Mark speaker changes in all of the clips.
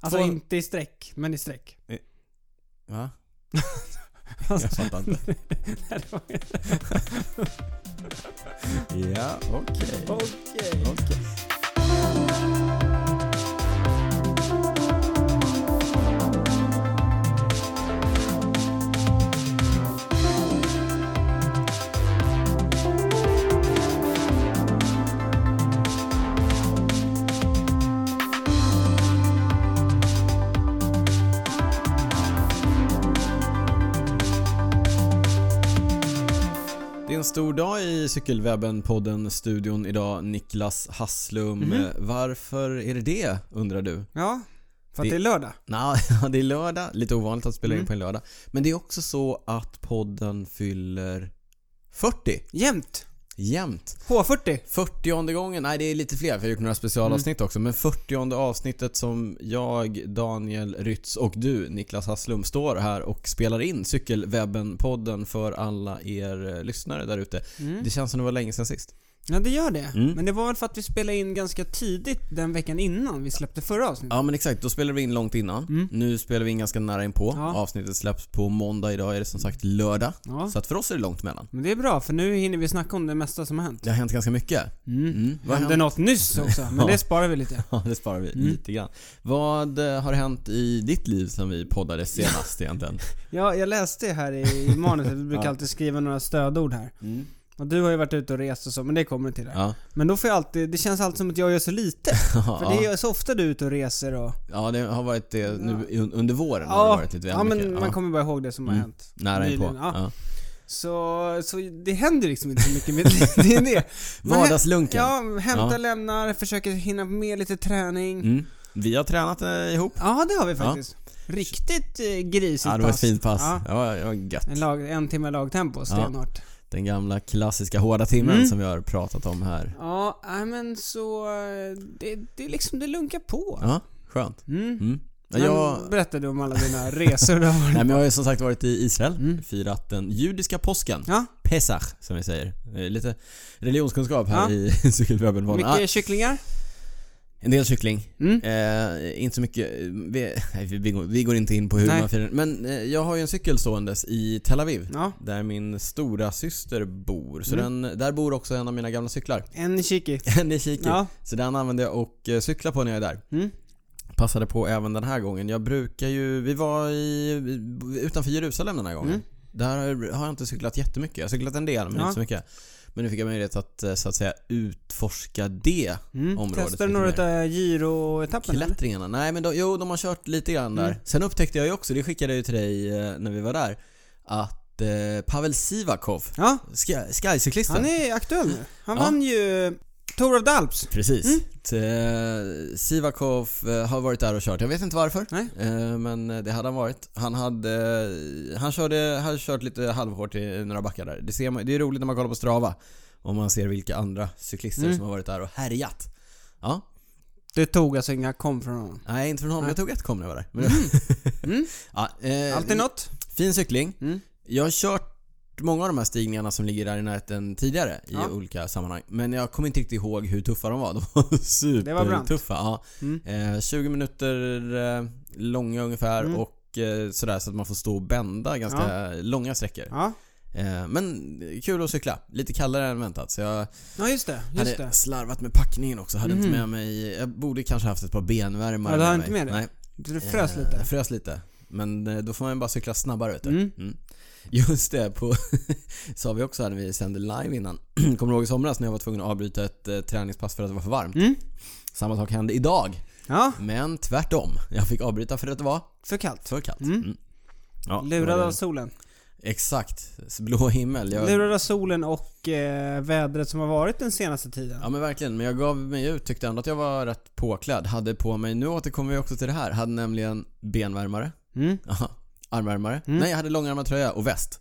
Speaker 1: Alltså
Speaker 2: Två-
Speaker 1: inte i streck, men i streck.
Speaker 2: Va?
Speaker 1: Alltså,
Speaker 2: Jag fattar inte.
Speaker 1: nej, det var-
Speaker 2: Ja, okej.
Speaker 1: Okej.
Speaker 2: Okej. Det är en stor dag i Cykelwebben-podden-studion idag, Niklas Hasslum.
Speaker 1: Mhm.
Speaker 2: Eh, Varför är det det, undrar du?
Speaker 1: Ja, för att
Speaker 2: Det-
Speaker 1: det är lördag.
Speaker 2: Nå, ja, det är lördag. Lite ovanligt att spela in
Speaker 1: Mm.
Speaker 2: på en lördag. Men det är också så att podden fyller 40
Speaker 1: Jämt.
Speaker 2: jämnt.
Speaker 1: H40.
Speaker 2: 40 gången, nej det är lite fler för jag har gjort några
Speaker 1: Mm.
Speaker 2: specialavsnitt också. Men 40 avsnittet som jag, Daniel Rytz och du, Niklas Hasslum, står här och spelar in Cykelwebben-podden för alla er eh, lyssnare där ute.
Speaker 1: Mm.
Speaker 2: Det känns som det var länge sedan sist.
Speaker 1: Ja, det gör det.
Speaker 2: Mm.
Speaker 1: Men det var väl för att vi spelade in ganska tidigt den veckan innan vi släppte förra avsnittet.
Speaker 2: Ja men exakt, då spelade vi in långt innan.
Speaker 1: Mm.
Speaker 2: Nu spelar vi in ganska nära inpå.
Speaker 1: Ja.
Speaker 2: Avsnittet släpps på måndag, idag är det som sagt lördag.
Speaker 1: Ja.
Speaker 2: Så att för oss är det långt mellan.
Speaker 1: Men det är bra, för nu hinner vi snacka om det mesta som har hänt.
Speaker 2: Det har hänt ganska mycket.
Speaker 1: Mm.
Speaker 2: Mm.
Speaker 1: Det
Speaker 2: Vad
Speaker 1: hände
Speaker 2: hände?
Speaker 1: något nyss också, men
Speaker 2: Ja.
Speaker 1: det sparar vi lite.
Speaker 2: Ja, det sparar vi
Speaker 1: Mm.
Speaker 2: lite grann. Vad eh, har hänt i ditt liv sen vi poddade senast egentligen?
Speaker 1: Ja, jag läste här i i manuset, vi brukar
Speaker 2: Ja. Mm.
Speaker 1: alltid skriva några stödord här. Och du har ju varit ute och rest och så, men det kommer till det.
Speaker 2: Ja.
Speaker 1: Men då får jag alltid, det känns alltid som att jag gör så lite. För det är ju så ofta du är ute och reser och...
Speaker 2: ja, det har varit det nu un- under våren. har det
Speaker 1: Ja,
Speaker 2: varit lite väl
Speaker 1: ja men
Speaker 2: mycket.
Speaker 1: man
Speaker 2: ja.
Speaker 1: kommer bara ihåg det som har
Speaker 2: Mm.
Speaker 1: hänt.
Speaker 2: Nära inpå.
Speaker 1: nyligen, ja.
Speaker 2: Ja.
Speaker 1: Så, så det händer liksom inte så mycket med det. är det. Men hä-
Speaker 2: Vardagslunken.
Speaker 1: Ja, hämta,
Speaker 2: Ja.
Speaker 1: lämnar, försöker hinna med lite träning.
Speaker 2: Mm. Vi har tränat eh, ihop.
Speaker 1: Ja, det har vi
Speaker 2: Ja.
Speaker 1: faktiskt. Riktigt eh, grisigt
Speaker 2: Ja, det var ett
Speaker 1: pass.
Speaker 2: fint pass.
Speaker 1: Ja.
Speaker 2: Ja, det var gött.
Speaker 1: En, lag, en timme lagtempo, stenhårt.
Speaker 2: Den gamla klassiska hårda timmen
Speaker 1: Mm.
Speaker 2: som vi har pratat om här.
Speaker 1: Ja, nej men så... eh, Det, det är liksom, det lunkar på.
Speaker 2: Ja, skönt.
Speaker 1: Mm.
Speaker 2: Mm.
Speaker 1: Men
Speaker 2: Jag,
Speaker 1: berätta du om alla dina resor du har varit
Speaker 2: nej, men jag har ju som sagt varit i Israel,
Speaker 1: Mm.
Speaker 2: firat den judiska påsken.
Speaker 1: Ja,
Speaker 2: Pesach, som vi säger. Eh, Lite religionskunskap här
Speaker 1: Ja.
Speaker 2: i cykelwebben.
Speaker 1: mycket
Speaker 2: Ah,
Speaker 1: kycklingar.
Speaker 2: en del kyckling.
Speaker 1: Mm.
Speaker 2: Eh, inte så mycket, eh, vi, nej, vi, vi, går, vi går inte in på hur
Speaker 1: Nej.
Speaker 2: man firar. Men eh, jag har ju en cykel ståendes i Tel Aviv.
Speaker 1: Ja,
Speaker 2: Där min stora syster bor. Så
Speaker 1: Mm.
Speaker 2: den, där bor också en av mina gamla cyklar.
Speaker 1: en kiki.
Speaker 2: En i Kiki.
Speaker 1: Ja.
Speaker 2: Så den använder jag och eh, cyklar på när jag är där.
Speaker 1: Mm.
Speaker 2: Passade på även den här gången. Jag brukar ju, vi var i, utanför Jerusalem den här gången.
Speaker 1: Mm.
Speaker 2: Där har jag inte cyklat jättemycket. Jag har cyklat en del men
Speaker 1: Ja.
Speaker 2: inte så mycket. Men nu fick jag möjlighet att eh, så att säga utforska det
Speaker 1: Mm.
Speaker 2: Området
Speaker 1: Testar du
Speaker 2: lite
Speaker 1: några
Speaker 2: mer.
Speaker 1: av giroetapperna? eller?
Speaker 2: Klättringarna? Nej men de, jo, de har kört lite grann där.
Speaker 1: Mm.
Speaker 2: Sen upptäckte jag ju också, det skickade jag ju till dig eh, när vi var där, att eh, Pavel Sivakov,
Speaker 1: Ja,
Speaker 2: sky- skycyklisten.
Speaker 1: han är aktuell nu. Han
Speaker 2: Ja.
Speaker 1: vann ju Tour of the Alps.
Speaker 2: Precis. T- eh, Sivakov eh, har varit där och kört. Jag vet inte varför.
Speaker 1: Nej.
Speaker 2: Eh, Men eh, det hade han varit. Han hade... eh, Han körde, hade kört lite halvhårt i några backar där. Det, ser man, det är roligt när man kollar på Strava. Om man ser vilka andra cyklister
Speaker 1: Mm.
Speaker 2: som har varit där och härjat. Ja.
Speaker 1: Det tog alltså inga kom från honom.
Speaker 2: Nej, inte från honom.
Speaker 1: Nej.
Speaker 2: Jag tog ett kom när jag var där. Men,
Speaker 1: Mm.
Speaker 2: ja, eh,
Speaker 1: Alltid något.
Speaker 2: Fin cykling.
Speaker 1: Mm.
Speaker 2: Jag har kört många av de här stigningarna som ligger där i närheten tidigare i
Speaker 1: Ja.
Speaker 2: olika sammanhang. Men jag kommer inte riktigt ihåg hur tuffa de var. De var
Speaker 1: brant.
Speaker 2: supertuffa. Ja.
Speaker 1: Mm.
Speaker 2: Eh, 20 minuter eh, långa ungefär
Speaker 1: Mm.
Speaker 2: och eh, sådär så att man får stå och bända ganska långa sträckor.
Speaker 1: Ja.
Speaker 2: Eh, men kul att cykla. Lite kallare än väntat så jag
Speaker 1: ja, just det. Just
Speaker 2: hade
Speaker 1: det.
Speaker 2: slarvat med packningen också. Hade
Speaker 1: Mhm.
Speaker 2: inte med mig... Jag borde kanske haft ett par benvärmare
Speaker 1: Ja, du har
Speaker 2: med
Speaker 1: inte
Speaker 2: mig.
Speaker 1: med dig?
Speaker 2: Nej.
Speaker 1: Du frös
Speaker 2: Eh,
Speaker 1: lite.
Speaker 2: Frös lite. Men eh, då får man ju bara cykla snabbare ute.
Speaker 1: Mm.
Speaker 2: Mm. Just det, på, sa vi också här när vi sände live innan. Kommer du ihåg i somras när jag var tvungen att avbryta ett eh, träningspass för att det var för varmt?
Speaker 1: Mm.
Speaker 2: Samma sak hände idag.
Speaker 1: Ja,
Speaker 2: Men tvärtom. Jag fick avbryta för att det var
Speaker 1: för kallt.
Speaker 2: för kallt.
Speaker 1: Mm.
Speaker 2: Ja, det
Speaker 1: Lurad
Speaker 2: var
Speaker 1: av
Speaker 2: det.
Speaker 1: solen.
Speaker 2: Exakt. Blå himmel. Jag,
Speaker 1: Lurad av solen och eh, vädret som har varit den senaste tiden.
Speaker 2: ja men verkligen. Men jag gav mig ut. Tyckte ändå att jag var rätt påklädd. Hade på mig, nu återkommer vi också till det här. Hade nämligen benvärmare.
Speaker 1: Mm.
Speaker 2: Jaha. Armvärmare.
Speaker 1: Mm.
Speaker 2: Nej, jag hade långärmad tröja och väst.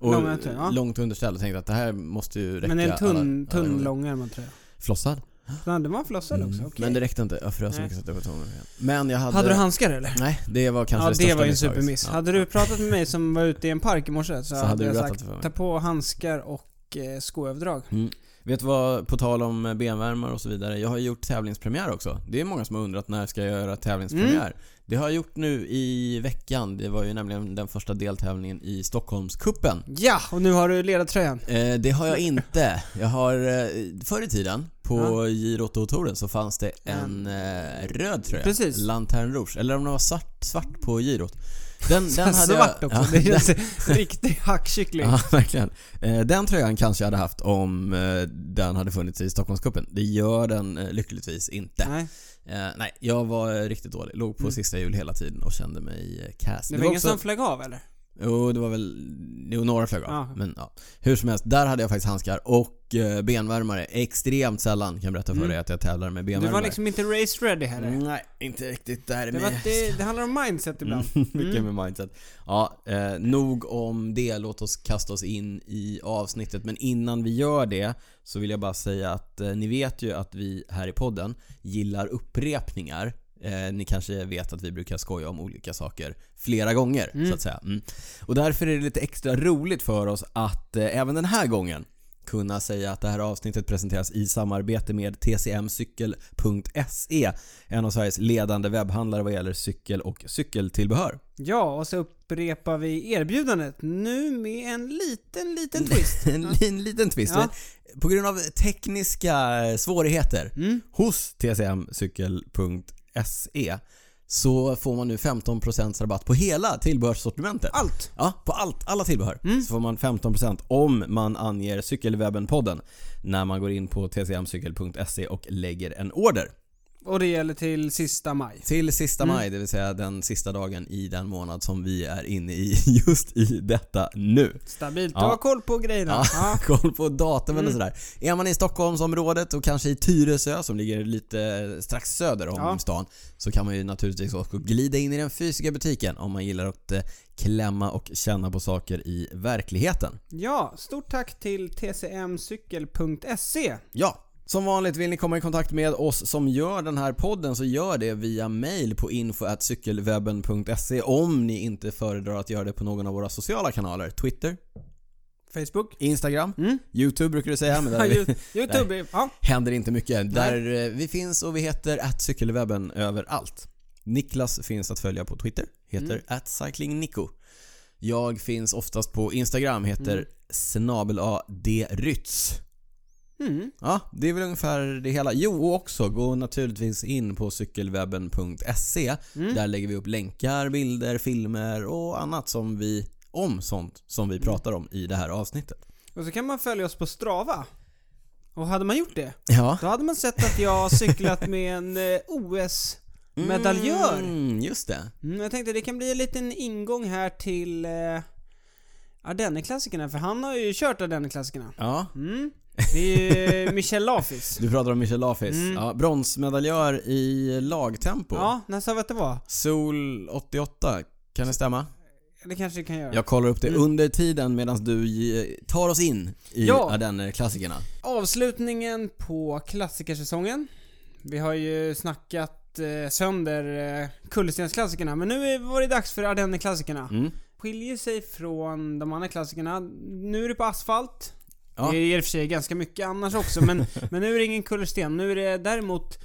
Speaker 2: Och
Speaker 1: Långärmad tröja, ja.
Speaker 2: långt underställ och tänkte att det här måste ju räcka.
Speaker 1: Men en tunn,
Speaker 2: alla- alla
Speaker 1: tunn
Speaker 2: gånger.
Speaker 1: långärmad tröja.
Speaker 2: Flossad.
Speaker 1: Den hade man flossad också? Okej.
Speaker 2: Men det räckte inte. Jag frös så
Speaker 1: Nej.
Speaker 2: mycket så att jag var tvungen att gå igen. Men jag hade...
Speaker 1: Hade du handskar eller?
Speaker 2: Nej, det var kanske
Speaker 1: ja,
Speaker 2: det
Speaker 1: det,
Speaker 2: största
Speaker 1: var ju en
Speaker 2: misstaget.
Speaker 1: supermiss.
Speaker 2: Ja.
Speaker 1: Hade du pratat med mig som var ute i en park i morse så,
Speaker 2: Så hade du
Speaker 1: jag
Speaker 2: berättat
Speaker 1: sagt
Speaker 2: för mig.
Speaker 1: ta på handskar och eh, skoöverdrag.
Speaker 2: Mm. Vet du vad, på tal om benvärmare och så vidare. Jag har gjort tävlingspremiär också. Det är många som har undrat när ska jag göra tävlingspremiär?
Speaker 1: Mm.
Speaker 2: Det har jag gjort nu i veckan. Det var ju nämligen den första deltävlingen i Stockholmskuppen.
Speaker 1: Ja, och nu har du ledartröjan.
Speaker 2: Eh, det har jag inte. Jag har, eh, förr i tiden på girotto-touren så fanns det en eh, röd tröja.
Speaker 1: Precis.
Speaker 2: Lantern Rouge. Eller om den var svart, svart på girot. Den, den
Speaker 1: Den
Speaker 2: hade
Speaker 1: Svart
Speaker 2: jag,
Speaker 1: också. Alltså, det känns riktig hackkyckling.
Speaker 2: Ja, verkligen. Eh, Den tröjan kanske jag hade haft om eh, den hade funnits i Stockholmscupen. Det gör den eh, lyckligtvis inte.
Speaker 1: Nej. Mm.
Speaker 2: Eh, Nej, jag var eh, riktigt dålig. Låg på sista jul hela tiden och kände mig eh, kass.
Speaker 1: Det var ingen
Speaker 2: också-
Speaker 1: som flög av eller?
Speaker 2: Jo, det var väl... Jo, några flög av.
Speaker 1: Ja.
Speaker 2: Men ja. Hur som helst, där hade jag faktiskt handskar och eh, benvärmare. Extremt sällan kan jag berätta för
Speaker 1: Mm.
Speaker 2: dig att jag tävlar med
Speaker 1: Du
Speaker 2: benvärmare.
Speaker 1: var liksom inte race ready heller.
Speaker 2: Nej, inte riktigt där
Speaker 1: Det, Mm. var, att det, det handlar om mindset
Speaker 2: Mm.
Speaker 1: ibland.
Speaker 2: Mycket med mindset. Ja, eh, nog om det. Låt oss kasta oss in i avsnittet. Men innan vi gör det så vill jag bara säga att eh, ni vet ju att vi här i podden gillar upprepningar. Eh, ni kanske vet att vi brukar skoja om olika saker flera gånger så att säga. Mm. Och därför är det lite extra roligt för oss att eh, även den här gången kunna säga att det här avsnittet presenteras i samarbete med tcmcykel.se, en av Sveriges ledande webbhandlare vad gäller cykel och cykeltillbehör.
Speaker 1: Ja, och så upprepar vi erbjudandet nu med en liten, liten twist.
Speaker 2: En, li- en liten twist.
Speaker 1: Ja.
Speaker 2: På grund av tekniska eh, svårigheter
Speaker 1: Mm.
Speaker 2: hos tcmcykel.se E så får man nu 15% rabatt på hela tillbehörssortimentet.
Speaker 1: Allt! Mm.
Speaker 2: Ja, på allt, alla tillbehör så får man 15% om man anger Cykelwebben-podden när man går in på tcmcykel.se E och lägger en order.
Speaker 1: Och det gäller till sista maj.
Speaker 2: Till sista
Speaker 1: Mm.
Speaker 2: maj, det vill säga den sista dagen i den månad som vi är inne i just i detta nu.
Speaker 1: Stabilt.
Speaker 2: Ja.
Speaker 1: Du har koll på grejerna. Ja. Mm.
Speaker 2: Koll på datumen och sådär. Är man i Stockholmsområdet och kanske i Tyresö som ligger lite strax söder om
Speaker 1: Ja.
Speaker 2: stan så kan man ju naturligtvis också glida in i den fysiska butiken om man gillar att eh, klämma och känna på saker i verkligheten.
Speaker 1: ja, stort tack till tcmcykel.se.
Speaker 2: Ja. Som vanligt vill ni komma i kontakt med oss som gör den här podden så gör det via mail på info.cykelwebben.se om ni inte föredrar att göra det på någon av våra sociala kanaler. Twitter,
Speaker 1: Facebook.
Speaker 2: Instagram,
Speaker 1: Mm.
Speaker 2: YouTube brukar du säga. Men där
Speaker 1: Ja,
Speaker 2: är vi-
Speaker 1: Youtube. Youtube. Ja.
Speaker 2: händer inte mycket. Där eh, vi finns och vi heter att cykelwebben överallt. Niklas finns att följa på Twitter, heter att cyclingnico. Jag finns oftast på Instagram, heter mm. snabel-a-d-rytz.
Speaker 1: Mm.
Speaker 2: Ja, det är väl ungefär det hela. Jo, och också gå naturligtvis in på cykelwebben.se. Där lägger vi upp länkar, bilder, filmer och annat som vi om sånt som vi pratar om i det här avsnittet.
Speaker 1: Och så kan man följa oss på Strava. Och hade man gjort det,
Speaker 2: Ja.
Speaker 1: då hade man sett att jag har cyklat med en eh, OS-medaljör.
Speaker 2: Mm, just det.
Speaker 1: Mm, jag tänkte det kan bli en liten ingång här till eh, Ardennerklassikerna, för han har ju kört Ardennerklassikerna.
Speaker 2: Ja,
Speaker 1: Mm. Det är ju eh, Michel Lafis.
Speaker 2: Du pratar om Michel Lafis. Ja, bronsmedaljör i lagtempo.
Speaker 1: Mm. Ja, när sa vi att det var?
Speaker 2: Sol 88, kan det stämma?
Speaker 1: Det kanske det kan göra.
Speaker 2: Jag kollar upp det
Speaker 1: Mm.
Speaker 2: under tiden medan du eh, tar oss in i
Speaker 1: Ja.
Speaker 2: Ardenner-klassikerna.
Speaker 1: Avslutningen på klassikersäsongen. Vi har ju snackat eh, sönder eh, Kullerstensklassikerna, men nu är- var det dags för Ardennerklassikerna.
Speaker 2: Mm.
Speaker 1: Skiljer sig från de andra klassikerna. Nu är det på asfalt.
Speaker 2: Ja.
Speaker 1: Det är i och för sig ganska mycket annars också, men, men nu är det ingen kullersten. Nu är det däremot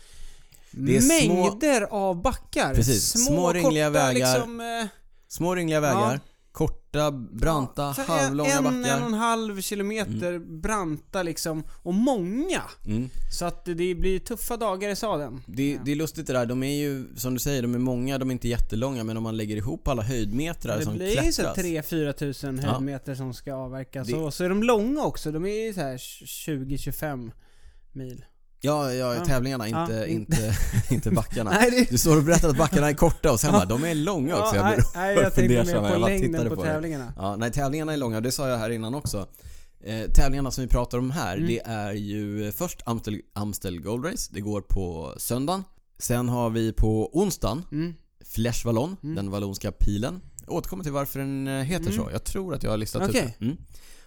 Speaker 2: Det är små-
Speaker 1: mängder av backar.
Speaker 2: Precis, små ringliga
Speaker 1: korta,
Speaker 2: vägar,
Speaker 1: Liksom, eh,
Speaker 2: Små ringliga vägar,
Speaker 1: Ja.
Speaker 2: korta, branta,
Speaker 1: så en-
Speaker 2: halvlånga
Speaker 1: en,
Speaker 2: backar.
Speaker 1: En och en halv kilometer branta liksom, och många.
Speaker 2: Mm.
Speaker 1: Så att det blir tuffa dagar i sadeln.
Speaker 2: Det, det är lustigt det där. De är ju, som du säger, de är många, de är inte jättelånga men om man lägger ihop alla höjdmetrar
Speaker 1: Det
Speaker 2: som
Speaker 1: blir ju
Speaker 2: klättras.
Speaker 1: så 3-4 tusen
Speaker 2: Ja.
Speaker 1: höjdmeter som ska avverkas.
Speaker 2: Det-
Speaker 1: Och så är de långa också. De är ju så här 20-25 mil.
Speaker 2: Ja, ja,
Speaker 1: Ja.
Speaker 2: tävlingarna, inte,
Speaker 1: Ja.
Speaker 2: inte, inte backarna.
Speaker 1: Nej, det-
Speaker 2: Du står och berättar att backarna är korta och sen bara, de är långa också. Jag
Speaker 1: nej,
Speaker 2: blir
Speaker 1: nej, jag tänkte
Speaker 2: fundersam.
Speaker 1: mer på
Speaker 2: Jag bara tittade
Speaker 1: längden på,
Speaker 2: på det.
Speaker 1: tävlingarna.
Speaker 2: Ja, nej, tävlingarna är långa. Det sa jag här innan också. Eh, tävlingarna som vi pratar om här,
Speaker 1: Mm.
Speaker 2: det är ju eh, först Amstel, Amstel Gold Race. Det går på söndagen. Sen har vi på onsdagen
Speaker 1: Mm.
Speaker 2: Flesh Vallon, den vallonska pilen. Jag återkommer till varför den eh, heter så. Jag tror att jag har listat ut
Speaker 1: Mm. Okej.
Speaker 2: det. Mm.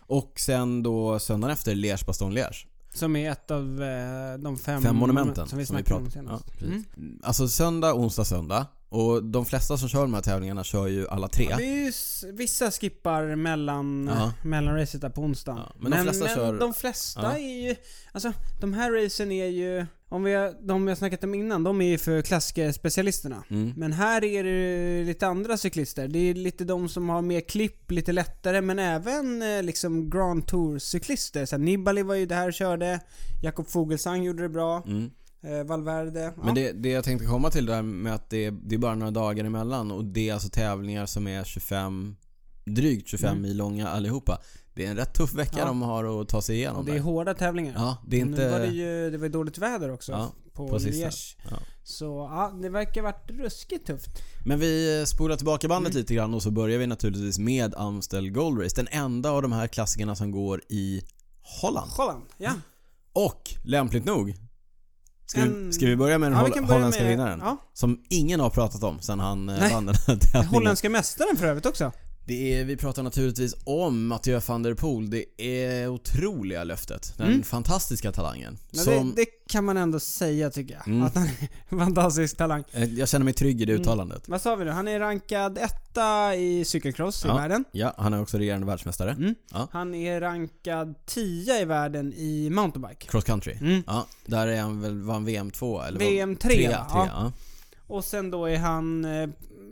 Speaker 2: Och sen då söndagen efter Liège Baston Liège.
Speaker 1: Som är ett av eh, de fem,
Speaker 2: Fem monumenten
Speaker 1: som vi
Speaker 2: som vi
Speaker 1: snackade om
Speaker 2: pratar
Speaker 1: senast. Mm.
Speaker 2: Ja, precis. Alltså söndag, onsdag, söndag. Och de flesta som kör de här tävlingarna kör ju alla tre.
Speaker 1: Det är ju, s- vissa skippar mellan,
Speaker 2: Ja.
Speaker 1: mellan racet där på onsdagen.
Speaker 2: Ja, men de flesta kör-
Speaker 1: de flesta
Speaker 2: Ja.
Speaker 1: är ju... Alltså, de här racen är ju... Om vi har, de jag snackat om innan, de är ju för klassikerspecialisterna.
Speaker 2: Mm.
Speaker 1: Men här är det ju lite andra cyklister. Det är lite de som har mer klipp, lite lättare, men även eh, liksom Grand Tour-cyklister. Så här, Nibali var ju där och körde. Jakob Fogelsang gjorde det bra.
Speaker 2: Mm.
Speaker 1: Eh, Valverde. Ja.
Speaker 2: Men det, det jag tänkte komma till där med att det är, det är bara några dagar emellan och det är alltså tävlingar som är 25, drygt 25
Speaker 1: Mm.
Speaker 2: mil långa allihopa. Det är en rätt tuff vecka
Speaker 1: Ja.
Speaker 2: de har att ta sig
Speaker 1: Och
Speaker 2: igenom.
Speaker 1: det är
Speaker 2: där.
Speaker 1: hårda tävlingar.
Speaker 2: Ja, det är
Speaker 1: Och Nu
Speaker 2: inte...
Speaker 1: var det ju det var ju dåligt väder också.
Speaker 2: Ja,
Speaker 1: på
Speaker 2: på sistone.
Speaker 1: Liège.
Speaker 2: Ja.
Speaker 1: Så ja, det verkar varit ruskigt tufft.
Speaker 2: Men vi eh, spolar tillbaka bandet
Speaker 1: Mm.
Speaker 2: lite grann och så börjar vi naturligtvis med Amstel Gold Race. Den enda av de här klassikerna som går i Holland. Mm.
Speaker 1: Holland, ja.
Speaker 2: Och lämpligt nog Ska, vi,
Speaker 1: En-
Speaker 2: ska vi börja med den
Speaker 1: ja, vi
Speaker 2: hol-
Speaker 1: kan börja
Speaker 2: holländska
Speaker 1: med-
Speaker 2: vinnaren?
Speaker 1: ja.
Speaker 2: Som ingen har pratat om sen han eh,
Speaker 1: Nej.
Speaker 2: vann den här tävlingen.
Speaker 1: Holländska mästaren för övrigt också.
Speaker 2: Det är, vi pratar naturligtvis om Mathieu van der Poel. Det är otroliga löftet. Den
Speaker 1: Mm.
Speaker 2: fantastiska talangen.
Speaker 1: Men
Speaker 2: som,
Speaker 1: det, det kan man ändå säga tycker jag.
Speaker 2: Mm.
Speaker 1: Att han är en fantastisk talang.
Speaker 2: eh, Jag känner mig trygg i
Speaker 1: Mm.
Speaker 2: det uttalandet.
Speaker 1: Vad sa vi nu? Han är rankad etta i cykelcross i
Speaker 2: Ja.
Speaker 1: världen.
Speaker 2: Ja, han är också regerande världsmästare.
Speaker 1: Mm.
Speaker 2: Ja.
Speaker 1: Han är rankad tia i världen i mountainbike.
Speaker 2: Cross country.
Speaker 1: Mm.
Speaker 2: Ja, där är han väl, vann VM 2 eller? vad-
Speaker 1: VM
Speaker 2: trea,
Speaker 1: 3
Speaker 2: trea,
Speaker 1: ja.
Speaker 2: ja.
Speaker 1: Och sen då är han, eh,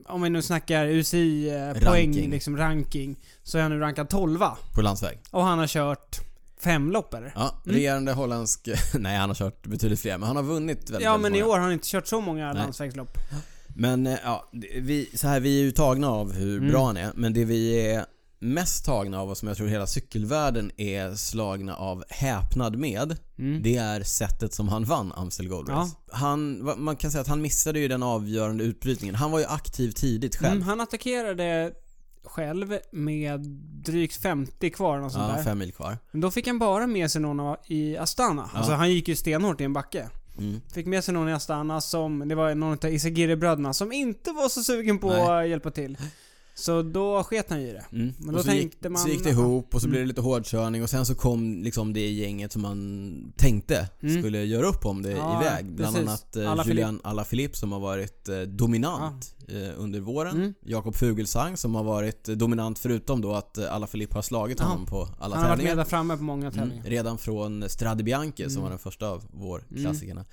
Speaker 1: om vi nu snackar UCI eh,
Speaker 2: Ranking.
Speaker 1: poäng, liksom ranking, så är han nu rankad 12
Speaker 2: På landsväg.
Speaker 1: Och han har kört fem lopp eller?
Speaker 2: Ja, regerande holländsk... Nej, han har kört betydligt fler, men han har vunnit väldigt,
Speaker 1: Ja
Speaker 2: väldigt
Speaker 1: men i
Speaker 2: många.
Speaker 1: år har han inte kört så många
Speaker 2: Nej.
Speaker 1: landsvägslopp.
Speaker 2: Men eh, ja, det- vi, så här, vi är ju tagna av hur
Speaker 1: Mm.
Speaker 2: bra han är, men det vi är mest tagna av och som jag tror hela cykelvärlden är slagna av häpnad med
Speaker 1: Mm.
Speaker 2: Det är sättet som han vann Amstel Gold Race. Han, va- man kan säga att han missade ju den avgörande utbrytningen. Han var ju aktiv tidigt själv.
Speaker 1: Mm, han attackerade själv med drygt 50 kvar och sånt
Speaker 2: ja,
Speaker 1: där.
Speaker 2: fem mil kvar.
Speaker 1: Men då fick han bara med sig någon av- i Astana. Alltså han gick ju stenhårt i en backe.
Speaker 2: Mm.
Speaker 1: Fick med sig någon i Astana som, det var någon av Isagiri-bröderna som inte var så sugen på
Speaker 2: Nej.
Speaker 1: att hjälpa till. Så då sket han ju i det.
Speaker 2: Mm.
Speaker 1: Men
Speaker 2: Och
Speaker 1: då
Speaker 2: så, gick,
Speaker 1: tänkte man- Mm.
Speaker 2: så gick det ihop och så blev det lite hårdkörning och sen så kom liksom det gänget som man tänkte
Speaker 1: Mm.
Speaker 2: skulle göra upp om det
Speaker 1: Ja,
Speaker 2: iväg. Bland
Speaker 1: precis.
Speaker 2: annat eh,
Speaker 1: Alaphilippe.
Speaker 2: Julian Alaphilippe som har varit eh, dominant eh, under våren.
Speaker 1: Mm.
Speaker 2: Jakob Fugelsang som har varit eh, dominant förutom då att eh, Alaphilippe har slagit
Speaker 1: Ja.
Speaker 2: honom på alla
Speaker 1: Han har varit
Speaker 2: tävlingar.
Speaker 1: med där framme på många
Speaker 2: Mm,
Speaker 1: tävlingar.
Speaker 2: redan från Strade Bianche som
Speaker 1: Mm.
Speaker 2: var den första av vårklassikerna.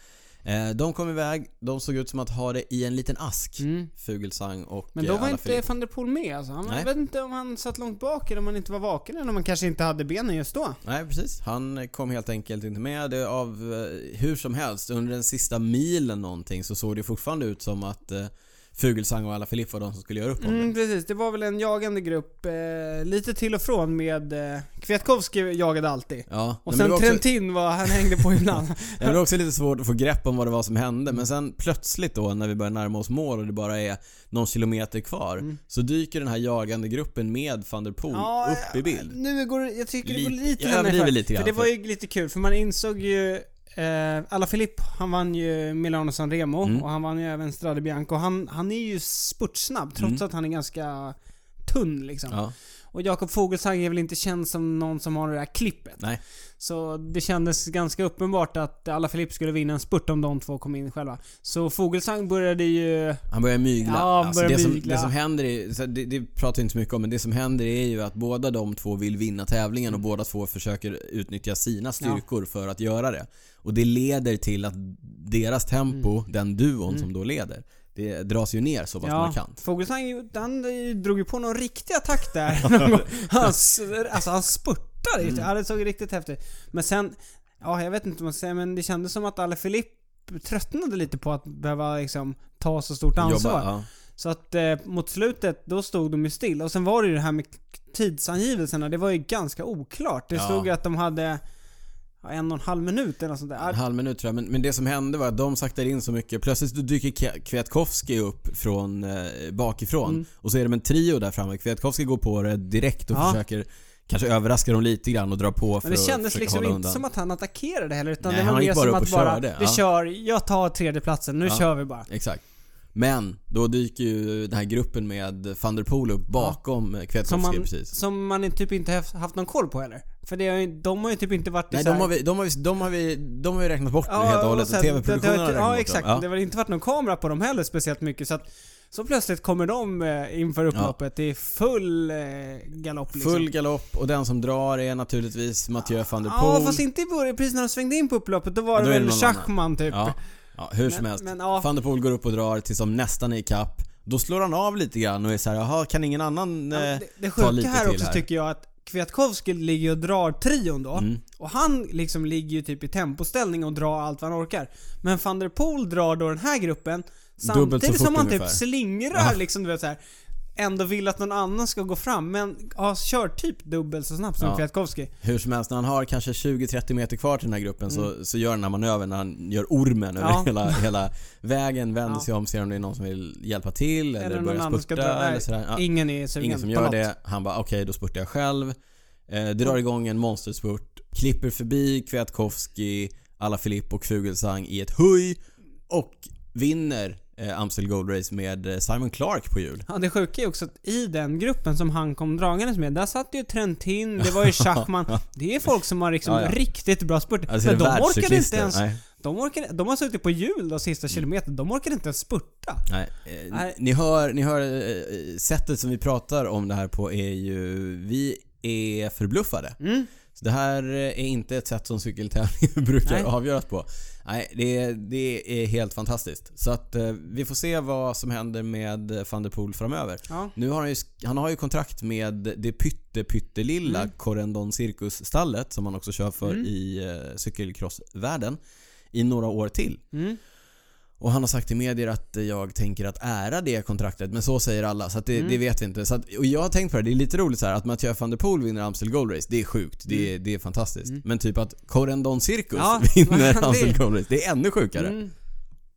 Speaker 2: Eh, de kom iväg, de såg ut som att ha det i en liten ask.
Speaker 1: Mm.
Speaker 2: Fugelsang och
Speaker 1: Men
Speaker 2: eh,
Speaker 1: då var
Speaker 2: alla
Speaker 1: inte
Speaker 2: fyra.
Speaker 1: van der Poel med alltså. Han,
Speaker 2: Nej.
Speaker 1: jag vet inte om han satt långt bak eller om han inte var vaken eller om han kanske inte hade benen just då.
Speaker 2: Nej precis, han kom helt enkelt inte med. Det av eh, hur som helst, under den sista milen någonting så såg det fortfarande ut som att eh, Fugelsang och alla Filip var de som skulle göra upp om
Speaker 1: Mm,
Speaker 2: det.
Speaker 1: precis. Det var väl en jagande grupp eh, lite till och från med eh, Kwiatkowski jagade alltid.
Speaker 2: Ja,
Speaker 1: Och
Speaker 2: nej, men det
Speaker 1: sen
Speaker 2: var också- Oh,
Speaker 1: Trentin var, han hängde på ibland.
Speaker 2: Det var också lite svårt att få grepp om vad det var som hände men sen plötsligt då när vi börjar närma oss mål och det bara är någon kilometer kvar så dyker den här jagande gruppen med van der Poel
Speaker 1: Mm. Ja,
Speaker 2: upp i bild.
Speaker 1: Nu går det- jag tycker det går
Speaker 2: Lite-
Speaker 1: lite
Speaker 2: jag överdriver
Speaker 1: för-
Speaker 2: lite grann,
Speaker 1: För det var
Speaker 2: för-
Speaker 1: ju lite kul, för man insåg ju eh, alla Filipp, han vann ju Milano San Remo
Speaker 2: Mm.
Speaker 1: och han vann ju även Strade Bianco. Han, han är ju spurtsnabb trots
Speaker 2: Mm.
Speaker 1: att han är ganska tunn liksom.
Speaker 2: Ja.
Speaker 1: Och Jakob Fogelsang är väl inte känd som någon som har det där klippet.
Speaker 2: Nej.
Speaker 1: Så det kändes ganska uppenbart att alla Filipp skulle vinna en spurt om de två kom in själva. Så Fogelsang började ju...
Speaker 2: Han börjar mygla.
Speaker 1: Ja, han
Speaker 2: alltså,
Speaker 1: börjar
Speaker 2: det, som,
Speaker 1: mygla.
Speaker 2: det som händer är, så det, det pratar vi inte så mycket om, men det som händer är ju att båda de två vill vinna tävlingen och båda två försöker utnyttja sina styrkor för att göra det. Och det leder till att deras tempo,
Speaker 1: Mm.
Speaker 2: den duon som då leder, det dras ju ner så pass markant.
Speaker 1: Fogelsang han drog ju på någon riktig attack där. någon gång. han, s- alltså han spurtade
Speaker 2: Mm.
Speaker 1: ju. Ja, det såg riktigt häftigt Men sen, ja jag vet inte vad man ska säga men det kändes som att alla Filipp tröttnade lite på att behöva liksom ta så stort ansvar.
Speaker 2: ja.
Speaker 1: Så att eh, mot slutet, då stod de ju still. Och sen var det ju det här med tidsangivelserna, det var ju ganska oklart. Det
Speaker 2: Ja.
Speaker 1: stod ju att de hade ja, en och en halv minut eller något sånt där.
Speaker 2: En halv minut tror jag, men, men det som hände var att de saktade in så mycket. Plötsligt då dyker Ke- Kwiatkowski upp från eh, bakifrån
Speaker 1: Mm.
Speaker 2: och så är det en trio där framme. Kwiatkowski går på det direkt och
Speaker 1: Ja.
Speaker 2: försöker kanske överraska dem lite grann och dra på för
Speaker 1: Men det
Speaker 2: att
Speaker 1: kändes
Speaker 2: försöka
Speaker 1: liksom
Speaker 2: hålla
Speaker 1: inte
Speaker 2: undan.
Speaker 1: som att han attackerade heller utan
Speaker 2: Nej,
Speaker 1: det var
Speaker 2: han gick
Speaker 1: mer
Speaker 2: bara
Speaker 1: som
Speaker 2: upp
Speaker 1: att
Speaker 2: och
Speaker 1: bara,
Speaker 2: körde,
Speaker 1: vi
Speaker 2: ja.
Speaker 1: kör, jag tar tredjeplatsen, nu
Speaker 2: Ja.
Speaker 1: kör vi bara.
Speaker 2: Exakt. Men då dyker ju den här gruppen med van der Poel upp bakom ja.
Speaker 1: Som
Speaker 2: Kwiatkowski
Speaker 1: man,
Speaker 2: precis.
Speaker 1: som man i- typ inte haft- haft någon koll på heller. För det har ju, de har ju typ inte varit i
Speaker 2: Nej,
Speaker 1: så här-
Speaker 2: de har, vi, de, har vi, de, har vi, de har vi räknat bort nu
Speaker 1: Ja,
Speaker 2: helt och
Speaker 1: och
Speaker 2: hållet.
Speaker 1: så här,
Speaker 2: TV-produktionen
Speaker 1: det-
Speaker 2: har
Speaker 1: det-
Speaker 2: räknat
Speaker 1: Ja,
Speaker 2: bort
Speaker 1: exakt.
Speaker 2: dem.
Speaker 1: Det har inte varit någon kamera på dem heller speciellt mycket så att så plötsligt kommer de eh, inför upploppet i full eh, galopp liksom.
Speaker 2: Full galopp och den som drar är naturligtvis Mathieu van der Poel.
Speaker 1: Ja, fast inte i början. Precis när de svängde in på upploppet, då var
Speaker 2: Då
Speaker 1: det
Speaker 2: är det
Speaker 1: väl
Speaker 2: någon
Speaker 1: Schachman typ.
Speaker 2: Ja, ja hur som
Speaker 1: Men-
Speaker 2: helst.
Speaker 1: men, ja.
Speaker 2: Van der Poel går upp och drar tills de nästan är ikapp. Då slår han av lite grann och är så här, jaha kan ingen annan
Speaker 1: Ja,
Speaker 2: eh,
Speaker 1: men det, det
Speaker 2: ta
Speaker 1: sjuka
Speaker 2: lite
Speaker 1: här
Speaker 2: till
Speaker 1: också
Speaker 2: här?
Speaker 1: tycker jag att Kwiatkowski ligger och drar trion då.
Speaker 2: Mm.
Speaker 1: Och han liksom ligger ju typ i tempoställning och drar allt vad han orkar. Men van der Poel drar då den här gruppen
Speaker 2: Dubbelt så
Speaker 1: samtidigt
Speaker 2: fort
Speaker 1: som han typ
Speaker 2: ungefär.
Speaker 1: slingrar liksom du vet så här. Ändå vill att någon annan ska gå fram men ja, kör typ dubbelt så snabbt som
Speaker 2: Ja.
Speaker 1: Kwiatkowski.
Speaker 2: Hur som helst, när han har kanske 20-30 meter kvar till den här gruppen så, så gör han den här manövern när han gör ormen över
Speaker 1: Mm. Ja.
Speaker 2: hela, hela vägen, vänder
Speaker 1: Ja.
Speaker 2: sig om, ser om det är någon som vill hjälpa till eller,
Speaker 1: Eller någon
Speaker 2: börjar
Speaker 1: annan ska
Speaker 2: spurta
Speaker 1: dra-
Speaker 2: eller
Speaker 1: nej,
Speaker 2: sådär. Ja,
Speaker 1: Ingen är sugen
Speaker 2: ingen som
Speaker 1: på
Speaker 2: gör
Speaker 1: något.
Speaker 2: det. Han bara, okej då spurtar jag själv. Eh, drar igång en monsterspurt, klipper förbi Kwiatkowski, Alaphilippe och Fuglesang i ett huj och vinner eh, Amstel Gold Race med eh, Simon Clark på hjul.
Speaker 1: Ja, det sjuka är också att i den gruppen som han kom dragandes med, där satt ju Trentin, det var ju Schachman. Det är folk som har liksom
Speaker 2: Ja, ja.
Speaker 1: riktigt bra spurt.
Speaker 2: Alltså,
Speaker 1: men
Speaker 2: det
Speaker 1: de
Speaker 2: är
Speaker 1: orkade inte
Speaker 2: världscyklister.
Speaker 1: ens...
Speaker 2: Nej. Mm.
Speaker 1: De, orkade, de har suttit på hjul de sista kilometern, de orkade inte ens spurta.
Speaker 2: Nej. eh,
Speaker 1: Nej.
Speaker 2: Ni hör, ni hör eh, sättet som vi pratar om det här på är ju, vi är förbluffade.
Speaker 1: Mm.
Speaker 2: Så det här eh, är inte ett sätt som cykeltävlingar brukar
Speaker 1: Nej.
Speaker 2: avgöras på. Nej, det, är- det är helt fantastiskt. Så att eh, vi får se vad som händer med eh, van der Poel framöver.
Speaker 1: Ja.
Speaker 2: Nu har han, ju, sk- han har ju kontrakt med det pytte pyttelilla
Speaker 1: Mm.
Speaker 2: Corendon Circus-stallet som han också kör för i eh, cykelcrossvärlden i några år till.
Speaker 1: Mm.
Speaker 2: Och han har sagt i medier att eh, jag tänker att ära det kontraktet, men så säger alla. Så att det,
Speaker 1: Mm.
Speaker 2: det vet vi inte. Så att, och jag har tänkt på det, det är lite roligt så här att Mathieu van der Poel vinner Amstel Gold Race. Det är sjukt, det, är, det är fantastiskt. Men typ att Corendon Circus
Speaker 1: Mm. Ja,
Speaker 2: vinner
Speaker 1: det-
Speaker 2: Amstel Gold Race, det är ännu sjukare.
Speaker 1: Mm.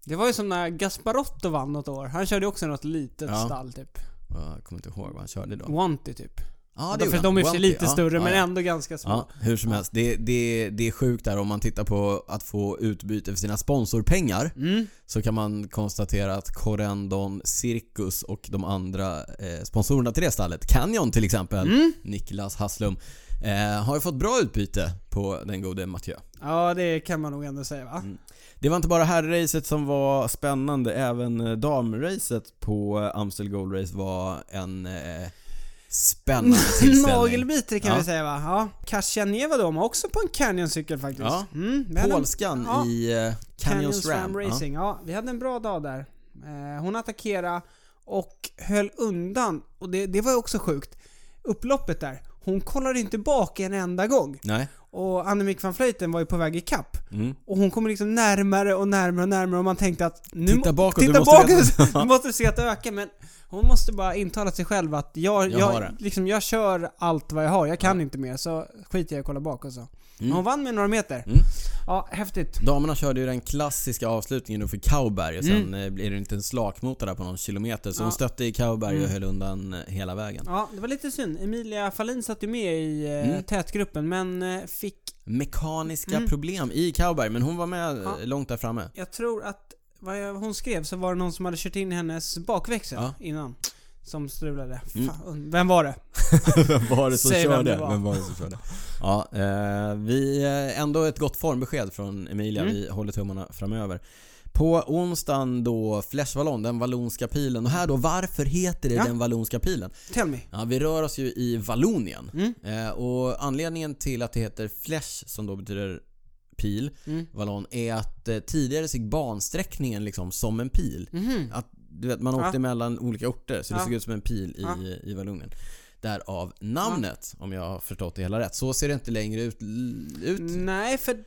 Speaker 1: Det var ju som när Gasparotto vann något år. Han körde ju också något litet
Speaker 2: Ja.
Speaker 1: stall typ.
Speaker 2: Jag kommer inte ihåg vad han körde då.
Speaker 1: Wanty typ.
Speaker 2: Ja,
Speaker 1: för
Speaker 2: gjorde
Speaker 1: de är i och
Speaker 2: han.
Speaker 1: för sig lite
Speaker 2: Ja,
Speaker 1: större
Speaker 2: ja,
Speaker 1: men
Speaker 2: ja.
Speaker 1: ändå ganska små.
Speaker 2: Ja, hur som helst. Det, det, det är sjukt där om man tittar på att få utbyte för sina sponsorpengar.
Speaker 1: Mm.
Speaker 2: Så kan man konstatera att Corendon, Cirkus och de andra eh, sponsorerna till det stallet, Canyon till exempel,
Speaker 1: Mm.
Speaker 2: Niklas Hasslum, eh, har ju fått bra utbyte på den gode Mathieu.
Speaker 1: Ja, det kan man nog ändå säga va?
Speaker 2: Mm, Det var inte bara herrracet som var spännande, även eh, damracet på eh, Amstel Gold Race var en eh, spännande
Speaker 1: En
Speaker 2: tillställning.
Speaker 1: Nagelbitare kan
Speaker 2: Ja.
Speaker 1: vi säga va? Ja. Kashanieva då, de har också på en Canyon-cykel faktiskt.
Speaker 2: Ja.
Speaker 1: Mm, vi hade en-
Speaker 2: Polskan
Speaker 1: Ja.
Speaker 2: i eh, Canyon
Speaker 1: Canyons
Speaker 2: Sram.
Speaker 1: Ram Racing. Ja. vi hade en bra dag där. Eh, hon attackerade och höll undan. Och det, det var ju också sjukt. Upploppet där. Hon kollade inte bak en enda gång.
Speaker 2: Ja. Nej.
Speaker 1: Och Annemiek van Vleuten var ju på väg i kapp.
Speaker 2: Mm.
Speaker 1: Och hon kommer liksom närmare och närmare och närmare och man tänkte att nu
Speaker 2: Titta
Speaker 1: må-
Speaker 2: bakåt, du
Speaker 1: titta
Speaker 2: måste
Speaker 1: bakåt,
Speaker 2: veta-
Speaker 1: du måste se att det ökar men hon måste bara intala sig själv att jag,
Speaker 2: Jag
Speaker 1: jag,
Speaker 2: har det.
Speaker 1: liksom, jag kör allt vad jag har, jag kan inte mer så skiter jag i att kolla bak och så.
Speaker 2: Mm.
Speaker 1: Men hon vann med några meter. Ja, häftigt.
Speaker 2: Damerna körde ju den klassiska avslutningen då för Kauberg och sen eh, blev det inte en slakmotor där på någon kilometer. Så hon stötte i Kauberg och höll undan eh, hela vägen.
Speaker 1: Ja, det var lite synd. Emilia Fahlin satt ju med i eh,
Speaker 2: Mm.
Speaker 1: tätgruppen men eh, fick,
Speaker 2: Mekaniska problem i Kauberg, men hon var med eh,
Speaker 1: Ja.
Speaker 2: långt där framme.
Speaker 1: jag tror att vad jag, hon skrev så var det någon som hade kört in hennes bakväxel
Speaker 2: Ja. Mm.
Speaker 1: innan. Som strulade. Fan, vem var det?
Speaker 2: Vem var det som
Speaker 1: Säg vem
Speaker 2: körde?
Speaker 1: det var.
Speaker 2: Vem var det som körde? Ja, eh, vi, eh, ändå ett gott formbesked från Emilia. Vi håller tummarna framöver. På onsdagen då Fleshvallon, den vallonska pilen. Och här då, varför heter det
Speaker 1: Ja.
Speaker 2: den vallonska pilen?
Speaker 1: Tell me.
Speaker 2: Ja, vi rör oss ju i Vallonien.
Speaker 1: Mm.
Speaker 2: Eh, och anledningen till att det heter flesh, som då betyder pil,
Speaker 1: Mm.
Speaker 2: vallon, är att eh, tidigare såg bansträckningen liksom som en pil. Att, du vet, man åkte
Speaker 1: Mm. Ja.
Speaker 2: mellan olika orter så det
Speaker 1: Ja.
Speaker 2: såg ut som en pil i,
Speaker 1: Ja.
Speaker 2: i Vallonien. Därav namnet, om jag har förstått det hela rätt. Så ser det inte längre ut. ut.
Speaker 1: Nej, för d-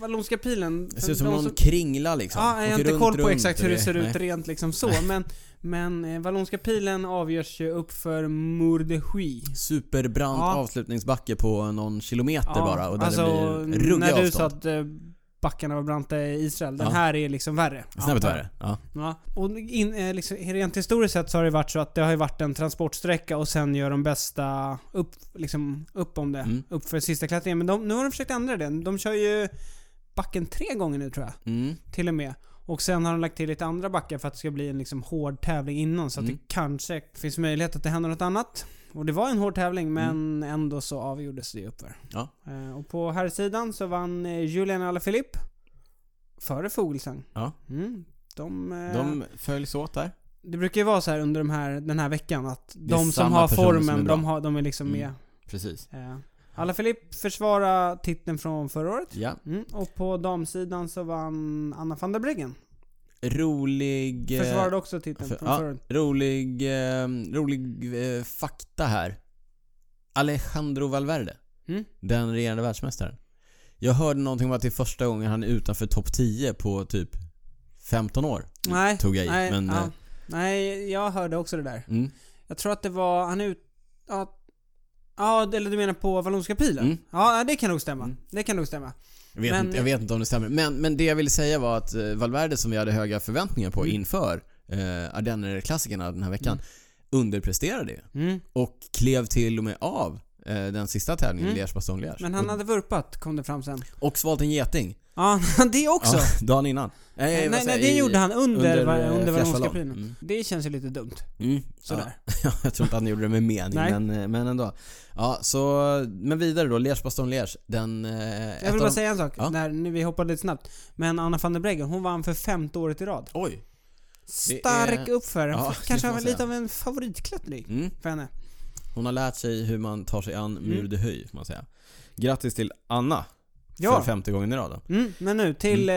Speaker 1: Vallonska pilen...
Speaker 2: Det
Speaker 1: för
Speaker 2: ser ut som
Speaker 1: Mm. de
Speaker 2: någon kringla liksom.
Speaker 1: Ja, jag
Speaker 2: Åker
Speaker 1: har inte
Speaker 2: runt,
Speaker 1: koll på
Speaker 2: runt
Speaker 1: exakt
Speaker 2: och
Speaker 1: hur det ser ut
Speaker 2: nej.
Speaker 1: rent liksom så, men... Men eh, Vallonska pilen avgörs ju upp för Mordechui.
Speaker 2: Superbrant
Speaker 1: Ja. Alltså,
Speaker 2: avslutningsbacke på någon kilometer bara och där det blir ruggiga
Speaker 1: när du
Speaker 2: avstånd.
Speaker 1: sa att eh, backarna var branta i Israel. Den
Speaker 2: Ja.
Speaker 1: här är liksom värre.
Speaker 2: Snäppet
Speaker 1: Ja.
Speaker 2: värre. Ja.
Speaker 1: Ja. Och in, eh, liksom, rent historiskt sett så har det varit så att det har ju varit en transportsträcka och sen gör de bästa upp, liksom, upp om det.
Speaker 2: Mm.
Speaker 1: Upp för sista klättringen. Men de, nu har de försökt ändra det. De kör ju backen tre gånger nu tror jag.
Speaker 2: Mm.
Speaker 1: till och med. Och sen har de lagt till lite andra backar för att det ska bli en liksom hård tävling innan. Så att
Speaker 2: Mm.
Speaker 1: det kanske finns möjlighet att det händer något annat. Och det var en hård tävling men ändå så avgjordes det uppför.
Speaker 2: Mm. Ja.
Speaker 1: Eh, och på här sidan så vann eh, Julian Alaphilippe. Före Fuglsang.
Speaker 2: Ja.
Speaker 1: Mm. De, eh,
Speaker 2: De följs åt där.
Speaker 1: Det brukar ju vara så här under de här, den här veckan att
Speaker 2: Det är
Speaker 1: de som
Speaker 2: samma
Speaker 1: har
Speaker 2: personer som
Speaker 1: formen,
Speaker 2: är bra.
Speaker 1: de, har, de är liksom
Speaker 2: Mm.
Speaker 1: med.
Speaker 2: Precis.
Speaker 1: Eh, Alaphilippe försvarar titeln från förra året.
Speaker 2: Ja.
Speaker 1: Mm. Och på damsidan så vann Anna van der Breggen.
Speaker 2: Rolig... eh,
Speaker 1: Försvarade också titeln
Speaker 2: för-
Speaker 1: från
Speaker 2: ja.
Speaker 1: förra året.
Speaker 2: Rolig, eh, rolig eh, fakta här. Alejandro Valverde.
Speaker 1: Mm.
Speaker 2: Den regerande världsmästaren. Jag hörde någonting om att det är första gången han är utanför topp 10 på typ 15 år.
Speaker 1: Nej,
Speaker 2: Tog jag i,
Speaker 1: nej,
Speaker 2: men...
Speaker 1: ja.
Speaker 2: eh,
Speaker 1: nej, jag hörde också det där.
Speaker 2: Mm,
Speaker 1: Jag tror att det var, han är ut... Ja, ja eller du menar på Vallonska pilen?
Speaker 2: Mm.
Speaker 1: Ja, det kan nog stämma.
Speaker 2: Mm.
Speaker 1: Det kan nog stämma.
Speaker 2: jag, vet
Speaker 1: Men-
Speaker 2: inte, jag vet inte om det stämmer. Men, men det jag ville säga var att eh, Valverde som vi hade höga förväntningar på
Speaker 1: Mm.
Speaker 2: inför eh, Ardenner-klassikerna den här veckan underpresterade ju.
Speaker 1: Mm.
Speaker 2: Och klev till och med av eh, den sista tävlingen,
Speaker 1: Mm.
Speaker 2: Liège-Bastogne-Liège.
Speaker 1: Men han
Speaker 2: Och-
Speaker 1: hade vurpat, kom det fram sen.
Speaker 2: Och svalt en geting.
Speaker 1: Ja, det också.
Speaker 2: Ja, dagen innan. Eh,
Speaker 1: Nej,
Speaker 2: vad
Speaker 1: nej,
Speaker 2: säger
Speaker 1: det
Speaker 2: jag? I-
Speaker 1: gjorde han under,
Speaker 2: under,
Speaker 1: under,
Speaker 2: eh,
Speaker 1: under Vallonska
Speaker 2: fjärssalong.
Speaker 1: pilen.
Speaker 2: Mm.
Speaker 1: Det känns ju lite dumt.
Speaker 2: Mm.
Speaker 1: Sådär.
Speaker 2: Ja, jag tror inte han gjorde det med mening,
Speaker 1: Nej.
Speaker 2: men, eh, men ändå. Ja, så, men vidare då. Liège, Baston, Liège. Den... Eh, ett
Speaker 1: Jag
Speaker 2: av
Speaker 1: vill bara
Speaker 2: de-
Speaker 1: säga en sak,
Speaker 2: Ja.
Speaker 1: när nu vi hoppade lite snabbt. Men Anna van der Breggen, hon vann för femte året i rad.
Speaker 2: Oj. Det är-
Speaker 1: Stark uppför.
Speaker 2: Ja, det
Speaker 1: Kanske
Speaker 2: får
Speaker 1: har
Speaker 2: man
Speaker 1: lite
Speaker 2: säga.
Speaker 1: av en favoritklättring
Speaker 2: Mm.
Speaker 1: för henne.
Speaker 2: Hon har lärt sig hur man tar sig an mur
Speaker 1: Mm.
Speaker 2: de höj, får man säga. Grattis till Anna. För
Speaker 1: Ja.
Speaker 2: femte gången i rad då.
Speaker 1: Mm, men nu till eh,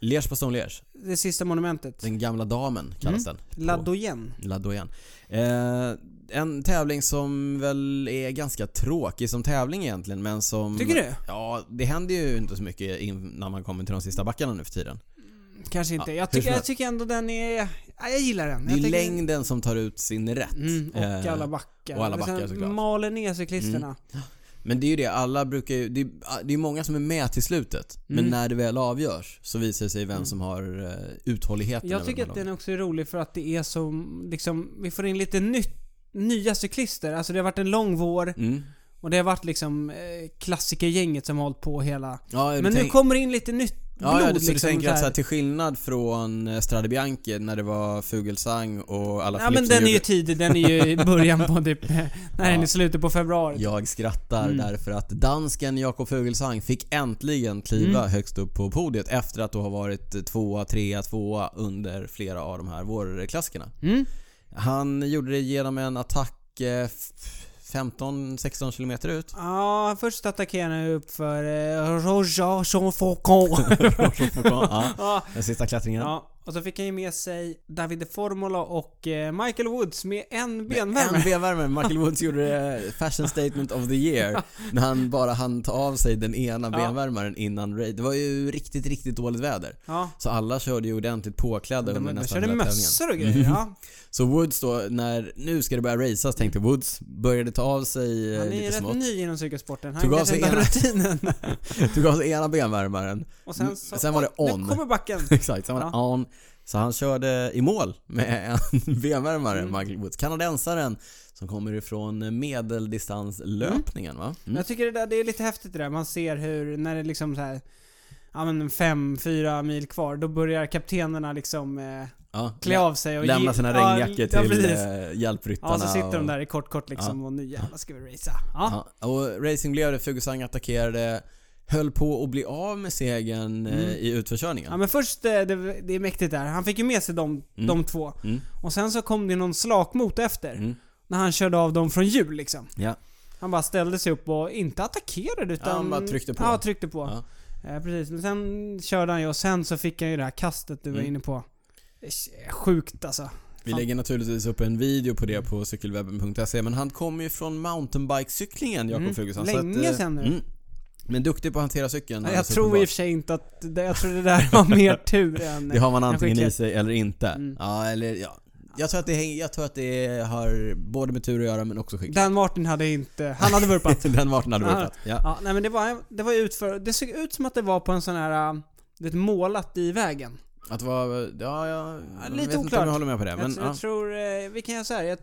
Speaker 2: Liège, Baston, Liège.
Speaker 1: det sista monumentet.
Speaker 2: Den gamla damen
Speaker 1: Mm.
Speaker 2: kallas den.
Speaker 1: La
Speaker 2: På-
Speaker 1: Doyenne.
Speaker 2: Laddo igen. Eh, en tävling som väl är ganska tråkig som tävling egentligen men som...
Speaker 1: Tycker du?
Speaker 2: Ja, det händer ju inte så mycket innan man kommer till de sista backarna nu för tiden.
Speaker 1: Kanske inte.
Speaker 2: Ja,
Speaker 1: jag,
Speaker 2: hur som
Speaker 1: tycker, jag
Speaker 2: helst.
Speaker 1: tycker ändå den är... Ja, jag gillar den.
Speaker 2: Det är
Speaker 1: jag tycker-
Speaker 2: längden som tar ut sin rätt.
Speaker 1: Mm, och
Speaker 2: Eh,
Speaker 1: alla backar.
Speaker 2: och alla
Speaker 1: Det är så
Speaker 2: backar
Speaker 1: här,
Speaker 2: såklart. Mm.
Speaker 1: Maler ner cyklisterna.
Speaker 2: Men det är ju det, alla brukar ju... Det är, det är många som är med till slutet.
Speaker 1: Mm.
Speaker 2: Men när det väl avgörs så visar det sig vem
Speaker 1: Mm.
Speaker 2: som har eh, uthålligheten
Speaker 1: Jag
Speaker 2: över
Speaker 1: tycker
Speaker 2: de
Speaker 1: att
Speaker 2: här
Speaker 1: den också är rolig för att det är som, liksom, vi får in lite nytt, nya cyklister. Alltså det har varit en lång vår
Speaker 2: lagen. Mm.
Speaker 1: och det har varit liksom eh, klassikergänget som har hållit på hela...
Speaker 2: Ja, jag
Speaker 1: Men nu
Speaker 2: tänk-
Speaker 1: kommer det in lite nytt
Speaker 2: Ja,
Speaker 1: blod
Speaker 2: ja, du, så du
Speaker 1: liksom.
Speaker 2: tänker
Speaker 1: så
Speaker 2: att
Speaker 1: här.
Speaker 2: så här, till skillnad från eh, Strade Bianche när det var Fugelsang och alla
Speaker 1: Ja men
Speaker 2: Philipsen
Speaker 1: den är ju
Speaker 2: gjorde-
Speaker 1: tidig, den är ju i början på typ... När den är
Speaker 2: Ja.
Speaker 1: i slutet på februari.
Speaker 2: Jag skrattar
Speaker 1: Mm.
Speaker 2: därför att dansken Jakob Fuglesang fick äntligen kliva
Speaker 1: Mm.
Speaker 2: högst upp på podiet efter att då ha varit tvåa, trea, tvåa under flera av de här vårklassikerna.
Speaker 1: Mm?
Speaker 2: Han gjorde det genom en attack eh, f- 15-16 kilometer ut.
Speaker 1: Ja, först attackerar han upp för eh, Roger Jean Foucault.
Speaker 2: ja,
Speaker 1: ja,
Speaker 2: den sista klättringen.
Speaker 1: ja, och så fick han ju med sig David de Formola och eh, Michael Woods med en benvärme.
Speaker 2: En benvärme. Michael Woods gjorde det fashion statement of the year. När han bara hann ta av sig den ena
Speaker 1: Ja.
Speaker 2: benvärmaren innan raid. Det var ju riktigt, riktigt dåligt väder.
Speaker 1: Ja.
Speaker 2: Så alla körde ju ordentligt påklädda under
Speaker 1: De, de
Speaker 2: nästan
Speaker 1: körde
Speaker 2: hela tävlingen. Mm.
Speaker 1: mössor och grejer, ja.
Speaker 2: Så Woods då, när nu ska det börja racas tänkte Woods, började ta av sig eh,
Speaker 1: Han är ju
Speaker 2: lite
Speaker 1: rätt
Speaker 2: smått.
Speaker 1: ny inom cykelsporten. Han
Speaker 2: Tog av
Speaker 1: kanske
Speaker 2: sig
Speaker 1: inte har
Speaker 2: ena.
Speaker 1: rutinen.
Speaker 2: Tog av sig ena benvärmaren.
Speaker 1: Och sen, så,
Speaker 2: Mm. Sen var det
Speaker 1: Oj,
Speaker 2: on. Mm.
Speaker 1: Nu kommer backen.
Speaker 2: Exakt, sen var det
Speaker 1: Ja.
Speaker 2: on. Så han körde i mål med en benvärmare,
Speaker 1: Mm.
Speaker 2: Michael Woods. Kanadensaren som kommer ifrån medeldistanslöpningen va? Mm.
Speaker 1: Jag tycker det, där, det är lite häftigt det där. Man ser hur, när det är liksom så här, ja men fem, fyra mil kvar, då börjar kaptenerna liksom eh,
Speaker 2: Ja.
Speaker 1: klä av sig och
Speaker 2: Lämna
Speaker 1: ge-
Speaker 2: sina
Speaker 1: ja,
Speaker 2: regnjackor
Speaker 1: ja,
Speaker 2: till
Speaker 1: precis.
Speaker 2: eh, hjälpryttarna.
Speaker 1: Ja, så sitter de
Speaker 2: och-
Speaker 1: där i kort kort liksom och nu jävlar ska vi racea. Ja.
Speaker 2: Ja, och racing blev det, Fuglesang attackerade, höll på att bli av med segern eh,
Speaker 1: Mm.
Speaker 2: i utförsörjningen.
Speaker 1: Ja men först, eh, det, det är mäktigt där. Han fick ju med sig de, de två.
Speaker 2: Mm.
Speaker 1: Och sen så kom det någon slakmot efter.
Speaker 2: Mm.
Speaker 1: När han körde av dem från hjul liksom.
Speaker 2: Ja.
Speaker 1: Han bara ställde sig upp och inte attackerade utan...
Speaker 2: Ja, han bara tryckte på.
Speaker 1: Ja, tryckte på.
Speaker 2: Ja.
Speaker 1: Eh, precis, men sen körde han ju och sen så fick han ju det här kastet du var
Speaker 2: Mm.
Speaker 1: inne på. Det är Sjukt alltså.
Speaker 2: Vi
Speaker 1: Fan.
Speaker 2: lägger naturligtvis upp en video på det på cykelwebben.se men han kommer ju från mountainbikecyklingen Jakob
Speaker 1: Mm.
Speaker 2: Fuglesang.
Speaker 1: Länge
Speaker 2: eh,
Speaker 1: sedan nu.
Speaker 2: Men duktig på att hantera cykeln.
Speaker 1: Nej, jag
Speaker 2: alldeles
Speaker 1: tror i och
Speaker 2: uppenbart.
Speaker 1: för sig inte att... Det, jag tror det där var mer tur än...
Speaker 2: Det har man antingen i
Speaker 1: skicklighet.
Speaker 2: sig eller inte.
Speaker 1: Mm.
Speaker 2: Ja, eller ja. Jag tror, att det, hänger- jag tror att det har både med tur att göra men också skicklighet.
Speaker 1: Dan Martin hade inte... Han hade vurpat.
Speaker 2: Den varten hade
Speaker 1: Ja.
Speaker 2: vurpat. Ja.
Speaker 1: ja, nej men det var, det var ju utför... Det såg ut som att det var på en sån här... äh, Du vet, målat i vägen.
Speaker 2: Att vara... Ja,
Speaker 1: Ja,
Speaker 2: jag
Speaker 1: lite
Speaker 2: vet inte om
Speaker 1: oklart.
Speaker 2: jag håller med på det. Men,
Speaker 1: jag, tr-
Speaker 2: ja.
Speaker 1: jag tror... eh, Vi kan göra så här. Jag,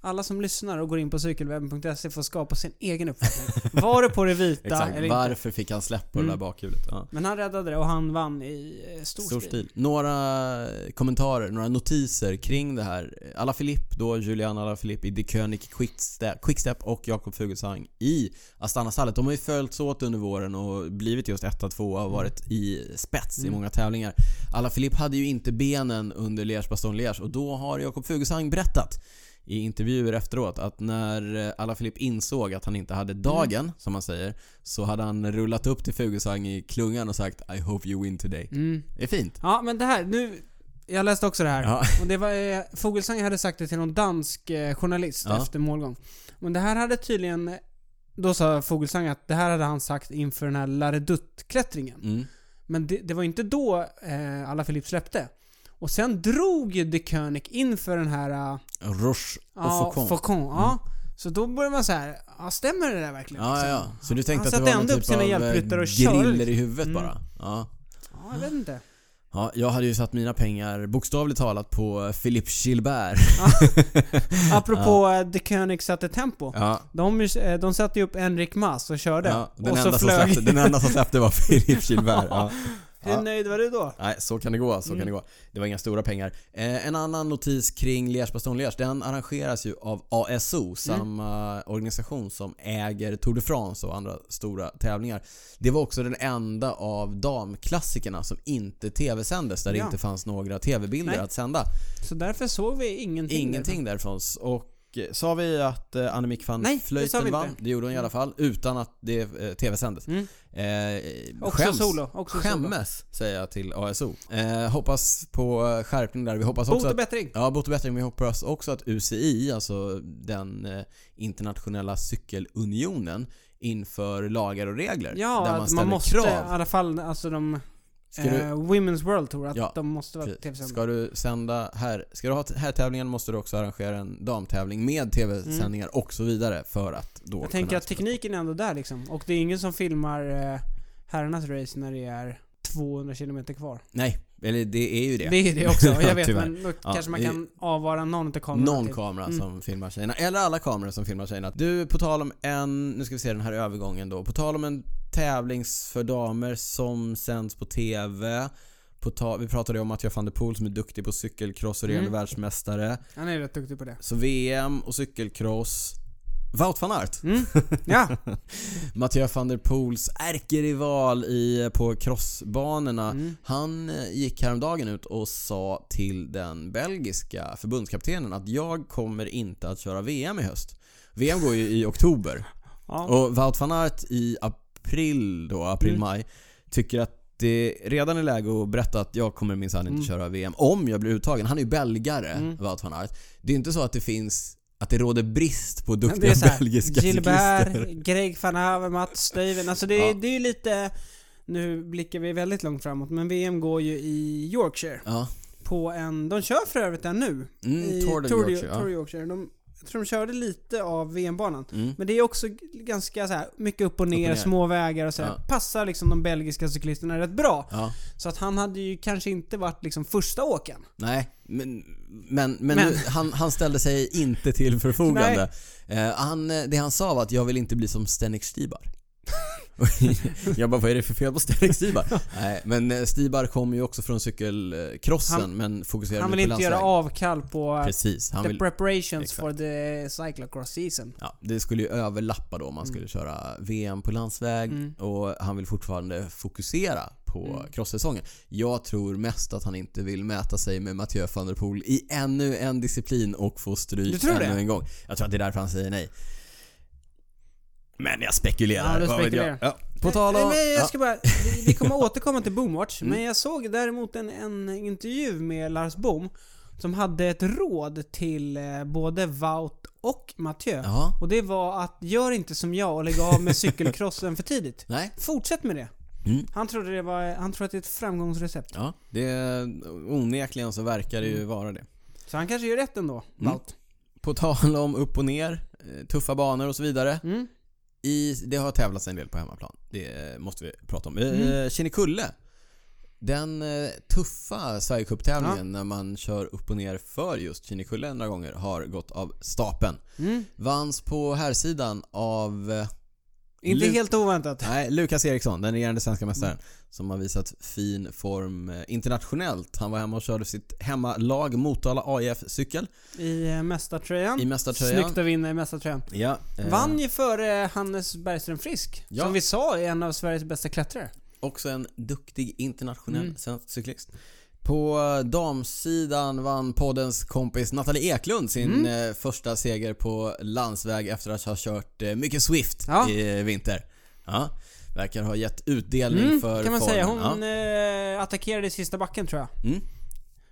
Speaker 1: alla som lyssnar och går in på cykelwebben.se får skapa sin egen uppfattning. Var det på det vita
Speaker 2: Exakt,
Speaker 1: eller inte?
Speaker 2: varför fick han släpp på det
Speaker 1: Mm.
Speaker 2: där bakhjulet? Ja.
Speaker 1: Men han räddade det och han vann i eh, stor,
Speaker 2: Stor
Speaker 1: stil.
Speaker 2: stil. Några eh, kommentarer, några notiser kring det här. Alaphilippe då, Julian Alaphilippe i De König Quickstep, Quickstep och Jakob Fuglesang i Astana-stallet. De har ju följts åt under våren och blivit just etta, tvåa och varit i spets
Speaker 1: Mm.
Speaker 2: i många tävlingar. Alaphilippe hade ju inte benen under Liège Baston Liège och då har Jakob Fuglesang berättat i intervjuer efteråt att när eh, Alaphilippe insåg att han inte
Speaker 1: Mm.
Speaker 2: hade dagen, som man säger, så hade han rullat upp till Fuglesang i klungan och sagt I hope you win today.
Speaker 1: Mm.
Speaker 2: Det är fint.
Speaker 1: Ja, men det här, nu... Jag läste också det här.
Speaker 2: Ja.
Speaker 1: Och det var, eh, Fogelsang hade sagt det till någon dansk eh, journalist
Speaker 2: Ja.
Speaker 1: efter målgång. Men det här hade tydligen... Då sa Fogelsang att det här hade han sagt inför den här Laredutt-klättringen.
Speaker 2: Mm.
Speaker 1: Men det, det var inte då eh, Alaphilippe släppte. Och sen drog ju de König inför den här... eh,
Speaker 2: Roche och
Speaker 1: ja,
Speaker 2: Faucon. Mm.
Speaker 1: Faucon, ja. Så då började man så här, ja stämmer det där verkligen?
Speaker 2: Ja, ja. Så du tänkte
Speaker 1: liksom. Han satte
Speaker 2: att det var någon
Speaker 1: ändå upp
Speaker 2: typ
Speaker 1: sina
Speaker 2: av
Speaker 1: hjälpryttare och
Speaker 2: eh, griller
Speaker 1: körde.
Speaker 2: i huvudet
Speaker 1: Mm.
Speaker 2: bara? Ja.
Speaker 1: Ja, jag vet inte.
Speaker 2: ja. Jag hade ju satt mina pengar bokstavligt talat på Philippe Gilbert.
Speaker 1: Apropå eh, de König satte tempo.
Speaker 2: Ja.
Speaker 1: De, eh, de satte ju upp Enrik Mas och körde.
Speaker 2: Ja, den,
Speaker 1: och så
Speaker 2: enda som
Speaker 1: flög.
Speaker 2: släppte, den enda som släppte var Philippe Gilbert. Ja.
Speaker 1: Hur nöjd var du då?
Speaker 2: Nej, så kan det gå. Så
Speaker 1: Mm.
Speaker 2: kan det gå. Det var inga stora pengar. Eh, en annan notis kring Liège Bastogne Liège. Den arrangeras ju av ASO,
Speaker 1: Mm.
Speaker 2: samma organisation som äger Tour de France och andra stora tävlingar. Det var också den enda av damklassikerna som inte tv-sändes, där
Speaker 1: Ja.
Speaker 2: det inte fanns några tv-bilder
Speaker 1: Nej.
Speaker 2: att sända.
Speaker 1: Så därför såg vi ingenting.
Speaker 2: Ingenting därifrån. Och eh, sa vi att eh, Annemiek van
Speaker 1: Nej, det sa vi
Speaker 2: Vleuten
Speaker 1: inte.
Speaker 2: vann? Det gjorde hon i alla fall, utan att det eh, tv-sändes.
Speaker 1: Mm.
Speaker 2: Eh,
Speaker 1: Också
Speaker 2: skäms.
Speaker 1: solo. Också solo.
Speaker 2: Skämmes säger jag till ASO. Eh, hoppas på eh, skärpning där. Vi hoppas
Speaker 1: Bot
Speaker 2: också
Speaker 1: och
Speaker 2: att,
Speaker 1: bättring.
Speaker 2: ja, bot och bättring. Vi hoppas också att UCI, alltså den eh, internationella cykelunionen, inför lagar och regler.
Speaker 1: Ja,
Speaker 2: där man
Speaker 1: att man
Speaker 2: ställer
Speaker 1: måste i
Speaker 2: krav.
Speaker 1: alla fall alltså de...
Speaker 2: Ska
Speaker 1: Eh,
Speaker 2: du,
Speaker 1: Women's World Tour, att
Speaker 2: Ja,
Speaker 1: de måste vara
Speaker 2: precis.
Speaker 1: tv-sända.
Speaker 2: ska du sända här, ska du ha här tävlingen måste du också arrangera en damtävling med tv-sändningar och så vidare för att då
Speaker 1: Mm. Jag tänker
Speaker 2: kunna-
Speaker 1: att tekniken är ändå där liksom. Och det är ingen som filmar eh, herrarnas race när det är 200 km kvar.
Speaker 2: Nej, eller det är ju
Speaker 1: Det är det också, jag vet
Speaker 2: Tyvärr.
Speaker 1: men då
Speaker 2: Ja,
Speaker 1: kanske man
Speaker 2: det-
Speaker 1: kan avvara någon utav kamerorna
Speaker 2: Någon
Speaker 1: till.
Speaker 2: kamera
Speaker 1: Mm.
Speaker 2: som filmar tjejerna. Eller alla kameror som filmar tjejerna. Du, på tal om en... Nu ska vi se den här övergången då. På tal om en tävlings för damer som sänds på TV. På ta, vi pratade ju om Mattias van der Poel som är duktig på cykelcross och regerande
Speaker 1: Mm.
Speaker 2: världsmästare.
Speaker 1: Han är rätt duktig på det.
Speaker 2: Så VM och cykelcross. Wout van Aert.
Speaker 1: Mm. Ja.
Speaker 2: Mattias van der Poels ärkerival i, på crossbanorna.
Speaker 1: Mm.
Speaker 2: Han eh, gick häromdagen ut och sa till den belgiska förbundskaptenen att jag kommer inte att köra VM i höst. VM går ju i oktober
Speaker 1: ja. Mm.
Speaker 2: och Wout van Aert i april då, april-maj, tycker att det redan är läge att berätta att jag kommer minsann inte
Speaker 1: Mm.
Speaker 2: köra VM om jag blir uttagen. Han är ju belgare,
Speaker 1: Mm.
Speaker 2: Wout van Aert. Det är inte så att det finns, att det råder brist på
Speaker 1: Det
Speaker 2: duktiga
Speaker 1: är såhär,
Speaker 2: belgiska
Speaker 1: Gilbert,
Speaker 2: cyklister.
Speaker 1: Greg van Avermaet, Stuyven. Alltså det, är-
Speaker 2: Ja.
Speaker 1: det är ju lite... Nu blickar vi väldigt långt framåt, men VM går ju i Yorkshire.
Speaker 2: Ja.
Speaker 1: På en... De kör för övrigt den nu.
Speaker 2: Mm,
Speaker 1: I
Speaker 2: Tour de Yorkshire, ja.
Speaker 1: Tour de Yorkshire. De, jag tror de körde lite av VM-banan.
Speaker 2: Mm.
Speaker 1: Men det är också g- ganska så här mycket upp och ner,
Speaker 2: Upp och ner.
Speaker 1: små vägar och så här.
Speaker 2: Ja.
Speaker 1: Passar liksom de belgiska cyklisterna rätt bra.
Speaker 2: Ja.
Speaker 1: Så att han hade ju kanske inte varit liksom första åkaren.
Speaker 2: Nej, men, men, men,
Speaker 1: Men-
Speaker 2: Nu, han, han ställde sig inte till förfogande. Eh, han, eh, det han sa var att jag vill inte bli som Stenek Stibar. Och jag bara, vad är det för fel på Stenek Stibar? Nej, men eh, Stibar kommer ju också från cykelkrossen
Speaker 1: Han-
Speaker 2: men fokuserar
Speaker 1: Han
Speaker 2: nu
Speaker 1: vill
Speaker 2: på
Speaker 1: inte göra
Speaker 2: landsväg.
Speaker 1: avkall på eh,
Speaker 2: Precis, han
Speaker 1: the
Speaker 2: vill,
Speaker 1: preparations
Speaker 2: Exakt.
Speaker 1: for the cyclocross season.
Speaker 2: ja, det skulle ju överlappa då om man skulle köra VM på landsväg
Speaker 1: Mm.
Speaker 2: och han vill fortfarande fokusera på
Speaker 1: Mm.
Speaker 2: crosssäsongen. Jag tror mest att han inte vill mäta sig med Mathieu van der Poel i ännu en disciplin och få
Speaker 1: Du
Speaker 2: stryk
Speaker 1: tror
Speaker 2: ännu
Speaker 1: det?
Speaker 2: en gång. Jag tror att det är därför han säger nej. Men jag spekulerar.
Speaker 1: Ja, du
Speaker 2: vad vet jag.
Speaker 1: spekulerar.
Speaker 2: Ja. På tal
Speaker 1: Nej,
Speaker 2: om...
Speaker 1: men
Speaker 2: ja. Mm.
Speaker 1: jag ska bara, vi, vi kommer återkomma till Boomwatch, men jag såg däremot en, en intervju med Lars Boom som hade ett råd till eh, både Wout och Mathieu.
Speaker 2: Jaha.
Speaker 1: Och det var att gör inte som jag och lägg av med cykelcrossen för tidigt.
Speaker 2: Nej.
Speaker 1: Fortsätt med det.
Speaker 2: Mm.
Speaker 1: Han trodde det var, han tror att det är ett framgångsrecept.
Speaker 2: Ja, det, onekligen så verkar det
Speaker 1: Mm.
Speaker 2: ju vara det.
Speaker 1: Så han kanske gör rätt ändå,
Speaker 2: Mm.
Speaker 1: Wout.
Speaker 2: På tal om upp och ner, eh, tuffa banor och så vidare.
Speaker 1: Mm. Mm.
Speaker 2: I, det har tävlats en del på hemmaplan. Det eh, måste vi prata om. Eh, Kinnekulle Den eh, tuffa Sverigecup-tävlingen när man kör upp och ner för just Kinnekulle några gånger har gått av stapeln.
Speaker 1: Mm.
Speaker 2: Vanns på herrsidan av eh,
Speaker 1: Inte
Speaker 2: Lu-
Speaker 1: helt oväntat.
Speaker 2: Nej, Lukas Eriksson, den regerande svenska mästaren.
Speaker 1: Mm.
Speaker 2: Som har visat fin form eh, internationellt. Han var hemma och körde sitt hemmalag Motala AIF-cykel
Speaker 1: I eh, mästartröjan.
Speaker 2: i mästartröjan.
Speaker 1: Snyggt att vinna i mästartröjan.
Speaker 2: Ja, eh,
Speaker 1: Vann ju före Hannes Bergström Frisk.
Speaker 2: Ja.
Speaker 1: Som vi sa är en av Sveriges bästa klättrare.
Speaker 2: Också en duktig internationell
Speaker 1: Mm.
Speaker 2: svensk cyklist. På eh, damsidan vann poddens kompis Nathalie Eklund sin
Speaker 1: Mm.
Speaker 2: eh, första seger på landsväg efter att ha kört eh, mycket Swift
Speaker 1: Ja.
Speaker 2: i vinter. Ja, verkar ha gett utdelning
Speaker 1: Mm,
Speaker 2: för
Speaker 1: kan man säga.
Speaker 2: formen.
Speaker 1: Hon
Speaker 2: Ja.
Speaker 1: eh, attackerade i sista backen tror jag.
Speaker 2: Mm.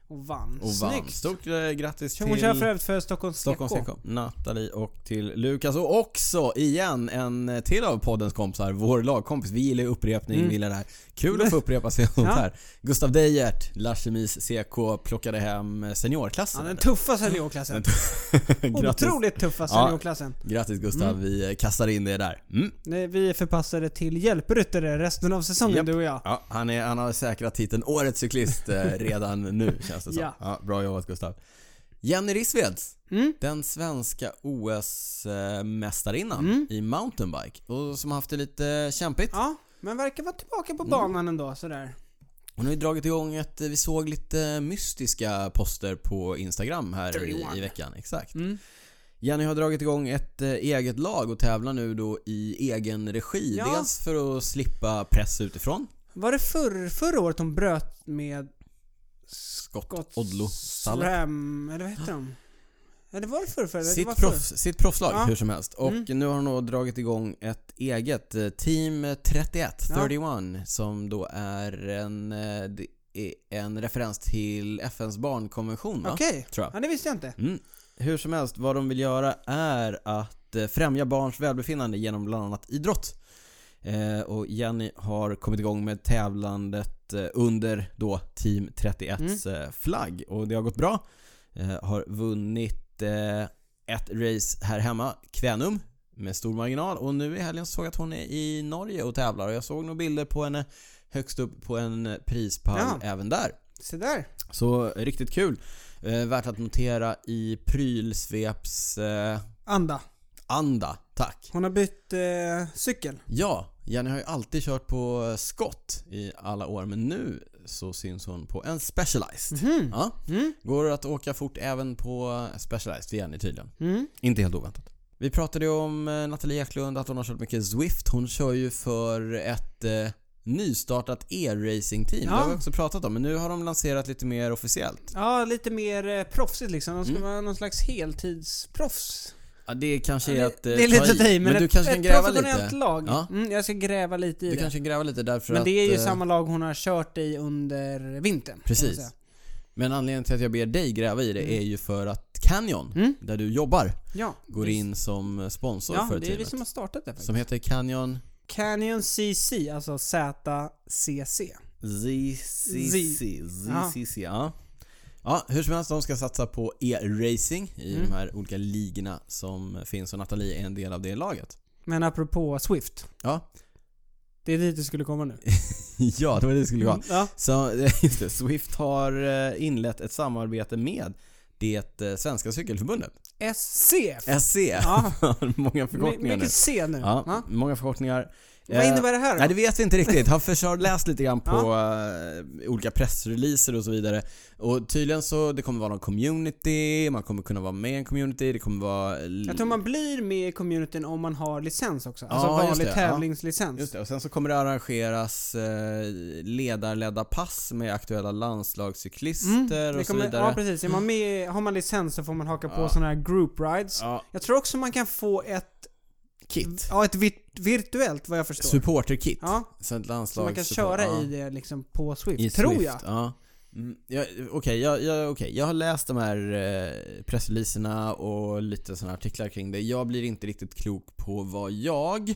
Speaker 1: Och vann.
Speaker 2: Och vann.
Speaker 1: Snyggt.
Speaker 2: Stort eh, grattis
Speaker 1: Hon kör för
Speaker 2: till
Speaker 1: övrigt för Stockholms
Speaker 2: Stockholms
Speaker 1: EK.
Speaker 2: EK. Nathalie och till Lukas och också igen en eh, till av poddens kompisar, vår lagkompis. Vi gillar ju upprepning,
Speaker 1: Mm.
Speaker 2: vi gillar det här. Kul att få upprepa sig sånt
Speaker 1: Ja.
Speaker 2: här. Gustav Deijert, Larsemis CK, plockade hem eh,
Speaker 1: Ja,
Speaker 2: seniorklassen.
Speaker 1: den tuffa seniorklassen.
Speaker 2: grattis,
Speaker 1: Otroligt Mm. tuffa
Speaker 2: Ja.
Speaker 1: seniorklassen.
Speaker 2: grattis Gustav, vi eh, kastar in det där. Mm.
Speaker 1: Nej, Vi är förpassade till hjälpryttare resten av säsongen
Speaker 2: Japp.
Speaker 1: du och jag.
Speaker 2: Ja, han, är, han har säkrat titeln Årets cyklist eh, redan nu känns det som.
Speaker 1: Ja.
Speaker 2: Ja, bra jobbat Gustav. Jenny Rissveds,
Speaker 1: Mm.
Speaker 2: den svenska OS-mästarinnan i mountainbike och som har haft det lite kämpigt.
Speaker 1: Mm. Ja, men verkar vara tillbaka
Speaker 2: Mm.
Speaker 1: på banan ändå sådär.
Speaker 2: Hon har ju dragit igång ett, vi såg lite mystiska poster på Instagram här i,
Speaker 1: 31.
Speaker 2: i veckan. Exakt.
Speaker 1: Mm.
Speaker 2: Jenny har dragit igång ett eh, eget lag och tävlar nu då i egen regi.
Speaker 1: Ja.
Speaker 2: Dels för att slippa press utifrån.
Speaker 1: Var det förr, förra året hon bröt med
Speaker 2: Scott
Speaker 1: Scott
Speaker 2: Odlo Sallak.
Speaker 1: Slam, eller vad heter de? Eller var det förr, förr? det var
Speaker 2: Sitt,
Speaker 1: förr.
Speaker 2: proffs, sitt proffslag
Speaker 1: Ja. Mm.
Speaker 2: hur som helst. Och nu har hon då dragit igång ett eget eh, Team 31,
Speaker 1: Ja.
Speaker 2: 31, som då är en, eh, det är en referens till FNs barnkonvention va?
Speaker 1: Okej.
Speaker 2: Tror jag.
Speaker 1: Ja, det visste jag inte.
Speaker 2: Mm. Hur som helst, vad de vill göra är att eh, främja barns välbefinnande genom bland annat idrott. Eh, och Jenny har kommit igång med tävlandet eh, under då Team 31s eh, flagg och det har gått bra. Eh, har vunnit eh, ett race här hemma, Kvänum, med stor marginal och nu i helgen såg jag att hon är i Norge och tävlar och jag såg nog bilder på henne högst upp på en prispall
Speaker 1: Ja.
Speaker 2: även där.
Speaker 1: Se där.
Speaker 2: Så eh, riktigt kul. Eh, värt att notera i prylsveps eh,
Speaker 1: Anda.
Speaker 2: anda. Tack.
Speaker 1: Hon har bytt eh, cykel.
Speaker 2: Ja, Jenny har ju alltid kört på eh, skott i alla år men nu så syns hon på en Specialized.
Speaker 1: Mhm.
Speaker 2: Ja.
Speaker 1: Mm.
Speaker 2: Går att åka fort även på eh, Specialized för Jenny tydligen.
Speaker 1: Mm.
Speaker 2: Inte helt oväntat. Vi pratade ju om eh, Nathalie Eklund, att hon har kört mycket Zwift. Hon kör ju för ett eh, nystartat e-racing-team. Det har vi
Speaker 1: Ja.
Speaker 2: också pratat om, men nu har de lanserat lite mer officiellt.
Speaker 1: Ja, lite mer eh, proffsigt liksom. De ska
Speaker 2: Mm.
Speaker 1: vara någon slags heltidsproffs.
Speaker 2: Ja, det kanske är
Speaker 1: Det,
Speaker 2: att eh,
Speaker 1: det är lite att ta i, men,
Speaker 2: du
Speaker 1: ett,
Speaker 2: kanske
Speaker 1: ett
Speaker 2: kan gräva
Speaker 1: professionellt
Speaker 2: lite.
Speaker 1: lag.
Speaker 2: Ja.
Speaker 1: Mm, jag ska gräva lite i
Speaker 2: Du
Speaker 1: det.
Speaker 2: kanske kan gräva lite därför
Speaker 1: Men det är ju
Speaker 2: att, eh,
Speaker 1: samma lag hon har kört i under vintern. kan
Speaker 2: Precis.
Speaker 1: man säga.
Speaker 2: Men anledningen till att jag ber dig gräva i det
Speaker 1: Mm.
Speaker 2: är ju för att Canyon,
Speaker 1: Mm.
Speaker 2: där du jobbar,
Speaker 1: Ja.
Speaker 2: går in som eh, sponsor
Speaker 1: ja,
Speaker 2: för
Speaker 1: det är vi
Speaker 2: teamet.
Speaker 1: som har startat det faktiskt.
Speaker 2: Som heter Canyon
Speaker 1: Canyon CC, alltså ZCC.
Speaker 2: ZCC. ZCC, ja. Ja, hur som helst, de ska satsa på e-racing i
Speaker 1: Mm.
Speaker 2: de här olika ligorna som finns och Nathalie är en del av det laget.
Speaker 1: Men apropå Swift.
Speaker 2: Ja,
Speaker 1: Det är dit du skulle komma nu.
Speaker 2: ja det var det det skulle vara.
Speaker 1: Ja.
Speaker 2: Så, just det, Swift har eh, inlett ett samarbete med det eh, svenska cykelförbundet.
Speaker 1: SC.
Speaker 2: SC.
Speaker 1: Ja.
Speaker 2: många förkortningar nu.
Speaker 1: Mycket C nu.
Speaker 2: Ja,
Speaker 1: Ja.
Speaker 2: många förkortningar. Eh,
Speaker 1: Vad innebär det här då?
Speaker 2: Nej, det vet vi inte riktigt. Har försökt lite grann på eh, olika pressreleaser och så vidare. Och tydligen så, det kommer vara någon community, man kommer kunna vara med i en community, det kommer vara...
Speaker 1: Jag tror man blir med i communityn om man har licens också. Alltså
Speaker 2: Ja, just
Speaker 1: vanlig
Speaker 2: det. Ja.
Speaker 1: tävlingslicens.
Speaker 2: Just det, och sen så kommer det arrangeras eh, ledarledda pass med aktuella
Speaker 1: Mm.
Speaker 2: landslagscyklister
Speaker 1: Det
Speaker 2: och så
Speaker 1: kommer-
Speaker 2: vidare.
Speaker 1: Ja, precis. Är man med, har man licens så får man haka på
Speaker 2: Ja.
Speaker 1: sådana här group rides.
Speaker 2: Ja,
Speaker 1: Jag tror också man kan få ett,
Speaker 2: kit.
Speaker 1: ja, ett vir- virtuellt vad jag förstår.
Speaker 2: Supporterkit.
Speaker 1: Ja,
Speaker 2: Så ett landslags...
Speaker 1: så man kan
Speaker 2: support-
Speaker 1: köra
Speaker 2: ja.
Speaker 1: i det liksom på Swift,
Speaker 2: I
Speaker 1: tror
Speaker 2: Swift,
Speaker 1: jag.
Speaker 2: Ja. Mm, ja, Okej, jag, jag, okej. jag har läst de här eh, pressreleaserna och lite sådana artiklar kring det. Jag blir inte riktigt klok på vad jag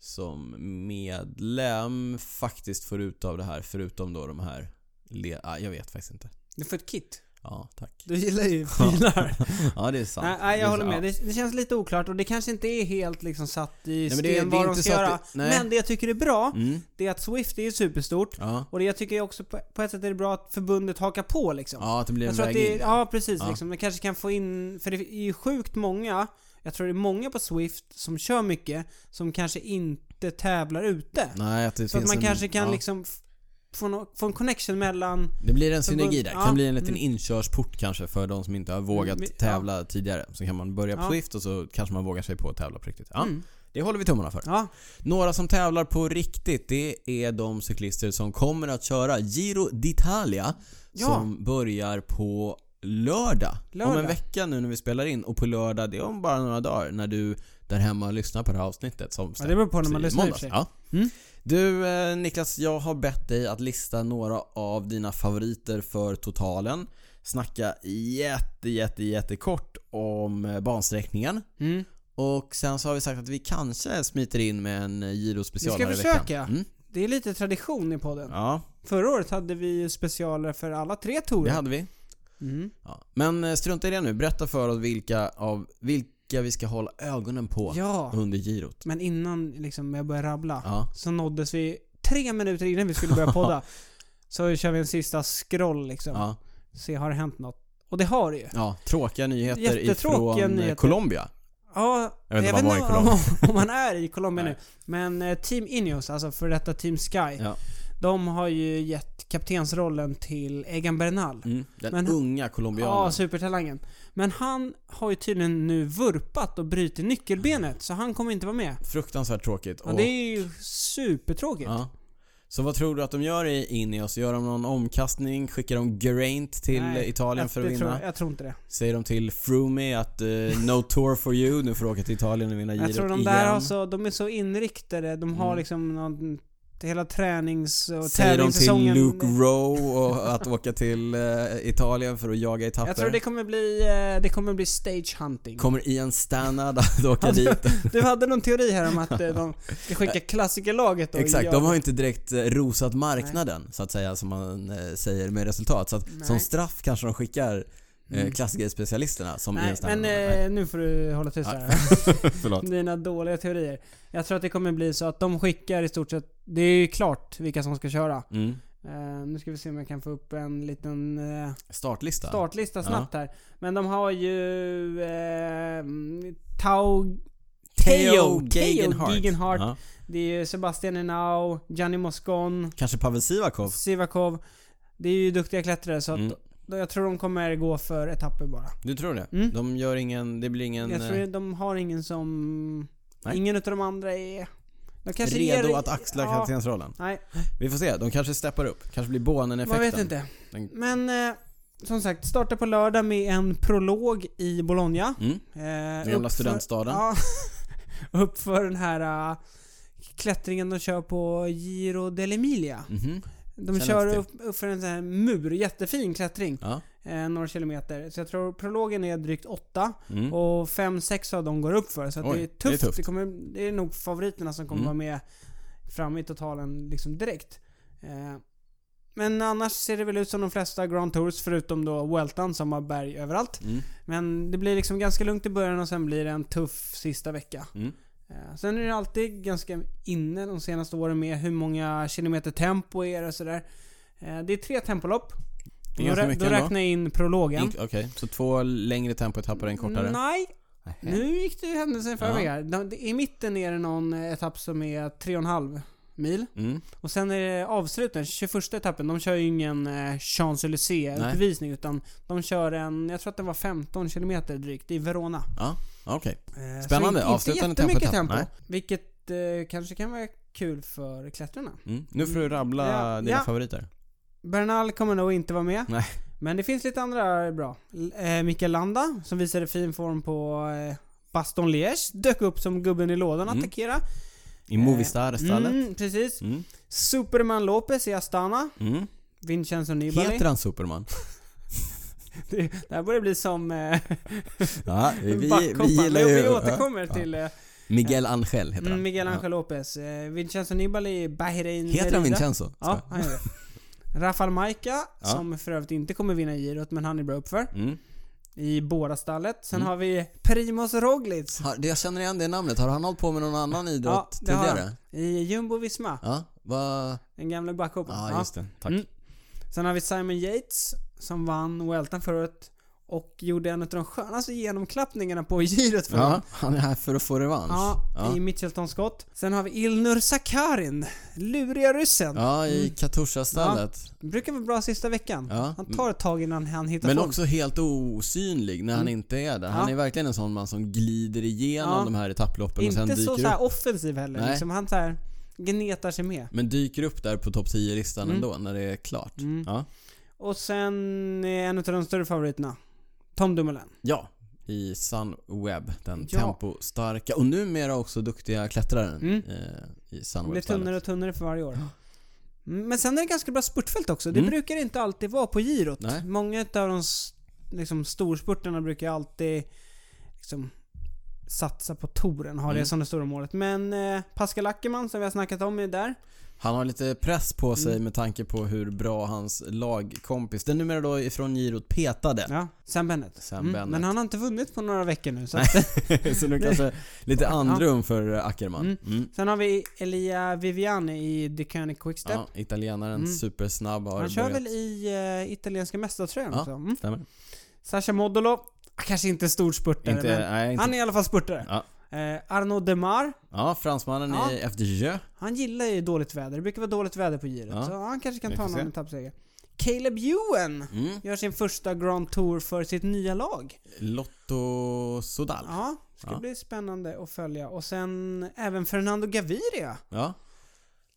Speaker 2: som medlem faktiskt får ut av det här, förutom då de här le- ah, jag vet faktiskt inte.
Speaker 1: Du får ett kit.
Speaker 2: Ja, tack.
Speaker 1: Du gillar ju bilar.
Speaker 2: Ja, det är sant.
Speaker 1: nej,
Speaker 2: Det
Speaker 1: nej,
Speaker 2: är
Speaker 1: jag håller
Speaker 2: sant.
Speaker 1: med. Det, det känns lite oklart och det kanske inte är helt liksom satt i
Speaker 2: men det- det är
Speaker 1: sten vad de
Speaker 2: inte
Speaker 1: ska
Speaker 2: satt i-
Speaker 1: göra.
Speaker 2: nej.
Speaker 1: men det jag tycker är bra,
Speaker 2: Ja. Mm.
Speaker 1: det är att Swift är ju superstort.
Speaker 2: Ja.
Speaker 1: Och det jag tycker är också på, på ett sätt är det bra att förbundet hakar på liksom.
Speaker 2: ja, att det blir en
Speaker 1: jag tror att
Speaker 2: väg
Speaker 1: det är,
Speaker 2: in.
Speaker 1: Ja, precis.
Speaker 2: Ja.
Speaker 1: Liksom. Man kanske kan få in... För det är ju sjukt många, jag tror det är många på Swift som kör mycket, som kanske inte tävlar ute.
Speaker 2: Nej, att det
Speaker 1: så att
Speaker 2: finns
Speaker 1: man
Speaker 2: en,
Speaker 1: kanske kan
Speaker 2: ja.
Speaker 1: liksom f- få, nå- få en connection mellan...
Speaker 2: Det blir en
Speaker 1: Som
Speaker 2: synergi
Speaker 1: bör-
Speaker 2: där.
Speaker 1: ja,
Speaker 2: kan bli en liten
Speaker 1: mm.
Speaker 2: inkörsport kanske för de som inte har vågat
Speaker 1: Mm, ja.
Speaker 2: tävla tidigare. Så kan man börja på
Speaker 1: Ja.
Speaker 2: Swift och så kanske man vågar sig på att tävla på riktigt. Ja,
Speaker 1: Mm.
Speaker 2: Det håller vi tummarna för.
Speaker 1: Ja,
Speaker 2: Några som tävlar på riktigt, det är de cyklister som kommer att köra Giro d'Italia
Speaker 1: Ja.
Speaker 2: som börjar på lördag. Om en
Speaker 1: Lördag.
Speaker 2: vecka nu när vi spelar in och på lördag, det är om bara några dagar när du där hemma lyssnar på det här avsnittet som
Speaker 1: ja det beror på när
Speaker 2: släpps
Speaker 1: man
Speaker 2: i
Speaker 1: lyssnar i och för
Speaker 2: måndags.
Speaker 1: sig.
Speaker 2: Ja.
Speaker 1: Mm.
Speaker 2: Du eh, Niklas, jag har bett dig att lista några av dina favoriter för totalen. Snacka jätte, jätte, jättekort om eh, bansträckningen.
Speaker 1: Mm.
Speaker 2: Och sen så har vi sagt att vi kanske smiter in med en eh, Giro special
Speaker 1: Vi ska
Speaker 2: här i veckan.
Speaker 1: försöka.
Speaker 2: Mm.
Speaker 1: Det är lite tradition i podden.
Speaker 2: Ja,
Speaker 1: Förra året hade vi ju specialer för alla tre
Speaker 2: det
Speaker 1: tourer.
Speaker 2: hade vi.
Speaker 1: Mm.
Speaker 2: Ja. Men eh, strunta i det nu. Berätta för oss vilka, av, vilka vi ska hålla ögonen på
Speaker 1: Ja,
Speaker 2: under girot.
Speaker 1: men innan liksom jag började rabbla
Speaker 2: Ja.
Speaker 1: så nåddes vi tre minuter innan vi skulle börja podda. så kör vi en sista scroll liksom.
Speaker 2: Ja.
Speaker 1: Se, har det hänt något? Och det har det ju.
Speaker 2: ja, tråkiga nyheter
Speaker 1: Jättetråkiga
Speaker 2: ifrån eh,
Speaker 1: nyheter.
Speaker 2: Colombia.
Speaker 1: Ja,
Speaker 2: Jag vet inte
Speaker 1: jag
Speaker 2: om man
Speaker 1: vet
Speaker 2: var i
Speaker 1: inte om, om man är i Colombia
Speaker 2: Nej.
Speaker 1: nu. Men eh, Team Ineos, alltså för detta Team Sky,
Speaker 2: Ja.
Speaker 1: de har ju gett kaptensrollen till Egan Bernal.
Speaker 2: Mm. Den
Speaker 1: Men-
Speaker 2: unga
Speaker 1: Ja,
Speaker 2: colombianen.
Speaker 1: supertalangen. Men han har ju tydligen nu vurpat och brutit nyckelbenet, så han kommer inte vara med.
Speaker 2: Fruktansvärt tråkigt.
Speaker 1: Ja, det är ju supertråkigt.
Speaker 2: Ja. Så vad tror du att de gör i Ineos? Gör de någon omkastning? Skickar de Geraint till
Speaker 1: Nej,
Speaker 2: eh, Italien
Speaker 1: jag,
Speaker 2: för att
Speaker 1: det tror
Speaker 2: vinna?
Speaker 1: jag, jag tror inte det.
Speaker 2: Säger de till Froome att eh, no tour for you, nu får du åka till Italien och vinna girot
Speaker 1: Jag tror de
Speaker 2: igen.
Speaker 1: där har så, de är så inriktade, de har
Speaker 2: Mm.
Speaker 1: liksom någon, hela tränings och
Speaker 2: Säger de till
Speaker 1: tävlingssäsongen.
Speaker 2: Luke Rowe och att åka till eh, Italien för att jaga etapper?
Speaker 1: Jag tror det kommer bli, eh, det kommer bli stage hunting.
Speaker 2: Kommer Ian Stannard att åka dit?
Speaker 1: Du hade någon teori här om att eh, de ska skicka klassikerlaget och
Speaker 2: Exakt,
Speaker 1: jag-
Speaker 2: de har ju inte direkt eh, rosat marknaden så att säga som man eh, säger med resultat. Så att
Speaker 1: Nej.
Speaker 2: som straff kanske de skickar eh,
Speaker 1: Mm.
Speaker 2: klassikerspecialisterna som
Speaker 1: Nej,
Speaker 2: Ian Stannard.
Speaker 1: men
Speaker 2: Nej.
Speaker 1: eh, nu får du hålla tyst
Speaker 2: Ja.
Speaker 1: här.
Speaker 2: Förlåt.
Speaker 1: Dina dåliga teorier. Jag tror att det kommer bli så att de skickar i stort sett, det är ju klart vilka som ska köra.
Speaker 2: Mm.
Speaker 1: Eh, nu ska vi se om jag kan få upp en liten eh,
Speaker 2: Startlista?
Speaker 1: startlista snabbt här. Men de har ju... Eh, Tau...
Speaker 2: Theo
Speaker 1: Theo
Speaker 2: Gegenhardt.
Speaker 1: Gegenhardt.
Speaker 2: Ja.
Speaker 1: Det är ju Sebastian Henao, Gianni Moscon,
Speaker 2: Kanske Pavel Sivakov?
Speaker 1: Sivakov. Det är ju duktiga klättrare så att
Speaker 2: Mm.
Speaker 1: då- jag tror de kommer gå för etapper bara.
Speaker 2: Du tror det?
Speaker 1: Mm.
Speaker 2: De gör ingen, det blir ingen...
Speaker 1: jag tror
Speaker 2: eh,
Speaker 1: de har ingen som...
Speaker 2: Nej.
Speaker 1: Ingen utav de andra är... De kanske
Speaker 2: redo
Speaker 1: ger-
Speaker 2: att axla
Speaker 1: ja,
Speaker 2: kaptensrollen.
Speaker 1: Nej,
Speaker 2: Vi får se, de kanske steppar upp. Kanske blir Bonen-effekten.
Speaker 1: man vet inte.
Speaker 2: Den-
Speaker 1: Men eh, som sagt, starta på lördag med en prolog i Bologna.
Speaker 2: Mm.
Speaker 1: Eh,
Speaker 2: Den gamla
Speaker 1: uppför-
Speaker 2: studentstaden.
Speaker 1: Ja. upp för den här eh, klättringen de kör på Giro dell'Emilia.
Speaker 2: Mhm.
Speaker 1: De
Speaker 2: Känner
Speaker 1: kör
Speaker 2: inte
Speaker 1: upp, upp för en sån här mur, jättefin klättring.
Speaker 2: Ja.
Speaker 1: Eh, några kilometer. Så jag tror prologen är drygt åtta.
Speaker 2: Mm.
Speaker 1: Och fem, sex av dem går upp för. Så att
Speaker 2: Oj,
Speaker 1: det är tufft.
Speaker 2: det är
Speaker 1: Det,
Speaker 2: tufft.
Speaker 1: kommer, det är nog favoriterna som kommer
Speaker 2: Mm.
Speaker 1: vara med fram i totalen liksom direkt. Eh, men annars ser det väl ut som de flesta Grand Tours förutom då Weltan som har berg överallt.
Speaker 2: Mm.
Speaker 1: Men det blir liksom ganska lugnt i början och sen blir det en tuff sista vecka.
Speaker 2: Mm.
Speaker 1: Eh, Sen är det alltid ganska inne de senaste åren med hur många kilometer tempo är det och sådär. Eh, Det är tre tempolopp.
Speaker 2: Det är
Speaker 1: då,
Speaker 2: ganska
Speaker 1: rä-
Speaker 2: mycket
Speaker 1: då
Speaker 2: ändå.
Speaker 1: räknar jag in prologen.
Speaker 2: Ink- Okej, så två längre tempoetapper och en kortare?
Speaker 1: Nej,
Speaker 2: Nähä.
Speaker 1: nu gick det ju händelsen i förväg
Speaker 2: Ja.
Speaker 1: här. De- det- I mitten är det någon eh, etapp som är 3,5 mil.
Speaker 2: Mm.
Speaker 1: Och sen är det avsluten, 21 etappen. De kör ju ingen eh, Champs-Élysées-utvisning utan de kör en, jag tror att den var 15 kilometer drygt, i Verona.
Speaker 2: Ja, okej.
Speaker 1: Eh, så
Speaker 2: Spännande.
Speaker 1: inte- inte
Speaker 2: Avslutande
Speaker 1: jättemycket
Speaker 2: tempoetapp.
Speaker 1: tempo.
Speaker 2: Nej.
Speaker 1: Vilket eh, kanske kan vara kul för klättrarna.
Speaker 2: Mm. Nu får du rabbla
Speaker 1: Ja,
Speaker 2: dina
Speaker 1: ja.
Speaker 2: favoriter.
Speaker 1: Bernal kommer nog inte vara med.
Speaker 2: Nej.
Speaker 1: Men det finns lite andra bra. L- Eh, Mikael Landa, som visade fin form på eh, Baston Liège, dök upp som gubben i lådan och
Speaker 2: Mm.
Speaker 1: attackera.
Speaker 2: I Movistar-stallet.
Speaker 1: Eh, Mm, precis.
Speaker 2: Mm.
Speaker 1: Superman Lopez i Astana.
Speaker 2: Mm.
Speaker 1: Vincenzo Nibali.
Speaker 2: Heter han Superman?
Speaker 1: Det, det här börjar bli som eh,
Speaker 2: Ja, vi, vi,
Speaker 1: backhoppa.
Speaker 2: vi gillar ju...
Speaker 1: Men vi
Speaker 2: ja.
Speaker 1: återkommer till eh,
Speaker 2: Miguel Angel heter han.
Speaker 1: Miguel
Speaker 2: Ja.
Speaker 1: Angel Lopez. Eh, Vincenzo Nibali, Bahrain
Speaker 2: Heter han
Speaker 1: Merida.
Speaker 2: Vincenzo?
Speaker 1: Ja, han gör det. Rafal Majka,
Speaker 2: Ja.
Speaker 1: som för övrigt inte kommer vinna girot, men han är bra uppför.
Speaker 2: Mm.
Speaker 1: I båda stallet. Sen har vi Primoz Roglic.
Speaker 2: Har, det- jag känner igen det namnet. Har han hållit på med någon annan idrott
Speaker 1: det har
Speaker 2: tidigare?
Speaker 1: han. I Jumbo Visma.
Speaker 2: Ja, va...
Speaker 1: Den gamla backhopparen.
Speaker 2: Ja,
Speaker 1: Ja.
Speaker 2: just det. Tack.
Speaker 1: Mm. Sen har vi Simon Yates, som vann Weltan förra året. Och gjorde en av de skönaste genomklappningarna på girot för honom.
Speaker 2: Ja, han är här för att få revansch.
Speaker 1: Ja,
Speaker 2: ja.
Speaker 1: i Mitchelton Scott. Sen har vi Ilnur Sakarin, luriga ryssen.
Speaker 2: Ja, i Katusha-stallet.
Speaker 1: Brukar vara bra sista veckan.
Speaker 2: Ja.
Speaker 1: Han tar ett tag innan han hittar
Speaker 2: Men
Speaker 1: form.
Speaker 2: också helt osynlig när han inte är där. Han
Speaker 1: Mm. Ja.
Speaker 2: är verkligen en sån man som glider igenom
Speaker 1: Ja.
Speaker 2: de här etapploppen och sen
Speaker 1: Inte
Speaker 2: dyker
Speaker 1: så,
Speaker 2: upp.
Speaker 1: så här offensiv heller.
Speaker 2: Nej.
Speaker 1: Liksom, han så här gnetar sig med.
Speaker 2: Men dyker upp där på topp 10-listan
Speaker 1: Mm.
Speaker 2: ändå när det är klart. Ja.
Speaker 1: Och sen är en av de större favoriterna. Tom Dumoulin.
Speaker 2: ja, i Sunweb. Den
Speaker 1: Ja.
Speaker 2: tempostarka och numera också duktiga klättraren
Speaker 1: Mm.
Speaker 2: eh, i
Speaker 1: Det blir
Speaker 2: Sunweb.
Speaker 1: tunnare och tunnare för varje år. Mm, Men sen är det ganska bra spurtfält också. Det
Speaker 2: Mm.
Speaker 1: brukar inte alltid vara på girot.
Speaker 2: Nej.
Speaker 1: Många av de s- liksom, storspurterna brukar ju alltid liksom, satsa på touren, ha det
Speaker 2: Mm.
Speaker 1: som det stora målet. Men eh, Pascal Ackerman som vi har snackat om är där.
Speaker 2: Han har lite press på sig
Speaker 1: Mm.
Speaker 2: med tanke på hur bra hans lagkompis, den numera då ifrån girot, petade.
Speaker 1: Ja, Sam Bennett. Mm.
Speaker 2: Sam Bennett.
Speaker 1: Men han har inte vunnit på några veckor nu. Så
Speaker 2: Nej. så nu kanske lite andrum för Ackerman.
Speaker 1: Mm.
Speaker 2: Mm.
Speaker 1: Sen har vi Elia Viviani i The König Quickstep.
Speaker 2: Ja, italienaren
Speaker 1: Mm.
Speaker 2: supersnabb har
Speaker 1: han kör
Speaker 2: börjat.
Speaker 1: väl i eh, italienska mästartröjan
Speaker 2: Ja.
Speaker 1: också? Mm.
Speaker 2: Stämmer.
Speaker 1: Sasha Modolo. ah, Kanske inte stor spurtare,
Speaker 2: Inte,
Speaker 1: men
Speaker 2: nej, inte.
Speaker 1: han är i alla fall spurtare.
Speaker 2: Ja.
Speaker 1: Eh, Arnaud Demar.
Speaker 2: ja, fransmannen
Speaker 1: Ja.
Speaker 2: i FDJ.
Speaker 1: Han gillar ju dåligt väder. Det brukar vara dåligt väder på girot.
Speaker 2: Ja.
Speaker 1: Så han kanske kan
Speaker 2: Vi
Speaker 1: ta
Speaker 2: får
Speaker 1: någon
Speaker 2: se.
Speaker 1: etappseger. Caleb Ewan
Speaker 2: Mm.
Speaker 1: gör sin första Grand Tour för sitt nya lag.
Speaker 2: Lotto Sodal.
Speaker 1: Ja, ska
Speaker 2: Ja.
Speaker 1: bli spännande att följa. Och sen även Fernando Gaviria.
Speaker 2: Ja.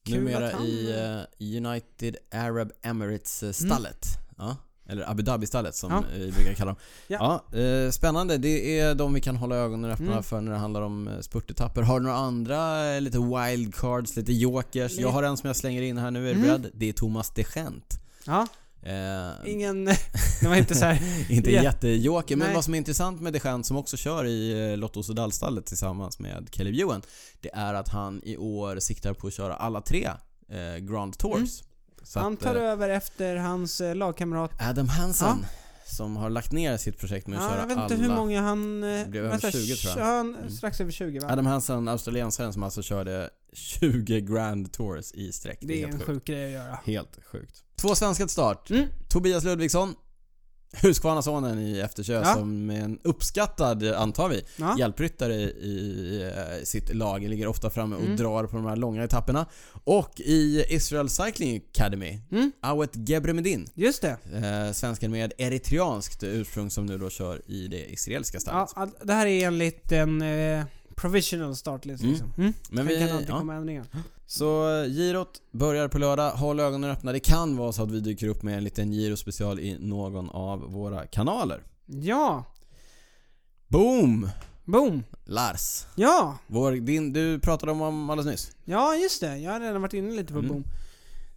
Speaker 1: Kul
Speaker 2: Numera
Speaker 1: att han-
Speaker 2: i eh, United Arab Emirates-stallet. Ja. Eller Abu Dhabi-stallet som
Speaker 1: Mm. Ja.
Speaker 2: vi brukar kalla dem.
Speaker 1: Ja.
Speaker 2: Ja. eh, spännande. Det är de vi kan hålla ögonen öppna
Speaker 1: Mm.
Speaker 2: för när det handlar om eh, spurtetapper. Har du några andra eh, lite wildcards, lite jokers?
Speaker 1: Lite-
Speaker 2: Jag har en som jag slänger in här nu, är du
Speaker 1: Mm.
Speaker 2: beredd? Det är Thomas Degent.
Speaker 1: Ja,
Speaker 2: Eh,
Speaker 1: ingen... det var inte så här.
Speaker 2: inte
Speaker 1: Ja.
Speaker 2: jättejoker, men
Speaker 1: Nej.
Speaker 2: vad som är intressant med Dejant som också kör i eh, Lotto Sudal-stallet tillsammans med Caleb Ewan, det är att han i år siktar på att köra alla tre eh, Grand Tours. Så
Speaker 1: Mm. Han
Speaker 2: att,
Speaker 1: tar
Speaker 2: eh,
Speaker 1: över efter hans eh, lagkamrat
Speaker 2: Adam Hansen, som har lagt ner sitt projekt med att
Speaker 1: Ja,
Speaker 2: köra
Speaker 1: jag vet inte
Speaker 2: alla...
Speaker 1: hur många han... eh,
Speaker 2: blev över 20, tror jag. Mm.
Speaker 1: kör han strax över 20 va?
Speaker 2: Adam Hansen, australiensaren som alltså körde 20 Grand Tours i sträck.
Speaker 1: det är en
Speaker 2: helt
Speaker 1: sjuk
Speaker 2: sjukt.
Speaker 1: grej att göra.
Speaker 2: Helt sjukt. Två svenskar till start.
Speaker 1: Mm.
Speaker 2: Tobias Ludvigsson, Husqvarnasonen i Efterkö
Speaker 1: Ja.
Speaker 2: som är en uppskattad, antar vi,
Speaker 1: Ja.
Speaker 2: hjälpryttare i eh, sitt lag, ligger ofta framme och
Speaker 1: Mm.
Speaker 2: drar på de här långa etapperna. Och i Israel Cycling Academy,
Speaker 1: Mm.
Speaker 2: Awet Gebremedin,
Speaker 1: Just det.
Speaker 2: eh, svensken med eritreanskt ursprung som nu då kör i det israeliska
Speaker 1: Ja,
Speaker 2: stallet.
Speaker 1: all- det här är enligt en eh, provisional startlist
Speaker 2: Mm.
Speaker 1: liksom. Mm.
Speaker 2: Men
Speaker 1: Sen
Speaker 2: vi,
Speaker 1: kan alltid
Speaker 2: ja.
Speaker 1: komma ändringar.
Speaker 2: Så eh, girot börjar på lördag, håll ögonen öppna. Det kan vara så att vi dyker upp med en liten girospecial i någon av våra kanaler.
Speaker 1: Ja,
Speaker 2: Boom!
Speaker 1: boom.
Speaker 2: Lars,
Speaker 1: Ja,
Speaker 2: vår, din, du pratade om honom alldeles nyss.
Speaker 1: ja just det. Jag har redan varit inne lite på
Speaker 2: Mm.
Speaker 1: boom.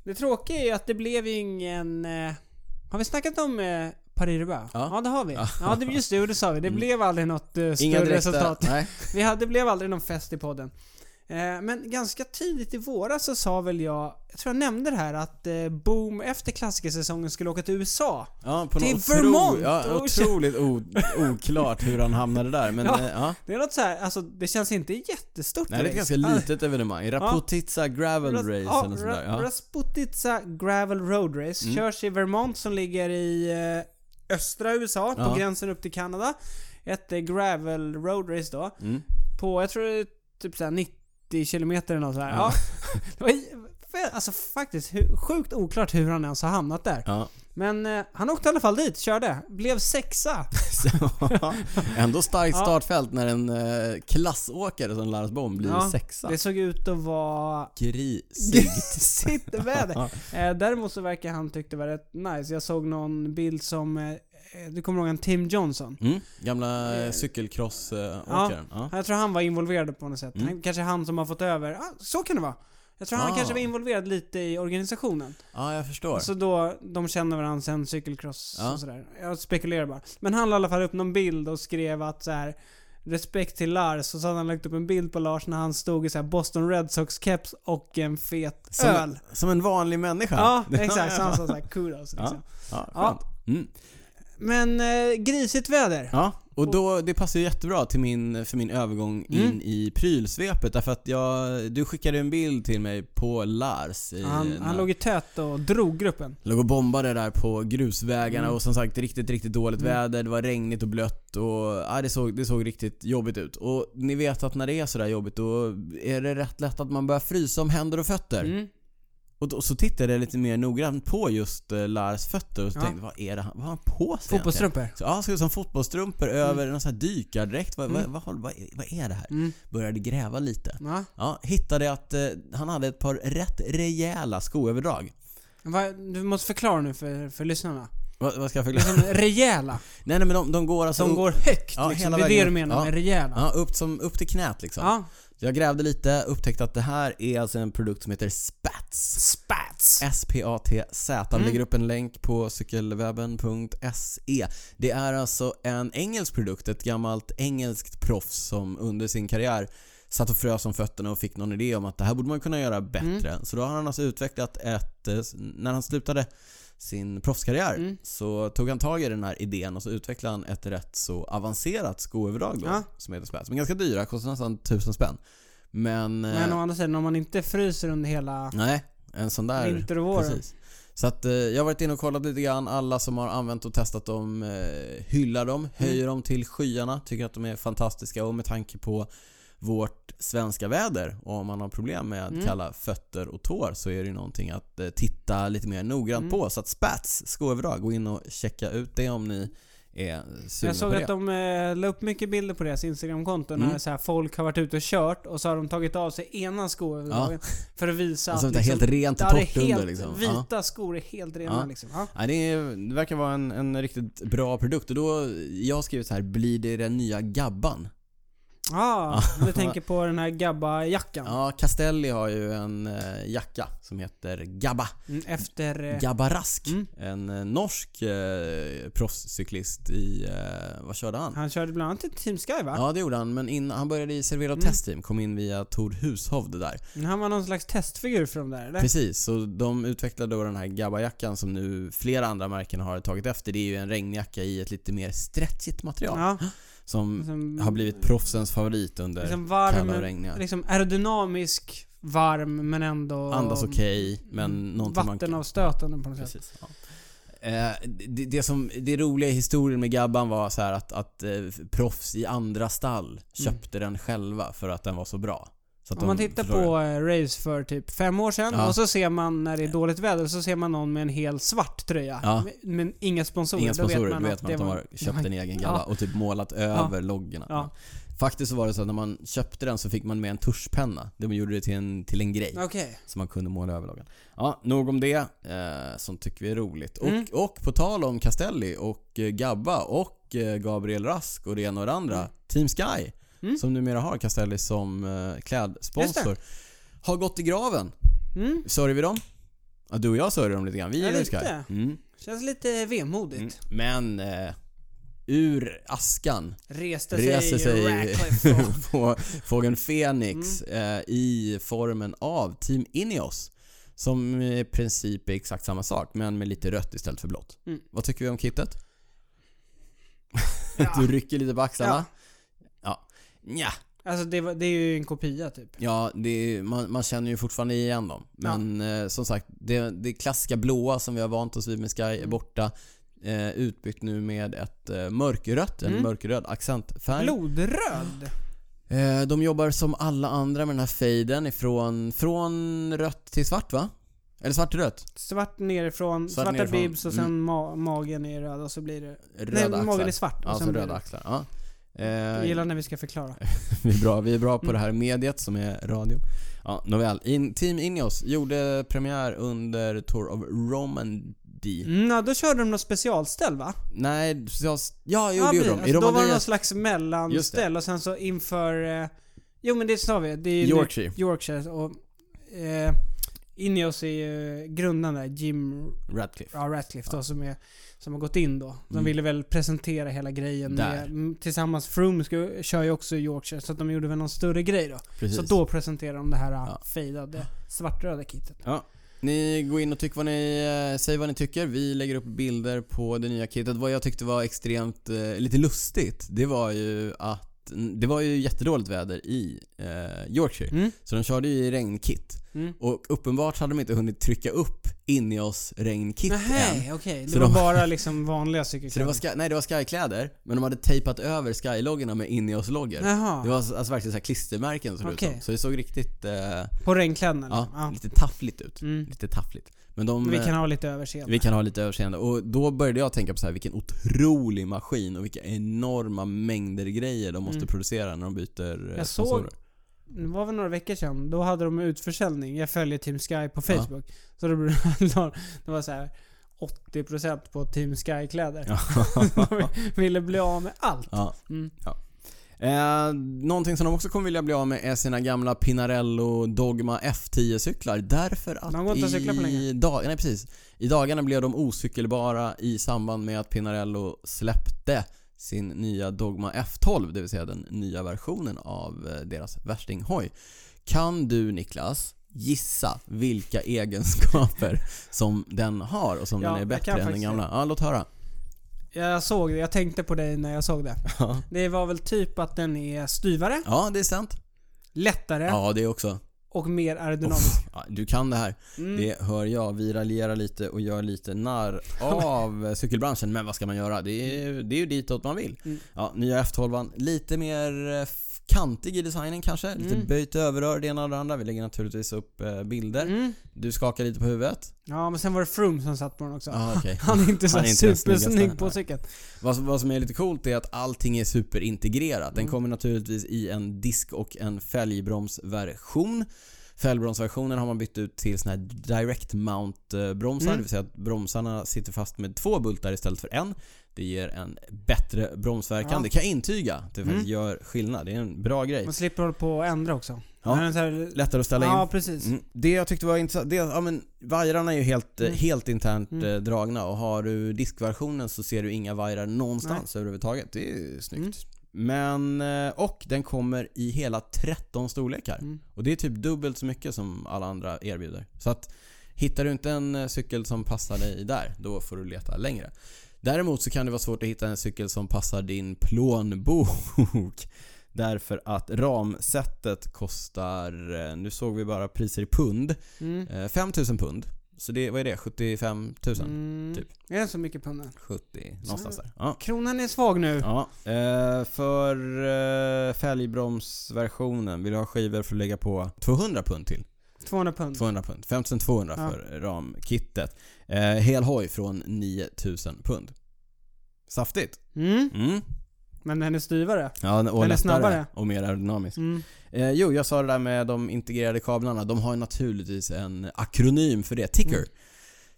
Speaker 1: Det tråkiga är ju att det blev ju ingen... Eh, har vi snackat om eh, Paris-Roubaix?
Speaker 2: Ja. Mm.
Speaker 1: det har vi. Ja, det, just det. Det sa vi. Det blev aldrig något eh,
Speaker 2: Inga
Speaker 1: större
Speaker 2: direkta...
Speaker 1: resultat.
Speaker 2: Nej.
Speaker 1: Vi hade, det blev aldrig någon fest i podden. Eh, Men ganska tidigt i våras så sa väl jag, jag tror jag nämnde det här, att eh, Boom efter klassikersäsongen skulle åka till USA.
Speaker 2: Ja, på
Speaker 1: Till
Speaker 2: något otro-
Speaker 1: Vermont
Speaker 2: Ja,
Speaker 1: och-
Speaker 2: otroligt o- oklart hur han hamnade där. Men
Speaker 1: Ja.
Speaker 2: ja. ja.
Speaker 1: Det är något så här, alltså det känns inte jättestort
Speaker 2: Nej, det är ett
Speaker 1: race.
Speaker 2: ganska litet evenemang. Rapotica Gravel
Speaker 1: Ras-
Speaker 2: Race
Speaker 1: ja,
Speaker 2: eller något sånt
Speaker 1: Ra-
Speaker 2: där. Ja.
Speaker 1: Rasputitsa Gravel Road Race
Speaker 2: Mm.
Speaker 1: körs i Vermont som ligger i eh, östra USA,
Speaker 2: Ja.
Speaker 1: på gränsen upp till Kanada. Ett eh, Gravel Road Race då.
Speaker 2: Mm.
Speaker 1: På, jag tror det är typ såhär 90 kilometer eller något sådär. Ja.
Speaker 2: Ja.
Speaker 1: det var, ju- alltså faktiskt hu- sjukt oklart hur han ens har hamnat där.
Speaker 2: Ja.
Speaker 1: Men eh, han åkte i alla fall dit, körde. Blev sexa.
Speaker 2: Så- Ändå starkt
Speaker 1: Ja.
Speaker 2: startfält när en eh, klassåkare som Lars Bohm blir
Speaker 1: Ja,
Speaker 2: sexa.
Speaker 1: Det såg ut att vara
Speaker 2: Grisigt.
Speaker 1: grisigt väder. Eh, däremot så verkar han tyckte det var rätt nice. Jag såg någon bild som, eh, eh, du kommer ihåg en Tim Johnson?
Speaker 2: Mm. Gamla
Speaker 1: Eh,
Speaker 2: eh, cykelcrossåkaren. Ja.
Speaker 1: Jag tror han var involverad på något sätt.
Speaker 2: Mm.
Speaker 1: Han, kanske han som har fått över, ah, så kan det vara. Jag tror han
Speaker 2: Ah.
Speaker 1: kanske var involverad lite i organisationen.
Speaker 2: ja, jag förstår.
Speaker 1: Så då, de känner varandra sen cykelcross
Speaker 2: Ja.
Speaker 1: och sådär. Jag spekulerar bara. Men han la i alla fall upp någon bild och skrev att så här. respekt till Lars och så hade han lagt upp en bild på Lars när han stod i så här Boston Red Sox keps och en fet
Speaker 2: Som,
Speaker 1: öl.
Speaker 2: som en vanlig människa.
Speaker 1: Ja, exakt. Så han sa såhär kudos liksom.
Speaker 2: Ja,
Speaker 1: Ja.
Speaker 2: skönt. Mm.
Speaker 1: Men eh, grisigt väder.
Speaker 2: Ja, och då, det passar ju jättebra till min, för min övergång in
Speaker 1: Mm.
Speaker 2: i prylsvepet därför att jag, du skickade en bild till mig på Lars i,
Speaker 1: Han,
Speaker 2: när-
Speaker 1: han låg i tät och drog gruppen.
Speaker 2: låg och bombade där på grusvägarna
Speaker 1: Mm.
Speaker 2: och som sagt riktigt, riktigt dåligt
Speaker 1: Mm.
Speaker 2: väder, det var regnigt och blött och ja, det, såg, det såg riktigt jobbigt ut. Och ni vet att när det är sådär jobbigt då är det rätt lätt att man börjar frysa om händer och fötter.
Speaker 1: Mm.
Speaker 2: Och då, så tittade jag lite mer noggrant på just eh, Lars fötter och så
Speaker 1: Ja.
Speaker 2: tänkte vad är det han, vad har han på sig egentligen?
Speaker 1: Fotbollstrumpor.
Speaker 2: Så, ja, såg ut som fotbollstrumpor över någon sån här dykardräkt. Vad,
Speaker 1: Mm.
Speaker 2: vad, vad, vad, är- vad är det här?
Speaker 1: Mm.
Speaker 2: Började gräva lite.
Speaker 1: Ja.
Speaker 2: Ja, hittade att eh, han hade ett par rätt rejäla skoöverdrag.
Speaker 1: Va, du måste förklara nu för, för lyssnarna.
Speaker 2: Vad, vad ska jag förklara?
Speaker 1: Liksom rejäla.
Speaker 2: nej, nej men de, de går alltså
Speaker 1: Som
Speaker 2: upp,
Speaker 1: går högt
Speaker 2: Ja,
Speaker 1: liksom.
Speaker 2: hela
Speaker 1: Det är det
Speaker 2: vägen
Speaker 1: du
Speaker 2: upp.
Speaker 1: menar
Speaker 2: Ja.
Speaker 1: med rejäla.
Speaker 2: ja, upp, som, upp till knät liksom.
Speaker 1: Ja.
Speaker 2: Jag grävde lite, upptäckte att det här är alltså en produkt som heter Spats.
Speaker 1: Spats.
Speaker 2: S-P-A-T-Z. Vi
Speaker 1: Mm.
Speaker 2: lägger upp en länk på cykelwebben.se. E. Det är alltså en engelsk produkt, ett gammalt engelskt proffs som under sin karriär satt och frös om fötterna och fick någon idé om att det här borde man kunna göra bättre.
Speaker 1: Mm.
Speaker 2: Så då har han alltså utvecklat ett, eh, när han slutade sin proffskarriär
Speaker 1: Mm.
Speaker 2: så tog han tag i den här idén och så utvecklade han ett rätt så avancerat skoöverdrag då,
Speaker 1: Ja.
Speaker 2: som heter Spats. Men ganska dyra, kostar nästan tusen spänn. Men... eh,
Speaker 1: Men å andra sidan, om man inte fryser under hela
Speaker 2: nej, en sån där...
Speaker 1: vinter och våren.
Speaker 2: Precis. Så att eh, jag har varit inne och kollat lite grann. Alla som har använt och testat dem eh, hyllar
Speaker 1: Mm.
Speaker 2: dem, höjer dem till skyarna, tycker att de är fantastiska och med tanke på vårt svenska väder och om man har problem med
Speaker 1: Mm.
Speaker 2: kalla fötter och tår så är det ju någonting att eh, titta lite mer noggrant
Speaker 1: Mm.
Speaker 2: på. Så att spats, skoöverdrag, gå in och checka ut det om ni är sugna
Speaker 1: Jag såg
Speaker 2: på
Speaker 1: att
Speaker 2: det.
Speaker 1: de eh, la upp mycket bilder på deras instagramkonto när
Speaker 2: Mm.
Speaker 1: så här, folk har varit ute och kört och så har de tagit av sig ena skoöverdragen för att visa
Speaker 2: Alltså
Speaker 1: att liksom
Speaker 2: inte helt rent och
Speaker 1: ja, det är
Speaker 2: torrt
Speaker 1: helt
Speaker 2: under liksom. Ja.
Speaker 1: Vita skor är helt rena
Speaker 2: Ja.
Speaker 1: liksom. Ja.
Speaker 2: Nej, det, är, det verkar vara en, en riktigt bra produkt och då, jag har skrivit så här, blir det den nya Gabban?
Speaker 1: Ah, du tänker på den här Gabba-jackan.
Speaker 2: Ja, Castelli har ju en eh, jacka som heter Gabba.
Speaker 1: Mm, efter... eh,
Speaker 2: Gabba Rask.
Speaker 1: Mm.
Speaker 2: En eh, norsk eh, proffscyklist i, eh, vad körde han?
Speaker 1: han körde bland annat i Team Sky va?
Speaker 2: Ja det gjorde han, men in, han började i Servera och
Speaker 1: Mm. Eh.
Speaker 2: Testteam, kom in via Tor Hushovd där.
Speaker 1: Men Han var någon slags testfigur för dem där eller?
Speaker 2: Precis, så de utvecklade då den här Gabba-jackan som nu flera andra märken har tagit efter. Det är ju en regnjacka i ett lite mer stretchigt material.
Speaker 1: Ja.
Speaker 2: Som
Speaker 1: Liksom,
Speaker 2: Mm. har blivit proffsens favorit under
Speaker 1: liksom
Speaker 2: kalla och
Speaker 1: varm,
Speaker 2: regniga.
Speaker 1: liksom aerodynamisk, varm men ändå...
Speaker 2: Andas okej,
Speaker 1: mm.
Speaker 2: men någonting man kan...
Speaker 1: Vattenavstötande på något sätt.
Speaker 2: Precis. Eh, det, det, som, det roliga i historien med Gabban var så här att, att eh, proffs i andra stall köpte den själva för att den var så bra. Så att
Speaker 1: Mm. Om man
Speaker 2: de-
Speaker 1: tittar
Speaker 2: förstår
Speaker 1: på eh, race för typ fem år sedan
Speaker 2: Ja.
Speaker 1: och så ser man när det är dåligt väder så ser man någon med en hel svart tröja.
Speaker 2: Ja.
Speaker 1: Men, men inga
Speaker 2: du?
Speaker 1: sponsorer.
Speaker 2: Inga
Speaker 1: Då
Speaker 2: sponsorer, då vet man
Speaker 1: det
Speaker 2: att de
Speaker 1: var-
Speaker 2: har köpt en egen Gabba
Speaker 1: Ja.
Speaker 2: och typ målat över loggorna.
Speaker 1: Ja.
Speaker 2: Faktiskt så var det så att när man köpte den så fick man med en tuschpenna. De gjorde det till en, till en grej.
Speaker 1: Okej.
Speaker 2: Så man kunde måla över loggan. Ja, nog om det. Eh, som tycker vi är roligt. Och,
Speaker 1: Mm.
Speaker 2: och på tal om Castelli och eh, Gabba och eh, Gabriel Rask och det ena och det andra. Team Sky,
Speaker 1: Mm.
Speaker 2: som numera har Castelli som eh, klädsponsor, har gått i graven.
Speaker 1: Mm.
Speaker 2: Sörjer vi dem? Ja, du och jag sörjer dem lite grann. Vi
Speaker 1: Ja,
Speaker 2: gillar ju Sky.
Speaker 1: lite.
Speaker 2: Mm.
Speaker 1: Känns lite vemodigt.
Speaker 2: Mm. Men eh, ur askan
Speaker 1: Reste sig
Speaker 2: reser sig
Speaker 1: Ratcliffe och...
Speaker 2: få- fågeln Fenix
Speaker 1: Mm.
Speaker 2: eh, i formen av Team Ineos. Som i princip är exakt samma sak men med lite rött istället för blått.
Speaker 1: Mm.
Speaker 2: Vad tycker vi om kittet?
Speaker 1: Ja.
Speaker 2: Du rycker lite på axlarna.
Speaker 1: Ja.
Speaker 2: Ja. Nja.
Speaker 1: Alltså det, var, det är ju en kopia typ.
Speaker 2: Ja, det är, man, man känner ju fortfarande igen dem. Men eh, som sagt, det, det klassiska blåa som vi har vant oss vid med Sky är
Speaker 1: Mm.
Speaker 2: borta. Eh, utbytt nu med ett eh, mörkrött, en
Speaker 1: Mm.
Speaker 2: mörkröd accentfärg.
Speaker 1: Blodröd?
Speaker 2: Eh, De jobbar som alla andra med den här fejden ifrån från rött till svart va? Eller svart till rött?
Speaker 1: Svart nerifrån,
Speaker 2: Svart
Speaker 1: svarta
Speaker 2: nerifrån.
Speaker 1: bibs och sen
Speaker 2: Mm.
Speaker 1: ma- magen är röd och så blir det...
Speaker 2: Röda
Speaker 1: Nej, magen är
Speaker 2: axlar.
Speaker 1: svart. Och
Speaker 2: Alltså
Speaker 1: sen blir
Speaker 2: röda
Speaker 1: det-
Speaker 2: axlar. Ja.
Speaker 1: Jag
Speaker 2: Eh,
Speaker 1: gillar när vi ska förklara.
Speaker 2: vi, är bra, vi är bra på
Speaker 1: Mm.
Speaker 2: det här mediet som är radio. Ja, nåväl. In, Team Ineos gjorde premiär under Tour of Romandy.
Speaker 1: Mm, ja, då körde de något specialställ va?
Speaker 2: Nej, jag, ja, jo,
Speaker 1: ja,
Speaker 2: det gjorde de.
Speaker 1: precis.
Speaker 2: I
Speaker 1: Alltså, då var det någon
Speaker 2: Romandie
Speaker 1: slags mellanställ och sen så inför... Eh, jo men det sa vi, det är ju
Speaker 2: Yorkshire.
Speaker 1: Yorkshire och... Eh, in i oss är ju grundaren där, Jim
Speaker 2: Radcliffe.
Speaker 1: ja, Ratcliffe då, som, är, som har gått in då. De ville väl presentera hela grejen
Speaker 2: Mm. Där.
Speaker 1: med, mm, tillsammans. Froome ska, kör ju också i Yorkshire, så att de gjorde väl någon större grej då.
Speaker 2: Precis.
Speaker 1: Så då presenterar de det här ja.
Speaker 2: Ja.
Speaker 1: fejdade svartröda kittet.
Speaker 2: Ja. Ni går in och tycker vad ni, eh, säger vad ni tycker. Vi lägger upp bilder på det nya kittet. Vad jag tyckte var extremt, eh, lite lustigt, det var ju att det var ju jättedåligt väder i eh, Yorkshire.
Speaker 1: Mm.
Speaker 2: Så de körde ju i regnkit.
Speaker 1: Mm.
Speaker 2: Och uppenbart hade de inte hunnit trycka upp in i oss regnkit än.
Speaker 1: Nej, okej. Det
Speaker 2: Så
Speaker 1: var
Speaker 2: de-
Speaker 1: bara liksom vanliga
Speaker 2: Så det var,
Speaker 1: cykelkläder.
Speaker 2: sky, nej, det var skykläder, men de hade tejpat över skyloggarna med in i oss loggor
Speaker 1: Jaha.
Speaker 2: Det var alltså alltså verkligen så här klistermärken såg det
Speaker 1: Okej.
Speaker 2: ut som. Så det såg riktigt, eh, ja,
Speaker 1: På regnkläderna? eller?
Speaker 2: lite taffligt ut.
Speaker 1: Mm.
Speaker 2: Lite taffligt. Men de,
Speaker 1: Men Vi
Speaker 2: eh,
Speaker 1: kan ha lite överseende.
Speaker 2: Vi kan ha lite överseende. Och då började jag tänka på så här, vilken otrolig maskin och vilka enorma mängder grejer de måste
Speaker 1: Mm.
Speaker 2: producera när de byter eh,
Speaker 1: Jag
Speaker 2: sponsorer.
Speaker 1: Det var väl några veckor sedan, då hade de utförsäljning. Jag följer Team Sky på Facebook. Så det, det var så här 80% på Team Sky-kläder. de ville bli av med allt.
Speaker 2: Ja.
Speaker 1: Mm.
Speaker 2: Eh, någonting som de också kommer vilja bli av med är sina gamla Pinarello Dogma F10-cyklar. Därför att
Speaker 1: De går inte att cykla på
Speaker 2: i,
Speaker 1: längre.
Speaker 2: dag, nej, precis. i dagarna blev de ocykelbara i samband med att Pinarello släppte sin nya Dogma F12, det vill säga den nya versionen av eh, deras värstinghoj. Kan du Niklas gissa vilka egenskaper som den har och som
Speaker 1: Ja,
Speaker 2: den är
Speaker 1: jag
Speaker 2: bättre
Speaker 1: kan
Speaker 2: än den
Speaker 1: faktiskt
Speaker 2: gamla? Ja, låt höra.
Speaker 1: Jag såg det, jag tänkte på dig när jag såg det.
Speaker 2: Ja,
Speaker 1: Det var väl typ att den är styvare,
Speaker 2: ja det är sant.
Speaker 1: lättare
Speaker 2: Ja, det är också.
Speaker 1: och mer aerodynamisk.
Speaker 2: Ja, du kan det här.
Speaker 1: Mm.
Speaker 2: Det hör jag. Vi raljerar lite och gör lite narr av cykelbranschen. Men vad ska man göra? Det är, det är ju ditåt man vill.
Speaker 1: Mm.
Speaker 2: Ja, nya F12. Lite mer eh, f- kantig i designen kanske. Lite
Speaker 1: Mm.
Speaker 2: böjt överrör det ena och det andra. Vi lägger naturligtvis upp eh, bilder.
Speaker 1: Mm.
Speaker 2: Du skakar lite på huvudet.
Speaker 1: Ja, men sen var det Froome som satt på den också.
Speaker 2: Ah, okej.
Speaker 1: Han är inte så
Speaker 2: Han är inte den snyggaste,
Speaker 1: supersnygg på
Speaker 2: nej.
Speaker 1: cykeln.
Speaker 2: Vad, som- vad som är lite coolt är att allting är superintegrerat. Den
Speaker 1: Mm.
Speaker 2: kommer naturligtvis i en disk och en fälgbromsversion. Fälgbromsversionen har man bytt ut till såna här direct mount eh, bromsar,
Speaker 1: Mm.
Speaker 2: det vill säga att bromsarna sitter fast med två bultar istället för en. Det ger en bättre bromsverkan.
Speaker 1: Ja.
Speaker 2: Det kan jag intyga att det
Speaker 1: Mm.
Speaker 2: faktiskt gör skillnad. Det är en bra grej.
Speaker 1: Man slipper hålla på och ändra också.
Speaker 2: Ja.
Speaker 1: Den är så här-
Speaker 2: Lättare att ställa in.
Speaker 1: ja precis.
Speaker 2: Mm. Det jag tyckte var intressant, det, ja men vajrarna är ju helt, eh,
Speaker 1: Mm.
Speaker 2: helt internt
Speaker 1: Mm.
Speaker 2: eh, dragna och har du diskversionen så ser du inga vajrar någonstans överhuvudtaget. Det är
Speaker 1: Mm.
Speaker 2: snyggt. Men, eh, och den kommer i hela 13 storlekar.
Speaker 1: Mm.
Speaker 2: Och det är typ dubbelt så mycket som alla andra erbjuder. Så att hittar du inte en eh, cykel som passar dig där, då får du leta längre. Däremot så kan det vara svårt att hitta en cykel som passar din plånbok. Därför att ramsättet kostar, eh, nu såg vi bara priser i pund,
Speaker 1: Mm.
Speaker 2: eh, 5000 pund. Så det, vad är det? 75 000?
Speaker 1: Mm.
Speaker 2: typ.
Speaker 1: Är det så mycket pund?
Speaker 2: 70, någonstans där. Ja.
Speaker 1: Kronan är svag nu.
Speaker 2: Ja, eh, för eh, fälgbromsversionen vill jag ha skivor för att lägga på 200 pund till.
Speaker 1: 200 pund.
Speaker 2: 200 pund. 5200
Speaker 1: Ja.
Speaker 2: för ramkittet. Eh, hel hoj från 9000 pund. Saftigt.
Speaker 1: Mm.
Speaker 2: Mm.
Speaker 1: Men den är styvare.
Speaker 2: Ja, och
Speaker 1: är
Speaker 2: lättare
Speaker 1: snabbare.
Speaker 2: och mer aerodynamisk.
Speaker 1: Mm.
Speaker 2: Eh, jo, jag sa det där med de integrerade kablarna. De har ju naturligtvis en akronym för det, ticker.
Speaker 1: Mm.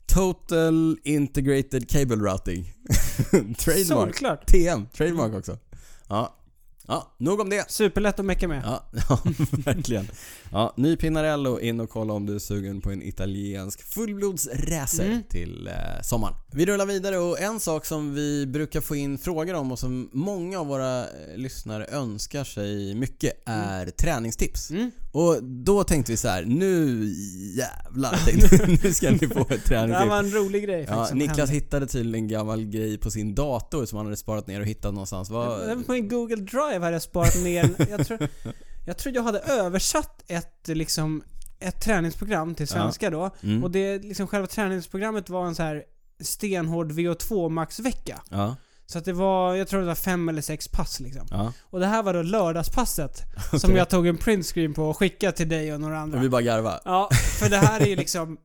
Speaker 2: Total Integrated Cable Routing. Trademark.
Speaker 1: Solklart.
Speaker 2: TM, trademark också. Ja. ja, nog om det.
Speaker 1: Superlätt att mecka med.
Speaker 2: Ja, ja verkligen. Ja, ny Pinarello, in och kolla om du är sugen på en italiensk fullblodsracer
Speaker 1: Mm.
Speaker 2: till eh, sommaren. Vi rullar vidare och en sak som vi brukar få in frågor om och som många av våra eh, lyssnare önskar sig mycket är träningstips.
Speaker 1: Mm.
Speaker 2: Och då tänkte vi så här, nu jävlar tänkte vi, nu ska ni få ett
Speaker 1: Det här
Speaker 2: träningstips.
Speaker 1: var liksom en rolig grej
Speaker 2: typ- Ja,
Speaker 1: faktiskt. som
Speaker 2: Niklas
Speaker 1: hände.
Speaker 2: hittade tydligen en gammal grej på sin dator som han hade sparat ner och hittat någonstans. Vad-
Speaker 1: Det var På min Google Drive hade jag sparat ner... jag, tror, jag tror jag hade översatt ett liksom... Ett träningsprogram till svenska då.
Speaker 2: Mm.
Speaker 1: Och det liksom själva träningsprogrammet var en så här stenhård VO2 maxvecka.
Speaker 2: Ja,
Speaker 1: Så att det var, jag tror det var fem eller sex pass liksom.
Speaker 2: ja.
Speaker 1: Och det här var då lördagspasset. Som
Speaker 2: Okej.
Speaker 1: jag tog en printscreen på och skickade till dig och några andra.
Speaker 2: Och vi bara garva.
Speaker 1: Ja, för det här är ju liksom...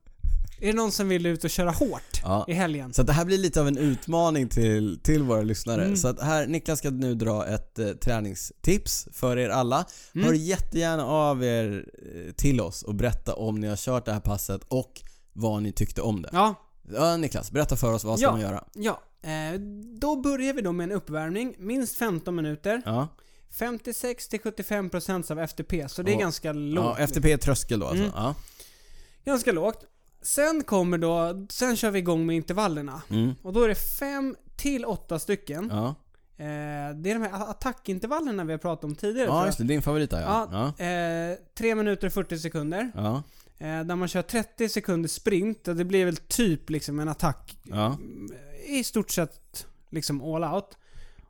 Speaker 1: Är det någon som vill ut och köra hårt
Speaker 2: Ja.
Speaker 1: i helgen?
Speaker 2: Så att det här blir lite av en utmaning till, till våra lyssnare.
Speaker 1: Mm.
Speaker 2: Så att här, Niklas ska nu dra ett eh, träningstips för er alla.
Speaker 1: Mm.
Speaker 2: Hör jättegärna av er eh, till oss och berätta om ni har kört det här passet och vad ni tyckte om det. Ja,
Speaker 1: Ja,
Speaker 2: Niklas, berätta för oss vad ska
Speaker 1: Ja.
Speaker 2: man göra?
Speaker 1: ja. Eh, då börjar vi då med en uppvärmning, minst 15 minuter.
Speaker 2: Ja.
Speaker 1: 56-75% av FTP, så det är
Speaker 2: Ja.
Speaker 1: ganska lågt.
Speaker 2: ja, FTP är tröskel då alltså.
Speaker 1: Mm.
Speaker 2: Ja.
Speaker 1: Ganska lågt. Sen kommer då, sen kör vi igång med intervallerna.
Speaker 2: Mm.
Speaker 1: Och då är det fem till åtta stycken.
Speaker 2: Ja.
Speaker 1: Eh, det är de här attackintervallerna vi har pratat om tidigare tror
Speaker 2: ja,
Speaker 1: jag.
Speaker 2: just det. Din favorit där ja.
Speaker 1: Ja,
Speaker 2: Ja.
Speaker 1: Eh, 3 minuter och 40 sekunder.
Speaker 2: Ja.
Speaker 1: Eh, där man kör 30 sekunder sprint. Och det blir väl typ liksom en attack.
Speaker 2: ja.
Speaker 1: I stort sett liksom all out.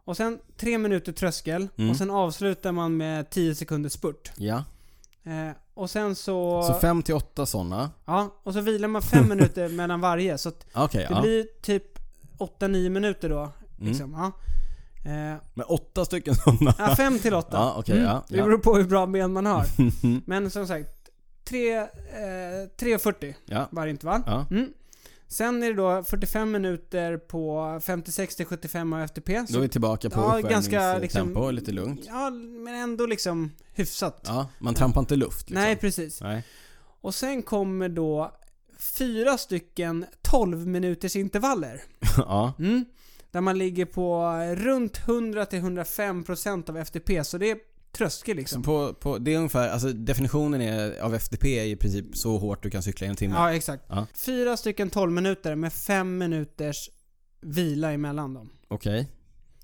Speaker 1: Och sen 3 minuter tröskel.
Speaker 2: Mm.
Speaker 1: Och sen avslutar man med 10 sekunder spurt.
Speaker 2: ja.
Speaker 1: Eh, och sen så...
Speaker 2: Så fem till åtta sådana.
Speaker 1: ja, och så vilar man 5 minuter mellan varje. Så att
Speaker 2: Okej,
Speaker 1: det
Speaker 2: ja. Mm.
Speaker 1: blir typ 8-9 minuter då. Liksom, ja. Eh,
Speaker 2: Men åtta stycken sådana.
Speaker 1: ja, 5 till 8.
Speaker 2: Ja, okej, ja,
Speaker 1: Det
Speaker 2: ja.
Speaker 1: beror på hur bra ben man har. Men som sagt, tre, eh, 3.40
Speaker 2: Ja.
Speaker 1: varje intervall.
Speaker 2: Ja.
Speaker 1: Mm. Sen är det då 45 minuter på 56 till 75 av FTP.
Speaker 2: Då är vi tillbaka på
Speaker 1: ja, ganska
Speaker 2: uppvärmningstempo,
Speaker 1: liksom...
Speaker 2: lite lugnt.
Speaker 1: Ja, men ändå liksom hyfsat.
Speaker 2: Ja, man trampar inte luft liksom.
Speaker 1: Nej, precis.
Speaker 2: Nej.
Speaker 1: Och sen kommer då fyra stycken 12 minuters intervaller.
Speaker 2: ja.
Speaker 1: Mm. Där man ligger på runt 100 till 105% av FTP, så det är tröskel liksom.
Speaker 2: Så på, på, det är ungefär, alltså definitionen är, av FTP är i princip så hårt du kan cykla i en timme.
Speaker 1: Ja, exakt.
Speaker 2: Ja.
Speaker 1: Fyra stycken 12 minuter med fem minuters vila emellan dem.
Speaker 2: Okej.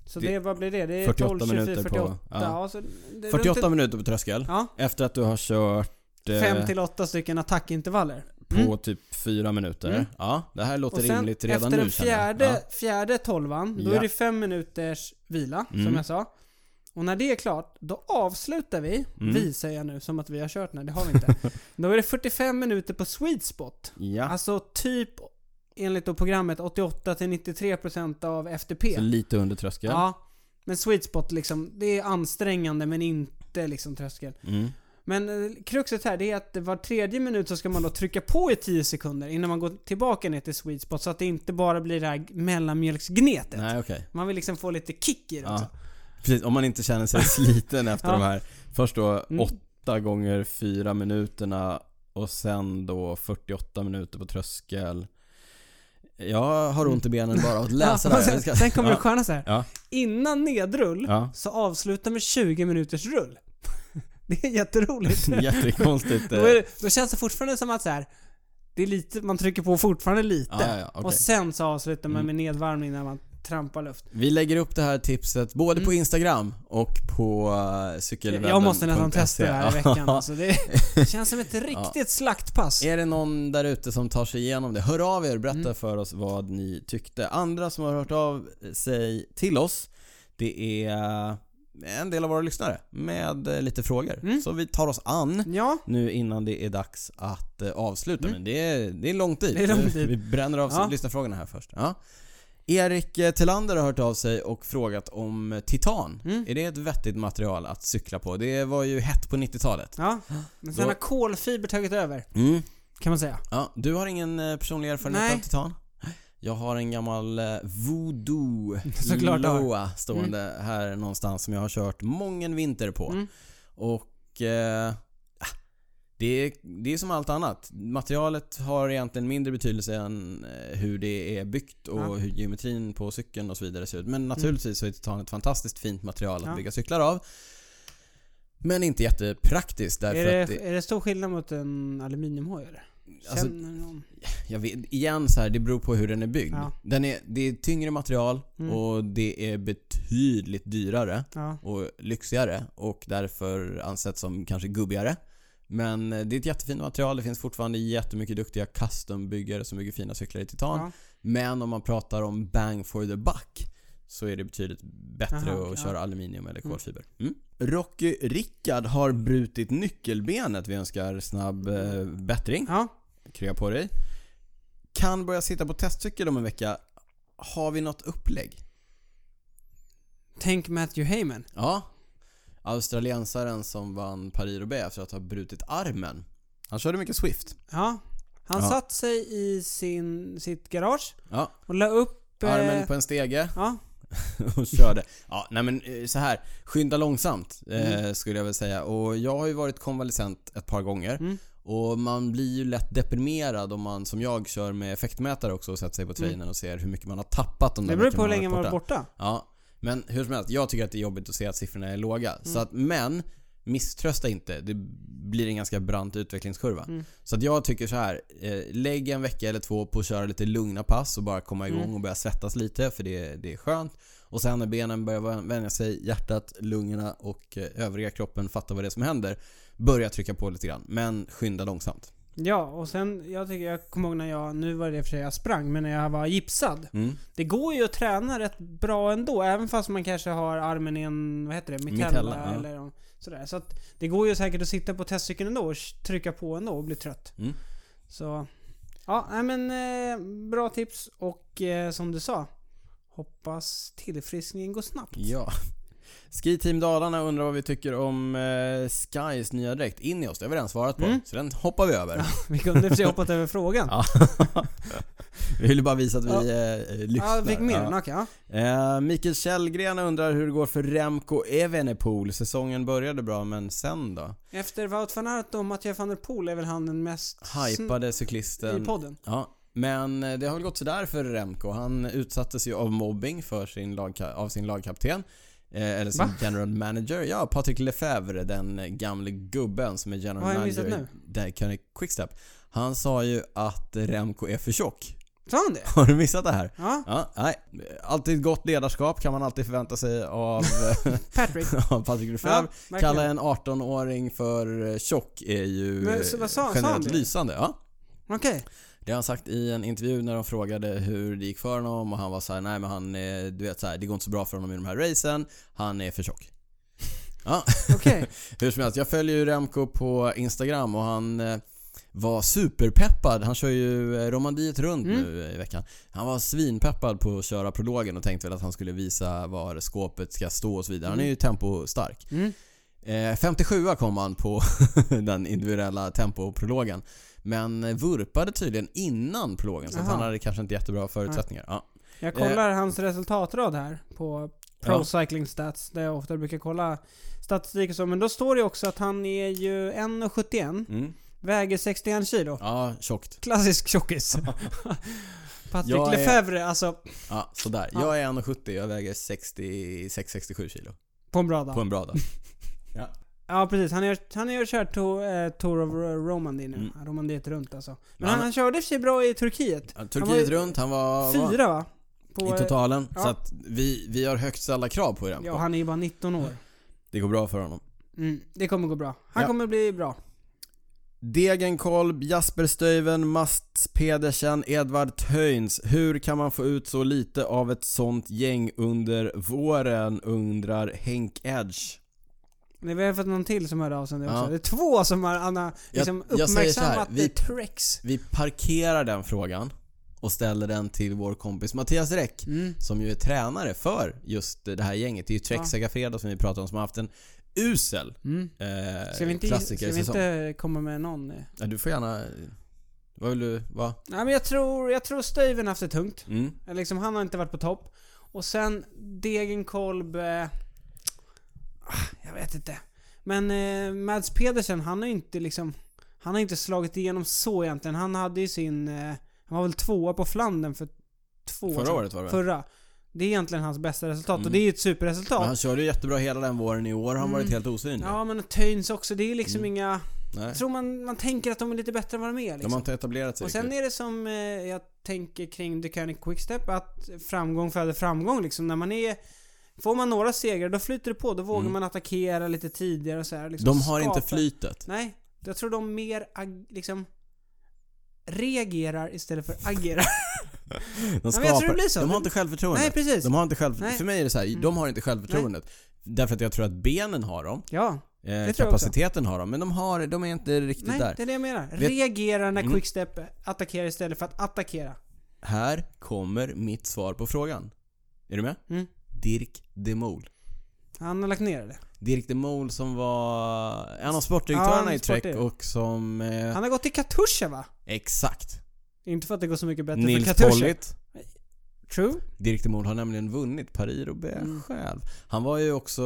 Speaker 1: Så det,
Speaker 2: Det-
Speaker 1: vad blir det? Det är
Speaker 2: 48
Speaker 1: 12, 24,
Speaker 2: minuter på-
Speaker 1: 48.
Speaker 2: ja.
Speaker 1: ja, så det är
Speaker 2: 48
Speaker 1: runt,
Speaker 2: minuter på tröskel.
Speaker 1: Ja,
Speaker 2: Efter att du har kört eh,
Speaker 1: 5 till 8 stycken attackintervaller.
Speaker 2: på typ 4 minuter.
Speaker 1: Mm.
Speaker 2: Ja, det här låter
Speaker 1: Och sen
Speaker 2: rimligt redan
Speaker 1: efter
Speaker 2: nu
Speaker 1: den
Speaker 2: känner jag.
Speaker 1: fjärde,
Speaker 2: Ja.
Speaker 1: fjärde tolvan, då
Speaker 2: Ja.
Speaker 1: är det fem minuters vila,
Speaker 2: Mm.
Speaker 1: som jag sa. Och när det är klart, då avslutar vi.
Speaker 2: Mm.
Speaker 1: Vi säger jag nu, som att vi har kört nu, det har vi inte. då är det 45 minuter på sweet spot.
Speaker 2: ja.
Speaker 1: Alltså typ, enligt då programmet, 88-93% av FTP.
Speaker 2: Så lite under tröskel.
Speaker 1: Ja. Men sweet spot liksom, det är ansträngande men inte liksom tröskel.
Speaker 2: Mm.
Speaker 1: Men eh, kruxet här det är att var tredje minut så ska man då trycka på i 10 sekunder innan man går tillbaka ner till sweet spot så att det inte bara blir det här mellanmjölksgnetet.
Speaker 2: Nej, okej.
Speaker 1: Man vill liksom få lite kick i det också.
Speaker 2: Ja. Precis, om man inte känner sig sliten efter
Speaker 1: Ja.
Speaker 2: de här. Först då
Speaker 1: Mm.
Speaker 2: 8 gånger 4 minuterna och sen då 48 minuter på tröskel. Jag har ont i benen bara av att läsa det
Speaker 1: Mm. Ja,
Speaker 2: här.
Speaker 1: och sen,
Speaker 2: Jag ska-
Speaker 1: sen kommer
Speaker 2: ja.
Speaker 1: det stjärna så här.
Speaker 2: Ja.
Speaker 1: Innan nedrull
Speaker 2: Ja.
Speaker 1: så avsluta med 20 minuters rull. det är jätteroligt.
Speaker 2: Jättekonstigt. eh,
Speaker 1: då, är, det- då känns det fortfarande som att så här, det är lite, man trycker på fortfarande lite.
Speaker 2: Ja, ja, ja, okej.
Speaker 1: Och sen så avslutar man
Speaker 2: Mm.
Speaker 1: med nedvarvning när man trampar luft.
Speaker 2: Vi lägger upp det här tipset både på Instagram och på eh, cykelwebben.se.
Speaker 1: Mm. Jag måste nästan
Speaker 2: E.
Speaker 1: testa det här i veckan.
Speaker 2: Ja.
Speaker 1: Alltså det känns som ett riktigt slaktpass.
Speaker 2: Är det någon där ute som tar sig igenom det? Hör av er, berätta
Speaker 1: Mm.
Speaker 2: för oss vad ni tyckte. Andra som har hört av sig till oss, det är en del av våra lyssnare med eh, lite frågor.
Speaker 1: Mm.
Speaker 2: Så vi tar oss an
Speaker 1: Ja,
Speaker 2: nu innan det är dags att eh, avsluta. Men det är, det är långt dit.
Speaker 1: Mm. Det är lång tid.
Speaker 2: Vi bränner av
Speaker 1: Ja.
Speaker 2: lyssnarfrågorna här först. Ja. Erik eh, Tillander har hört av sig och frågat om titan.
Speaker 1: Mm.
Speaker 2: Är det ett vettigt material att cykla på? Det var ju hett på 90-talet.
Speaker 1: ja. Men sen
Speaker 2: Då-
Speaker 1: har kolfiber tagit över,
Speaker 2: Mm.
Speaker 1: kan man säga.
Speaker 2: Ja, du har ingen eh, personlig erfarenhet
Speaker 1: Nej.
Speaker 2: av titan? Jag har en gammal eh, voodoo
Speaker 1: Såklart du har.
Speaker 2: Loa stående här någonstans som jag har kört mången vinter på.
Speaker 1: Mm.
Speaker 2: Och eh, ah, det, är, det är som allt annat. Materialet har egentligen mindre betydelse än eh, hur det är byggt och
Speaker 1: Ja. Mm.
Speaker 2: hur geometrin på cykeln och så vidare ser ut. Men naturligtvis så är titan ett fantastiskt fint material att
Speaker 1: Ja.
Speaker 2: bygga cyklar av. Men inte jättepraktiskt därför
Speaker 1: Är det,
Speaker 2: att det,
Speaker 1: är det stor skillnad mot en aluminiumhoj eller?
Speaker 2: Alltså,
Speaker 1: Känner någon?
Speaker 2: Jag vet, igen så här, det beror på hur den är byggd.
Speaker 1: Ja.
Speaker 2: Den är, det är tyngre material
Speaker 1: Mm.
Speaker 2: och det är betydligt dyrare
Speaker 1: Ja.
Speaker 2: och lyxigare och därför ansett som kanske gubbigare. Men eh, det är ett jättefint material. Det finns fortfarande jättemycket duktiga custombyggare som bygger fina cyklar i titan.
Speaker 1: Ja.
Speaker 2: Men om man pratar om bang for the buck så är det betydligt bättre
Speaker 1: Aha,
Speaker 2: att
Speaker 1: okej,
Speaker 2: köra aluminium eller kolfiber. Mm. Rocky Rickard har brutit nyckelbenet. Vi önskar snabb eh, bättring
Speaker 1: ja.
Speaker 2: krya på dig. Kan börja sitta på testcykel om en vecka. Har vi något upplägg?
Speaker 1: Tänk Matthew Heyman.
Speaker 2: Ja. Australiensaren som vann paris roubaix efter att ha brutit armen. Han körde mycket Swift.
Speaker 1: Ja. Han
Speaker 2: Ja.
Speaker 1: satt sig i sin, sitt garage
Speaker 2: Ja.
Speaker 1: och la upp... eh,
Speaker 2: Armen på Mm. en stege
Speaker 1: Ja.
Speaker 2: och körde. Ja, nej men eh, så här. Skynda långsamt eh,
Speaker 1: Mm.
Speaker 2: skulle jag väl säga. Och jag har ju varit konvalescent ett par gånger.
Speaker 1: Mm.
Speaker 2: Och man blir ju lätt deprimerad om man som jag kör med effektmätare också och sätter sig på trainen och ser hur mycket man har tappat de där
Speaker 1: Mm. Det beror
Speaker 2: veckorna
Speaker 1: på hur
Speaker 2: har
Speaker 1: länge man
Speaker 2: Mm. borta.
Speaker 1: var borta. Mm.
Speaker 2: Ja, men hur som helst. Jag tycker att det är jobbigt att se att siffrorna är låga. Så att, men misströsta inte. Det blir en ganska brant utvecklingskurva.
Speaker 1: Mm.
Speaker 2: Så att jag tycker så här, eh, lägg en vecka eller två på att köra lite lugna pass och bara komma igång
Speaker 1: Mm.
Speaker 2: och börja svettas lite för det, det är skönt. Och sen när benen börjar vän- vänja sig, hjärtat, lungorna och eh, övriga kroppen fattar vad det är som händer. Börja trycka på lite grann, men skynda långsamt.
Speaker 1: Ja, och sen, jag tycker, jag kommer ihåg när jag, nu var det i och för sig jag sprang, men när jag var gipsad.
Speaker 2: Mm.
Speaker 1: Det går ju att träna rätt bra ändå, även fast man kanske har armen i en, vad heter det, mitella,
Speaker 2: Mitella, ja.
Speaker 1: eller om- sådär. Så att det går ju säkert att sitta på testcykeln ändå och trycka på ändå och bli trött.
Speaker 2: Mm.
Speaker 1: Så, ja, nej men eh, bra tips och eh, som du sa, hoppas tillfriskningen går snabbt.
Speaker 2: Ja. Ski Team Dalarna undrar vad vi tycker om eh, Skys nya dräkt. In i oss, det har vi redan svarat på.
Speaker 1: Mm.
Speaker 2: Så den hoppar vi över.
Speaker 1: Vi kunde i och för sig hoppat över frågan.
Speaker 2: Ja. vi ville bara visa att vi
Speaker 1: Ja.
Speaker 2: eh, lyssnar.
Speaker 1: Ja, vi fick med den,
Speaker 2: Ja.
Speaker 1: okej. Ja.
Speaker 2: Eh, Mikael Källgren undrar hur det går för Remco Evenepoel. Säsongen började bra, men sen då?
Speaker 1: Efter Wout van Aert och Mattias van der Poel är väl han den mest sn-
Speaker 2: Hypade
Speaker 1: i
Speaker 2: cyklisten.
Speaker 1: podden.
Speaker 2: Ja. Men eh, det har väl gått sådär för Remco. Han utsattes ju av mobbing för sin lagka- av sin lagkapten. Eh, eller sin
Speaker 1: Va?
Speaker 2: general manager. Ja, Patrik Lefebvre, den gamle gubben som är general
Speaker 1: Vad har jag missat
Speaker 2: manager i Daikane Quickstep. Han sa ju att Remco är för tjock.
Speaker 1: Sa han det?
Speaker 2: Har du missat det här?
Speaker 1: Ja,
Speaker 2: Ja, nej. Alltid gott ledarskap kan man alltid förvänta sig av,
Speaker 1: Patrick.
Speaker 2: av Patrik
Speaker 1: Ja,
Speaker 2: Lefebvre.
Speaker 1: verkligen.
Speaker 2: Kalla en 18-åring för eh, tjock är ju
Speaker 1: Men så vad sa-
Speaker 2: eh,
Speaker 1: sa han
Speaker 2: generellt
Speaker 1: det?
Speaker 2: lysande. Ja.
Speaker 1: Okej.
Speaker 2: Det har han sagt i en intervju när de frågade hur det gick för honom och han var så här, nej men han, eh, du vet så här, det går inte så bra för honom i de här racen, han är för tjock. Ja,
Speaker 1: Okej.
Speaker 2: hur som helst, jag följer ju Remco på Instagram och han eh, var superpeppad. Han kör ju eh, Romandiet runt
Speaker 1: Mm.
Speaker 2: nu eh, i veckan. Han var svinpeppad på att köra prologen och tänkte väl att han skulle visa var skåpet ska stå och så vidare. Han är ju tempostark.
Speaker 1: Mm.
Speaker 2: Eh, 57 kom han på den individuella tempoprologen. Men eh, vurpade tydligen innan prologen så att
Speaker 1: Aha.
Speaker 2: han hade kanske inte jättebra förutsättningar. Ja.
Speaker 1: Jag kollar hans resultatrad här på Pro
Speaker 2: Eh. Ja.
Speaker 1: Cycling Stats, där jag ofta brukar kolla statistik och så. Men då står det också att han är ju 1,71,
Speaker 2: Mm.
Speaker 1: väger 61 kilo.
Speaker 2: ja, tjockt.
Speaker 1: Klassisk tjockis. Patrik
Speaker 2: Jag är-
Speaker 1: Lefebvre, alltså,
Speaker 2: Ja, sådär.
Speaker 1: Ja.
Speaker 2: Jag är 1,70 jag väger 66-67 kilo.
Speaker 1: på en bra dag.
Speaker 2: På en bra dag.
Speaker 1: Ja, precis. Han har han har ju kört to, eh, Tour of Romandie nu.
Speaker 2: Mm.
Speaker 1: Romandiet runt alltså. Men
Speaker 2: Men
Speaker 1: han,
Speaker 2: han-
Speaker 1: han körde sig bra i Turkiet.
Speaker 2: Ja,
Speaker 1: Han var
Speaker 2: Turkiet
Speaker 1: ju
Speaker 2: runt, han var... var
Speaker 1: Fyra va? På,
Speaker 2: I totalen.
Speaker 1: Ja.
Speaker 2: Så att vi, vi har högt ställda krav på Remco.
Speaker 1: ja, han är ju bara 19 år.
Speaker 2: Det går bra för honom.
Speaker 1: Mm, det kommer gå bra. Han
Speaker 2: Ja.
Speaker 1: kommer bli bra.
Speaker 2: Degenkolb, Jasper Stuyven, Mats Pedersen, Edvard Töjns. Hur kan man få ut så lite av ett sånt gäng under våren? Undrar Henk Edge.
Speaker 1: Nej, vi har fått någon till som hörde av sig nu också.
Speaker 2: Ja.
Speaker 1: Det är två som har Anna, liksom
Speaker 2: jag säger så här,
Speaker 1: uppmärksammat
Speaker 2: vi-
Speaker 1: The Trex.
Speaker 2: Vi parkerar den frågan och ställer den till vår kompis Mattias Räck.
Speaker 1: Mm.
Speaker 2: Som ju är tränare för just det här gänget. Det är ju
Speaker 1: Ja.
Speaker 2: Trek Fredag som vi pratar om som har haft en usel
Speaker 1: Mm.
Speaker 2: eh,
Speaker 1: Ska vi inte, ska vi
Speaker 2: klassikersäsong.
Speaker 1: inte komma med någon? eh?
Speaker 2: Ja, du får gärna... Vad vill du? Va?
Speaker 1: Nej men jag tror, jag tror Stöven haft det tungt.
Speaker 2: Mm.
Speaker 1: Eller Liksom, han har inte varit på topp. Och sen Degenkolb... Eh, ah, jag vet inte. Men eh, Mads Pedersen, han har ju inte liksom... Han har inte slagit igenom så egentligen. Han hade ju sin... Eh, han var väl tvåa på Flandern för två år
Speaker 2: Förra
Speaker 1: sedan.
Speaker 2: året var det väl?
Speaker 1: Förra. Det är egentligen hans bästa resultat och
Speaker 2: Mm.
Speaker 1: det är ju ett
Speaker 2: Men
Speaker 1: superresultat.
Speaker 2: han körde ju jättebra hela den våren i år. Har Han
Speaker 1: Mm.
Speaker 2: varit helt osynlig.
Speaker 1: Ja men och Töjns också, det är liksom
Speaker 2: Mm.
Speaker 1: inga...
Speaker 2: Nej.
Speaker 1: Jag tror man, man tänker att de är lite bättre än vad de är
Speaker 2: De har
Speaker 1: liksom.
Speaker 2: inte etablerat sig
Speaker 1: Och sen
Speaker 2: riktigt.
Speaker 1: är det som eh, jag tänker kring The König Quickstep, att framgång föder framgång liksom. När man är... Får man några segrar, då flyter det på. Då vågar
Speaker 2: Mm.
Speaker 1: man attackera lite tidigare och så här, liksom
Speaker 2: De har
Speaker 1: skapa-
Speaker 2: inte flytet.
Speaker 1: Nej. Jag tror de mer ag- liksom... Reagerar istället för agerar.
Speaker 2: De,
Speaker 1: tror det
Speaker 2: skapar-
Speaker 1: blir så.
Speaker 2: de har inte självförtroende.
Speaker 1: Nej, precis.
Speaker 2: De har inte själv...
Speaker 1: Nej.
Speaker 2: För mig är det så här, de har inte självförtroendet. Därför att jag tror att benen har dem.
Speaker 1: Ja.
Speaker 2: Eh,
Speaker 1: jag
Speaker 2: kapaciteten har dem. Men de, har, de är inte riktigt
Speaker 1: Nej,
Speaker 2: där.
Speaker 1: det är det jag menar.
Speaker 2: Vet-
Speaker 1: Reagera när
Speaker 2: Mm.
Speaker 1: Quickstep attackerar istället för att attackera.
Speaker 2: Här kommer mitt svar på frågan. Är du med?
Speaker 1: Mm.
Speaker 2: Dirk de Mol.
Speaker 1: Han har lagt ner det.
Speaker 2: Dirk de Mol som var en av
Speaker 1: Ja, han
Speaker 2: sportdirektörerna
Speaker 1: är
Speaker 2: i Trek
Speaker 1: sportdirektör.
Speaker 2: och som... Eh,
Speaker 1: Han har gått till Katusha va?
Speaker 2: exakt.
Speaker 1: Inte för att det går så mycket bättre
Speaker 2: Nils
Speaker 1: för Katusha.
Speaker 2: Pollitt.
Speaker 1: True.
Speaker 2: Dirk de Mol har nämligen vunnit paris och
Speaker 1: Mm.
Speaker 2: själv. Han var ju också,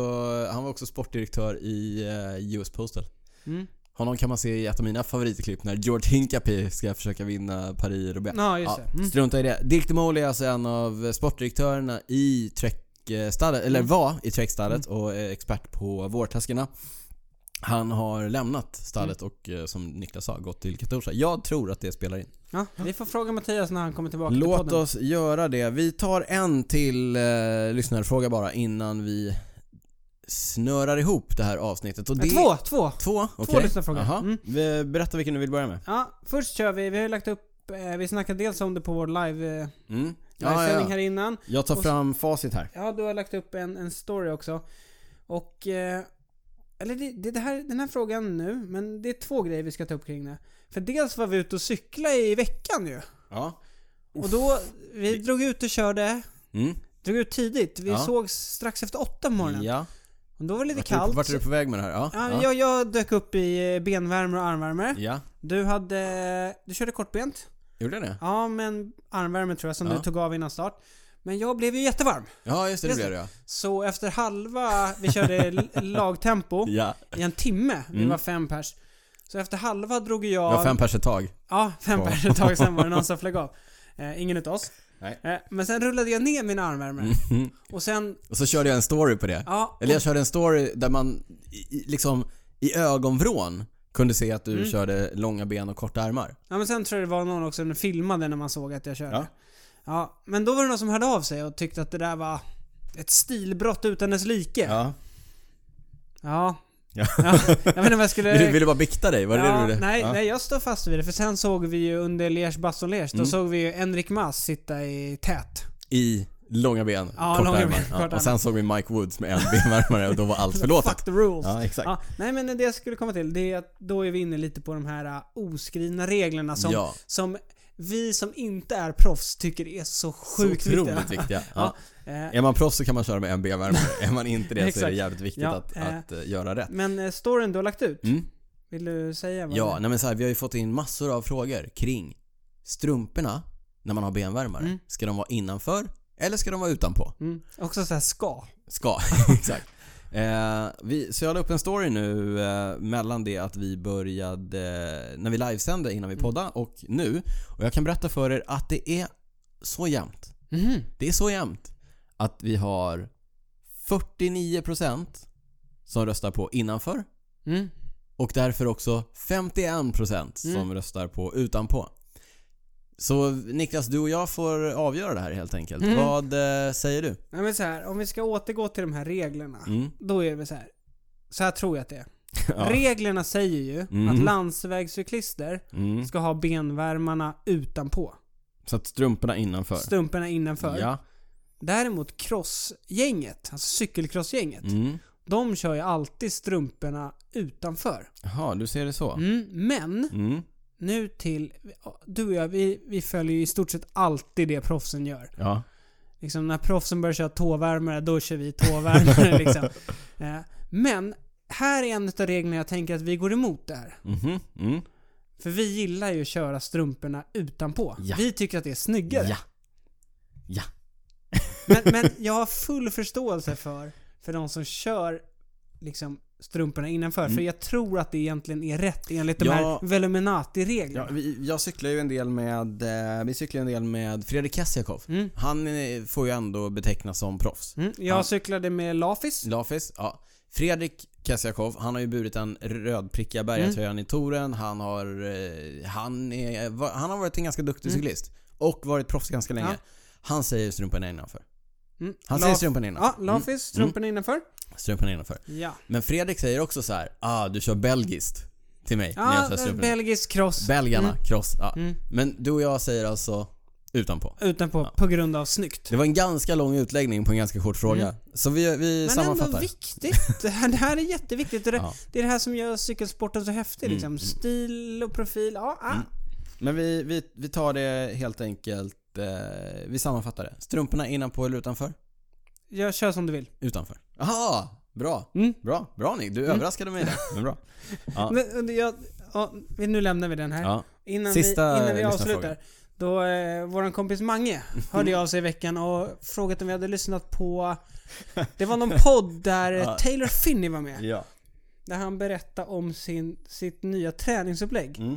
Speaker 2: han var också sportdirektör i eh, US Postal.
Speaker 1: Mm.
Speaker 2: Honom kan man se i ett av mina favoritklipp när George Hincapie ska försöka vinna paris roubaix
Speaker 1: Ja, just det. Mm.
Speaker 2: Strunta i det. Dirk de Mol är alltså en av sportdirektörerna i Trek-stallet, eller
Speaker 1: Mm.
Speaker 2: var i Trek-stallet och är expert på vårtaskerna. Han har lämnat stallet
Speaker 1: Mm.
Speaker 2: och eh, som Niklas sa, gått till Katusha. Jag tror att det spelar in.
Speaker 1: Ja, vi får fråga Mattias när han kommer tillbaka till
Speaker 2: Låt
Speaker 1: podden.
Speaker 2: oss göra det. Vi tar en till eh, lyssnarfråga bara innan vi snörar ihop det här avsnittet. Och
Speaker 1: Nej,
Speaker 2: det...
Speaker 1: Eh, Två, två!
Speaker 2: Två? Okej.
Speaker 1: lyssnarfrågor.
Speaker 2: Jaha.
Speaker 1: Mm.
Speaker 2: Vi- Berätta vilken du vill börja med.
Speaker 1: Ja, först kör vi. Vi har ju lagt upp, eh, vi snackade dels om det på vår live, eh,
Speaker 2: Mm. Ja,
Speaker 1: livesändning
Speaker 2: ja, ja.
Speaker 1: här innan.
Speaker 2: Jag tar
Speaker 1: Och-
Speaker 2: fram facit här.
Speaker 1: Ja, du har lagt upp en, en story också. Och... Eh, eller det, det, det här, den här frågan nu, men det är två grejer vi ska ta upp kring det. För dels var vi ute och cykla i veckan ju.
Speaker 2: Ja.
Speaker 1: Och då, vi drog ut och körde.
Speaker 2: Mm.
Speaker 1: Drog ut tidigt. Vi
Speaker 2: Ja.
Speaker 1: sågs strax efter åtta på morgonen.
Speaker 2: Ja.
Speaker 1: Och då var det lite
Speaker 2: Vart är du-
Speaker 1: kallt.
Speaker 2: Vart är du på väg med det här? Ja.
Speaker 1: ja, jag, jag dök upp i eh, benvärme och armvärme.
Speaker 2: ja.
Speaker 1: Du hade... Du körde kortbent.
Speaker 2: Gjorde jag det?
Speaker 1: Ja, men armvärme tror jag som
Speaker 2: Ja.
Speaker 1: du tog av innan start. Men jag blev ju jättevarm.
Speaker 2: Ja, just det. Det
Speaker 1: Just
Speaker 2: blev det ja.
Speaker 1: Så efter halva... Vi körde l- lagtempo.
Speaker 2: Ja.
Speaker 1: i en timme. Vi
Speaker 2: Mm.
Speaker 1: var fem pers. Så efter halva drog ju
Speaker 2: Det
Speaker 1: jag...
Speaker 2: var fem pers ett tag.
Speaker 1: Ja, fem
Speaker 2: Ja.
Speaker 1: pers ett tag sen var det någon som flög av. Eh, ingen utav oss.
Speaker 2: Nej.
Speaker 1: Eh, men sen rullade jag ner mina armvärme.
Speaker 2: Mhm.
Speaker 1: Och sen...
Speaker 2: Och så körde jag en story på det.
Speaker 1: Ja,
Speaker 2: Eller jag körde en story där man i, i- liksom i ögonvrån kunde se att du
Speaker 1: Mm.
Speaker 2: körde långa ben och korta armar.
Speaker 1: ja, men sen tror jag det var någon också som filmade när man såg att jag körde.
Speaker 2: Ja.
Speaker 1: Ja. men då var det någon som hörde av sig och tyckte att det där var ett stilbrott utan dess like. Ja. Ja.
Speaker 2: Ja.
Speaker 1: Jag vet inte vad jag skulle...
Speaker 2: Vill, du- vill du bara bikta dig? Var det det du ville?
Speaker 1: nej,
Speaker 2: ja.
Speaker 1: nej, jag står fast vid det. För sen såg vi ju under Liers Baston Liers, då
Speaker 2: Mm.
Speaker 1: såg vi ju Enrik Mas sitta i tät.
Speaker 2: I långa ben,
Speaker 1: Ja,
Speaker 2: korta
Speaker 1: långa ben,
Speaker 2: armar.
Speaker 1: korta
Speaker 2: ja. Och sen såg vi Mike Woods med en benvärmare och då var allt förlåtet.
Speaker 1: Fuck the rules.
Speaker 2: Ja, exakt.
Speaker 1: Ja, nej men det jag skulle komma till, det är att då är vi inne lite på de här äh, oskrivna reglerna som,
Speaker 2: Ja.
Speaker 1: som vi som inte är proffs tycker är så
Speaker 2: Så
Speaker 1: sjukt viktiga.
Speaker 2: otroligt viktiga. Ja.
Speaker 1: Ja, eh,
Speaker 2: Är man proffs så kan man köra med en benvärmare. är man inte det så är det
Speaker 1: Exakt.
Speaker 2: jävligt viktigt
Speaker 1: Ja,
Speaker 2: att,
Speaker 1: eh.
Speaker 2: att eh, göra rätt.
Speaker 1: men eh, storyn du har lagt ut,
Speaker 2: Mm.
Speaker 1: vill du säga vad
Speaker 2: Ja,
Speaker 1: det
Speaker 2: nej men så här, vi har ju fått in massor av frågor kring strumporna när man har benvärmare.
Speaker 1: Mm.
Speaker 2: Ska de vara innanför eller ska de vara utanpå?
Speaker 1: är? Mm. Också såhär ska.
Speaker 2: Ska, exakt. Eh, vi, så jag la upp en story nu eh, mellan det att vi började, eh, när vi livesände innan vi
Speaker 1: Mm.
Speaker 2: poddade och nu. Och jag kan berätta för er att det är så jämnt.
Speaker 1: Mhm.
Speaker 2: Det är så jämnt att vi har 49% som röstar på innanför
Speaker 1: Mm.
Speaker 2: och därför också 51% som
Speaker 1: Mm.
Speaker 2: röstar på utanpå. Så Niklas, du och jag får avgöra det här helt enkelt.
Speaker 1: Mm.
Speaker 2: Vad eh, säger du?
Speaker 1: Nej men så här, om vi ska återgå till de här reglerna,
Speaker 2: Mm.
Speaker 1: då är det så här. Så här tror jag att det är.
Speaker 2: Ja.
Speaker 1: Reglerna säger ju att
Speaker 2: Mhm.
Speaker 1: landsvägscyklister
Speaker 2: Mm.
Speaker 1: ska ha benvärmarna utanpå.
Speaker 2: Så att strumporna innanför.
Speaker 1: Strumporna innanför.
Speaker 2: Ja.
Speaker 1: Däremot crossgänget, alltså cykelcrossgänget,
Speaker 2: Mm.
Speaker 1: de kör ju alltid strumporna utanför.
Speaker 2: Jaha, du ser det så.
Speaker 1: Mm, men
Speaker 2: Mm.
Speaker 1: nu till, du och jag, vi, vi följer ju i stort sett alltid det proffsen gör.
Speaker 2: Ja.
Speaker 1: Liksom när proffsen börjar köra tåvärmare, då kör vi tåvärmare liksom. Eh, Men här är en av reglerna jag tänker att vi går emot där.
Speaker 2: Mhm. Mm.
Speaker 1: För vi gillar ju att köra strumporna utanpå.
Speaker 2: Ja.
Speaker 1: Vi tycker att det är snyggare.
Speaker 2: Ja. Ja.
Speaker 1: Men, men jag har full förståelse för, för de som kör liksom strumporna innanför. För jag tror att det egentligen är rätt enligt de
Speaker 2: Mm. Ja.
Speaker 1: här Veluminati-reglerna.
Speaker 2: Ja, vi, jag cyklar ju en del med, eh, vi cyklar en del med Fredrik Kessiakoff.
Speaker 1: Mm.
Speaker 2: Han eh, får ju ändå betecknas som proffs.
Speaker 1: Mm, jag
Speaker 2: Ja.
Speaker 1: cyklade med Lafis.
Speaker 2: Lafis, ja. Fredrik Kessiakoff, han har ju burit den rödprickiga bergatröjan
Speaker 1: Mm.
Speaker 2: i touren. Han har, eh, han, är, va- han har varit en ganska duktig cyklist. Och varit proffs ganska länge.
Speaker 1: Mm. Ja.
Speaker 2: Han säger strumporna innanför.
Speaker 1: Mm.
Speaker 2: Han
Speaker 1: Laf-
Speaker 2: säger strumporna innanför.
Speaker 1: Ja, Lafis, strumporna innanför.
Speaker 2: Mm. Strumporna innanför.
Speaker 1: Ja.
Speaker 2: Men Fredrik säger också så här: ah du kör belgiskt. Till mig. när jag
Speaker 1: Ja,
Speaker 2: kör strumporna.
Speaker 1: belgisk cross.
Speaker 2: Belgarna,
Speaker 1: Mm.
Speaker 2: cross. Ja.
Speaker 1: Mm.
Speaker 2: Men du och jag säger alltså utanpå.
Speaker 1: Utanpå, på grund av snyggt.
Speaker 2: Det var en ganska lång utläggning på en ganska kort fråga. Så vi, vi
Speaker 1: Mm. Men ändå
Speaker 2: sammanfattar.
Speaker 1: viktigt. Det här, det här är jätteviktigt. Det,
Speaker 2: Ja. Mm,
Speaker 1: det är det här som gör cykelsporten så häftig liksom. Stil och profil. Ja, ah.
Speaker 2: Men vi, vi, vi tar det helt enkelt, eh, vi sammanfattar det. Strumporna innanpå eller utanför?
Speaker 1: Jag kör som du vill.
Speaker 2: Utanför. Aha, bra.
Speaker 1: Mm.
Speaker 2: Bra, bra Nick. Du överraskade mig där. Men bra. Ja.
Speaker 1: Men, och jag, ja, vi- nu lämnar vi den här.
Speaker 2: Ja.
Speaker 1: Innan
Speaker 2: Sista eh,
Speaker 1: vi, innan vi
Speaker 2: lyssnarfrågan.
Speaker 1: avslutar. Då, eh, våran kompis Mange hörde av sig i veckan och frågade om vi hade lyssnat på... Det var någon podd där eh, Taylor Finney var med.
Speaker 2: ja.
Speaker 1: Där han berättade om sin, sitt nya träningsupplägg.
Speaker 2: Mm.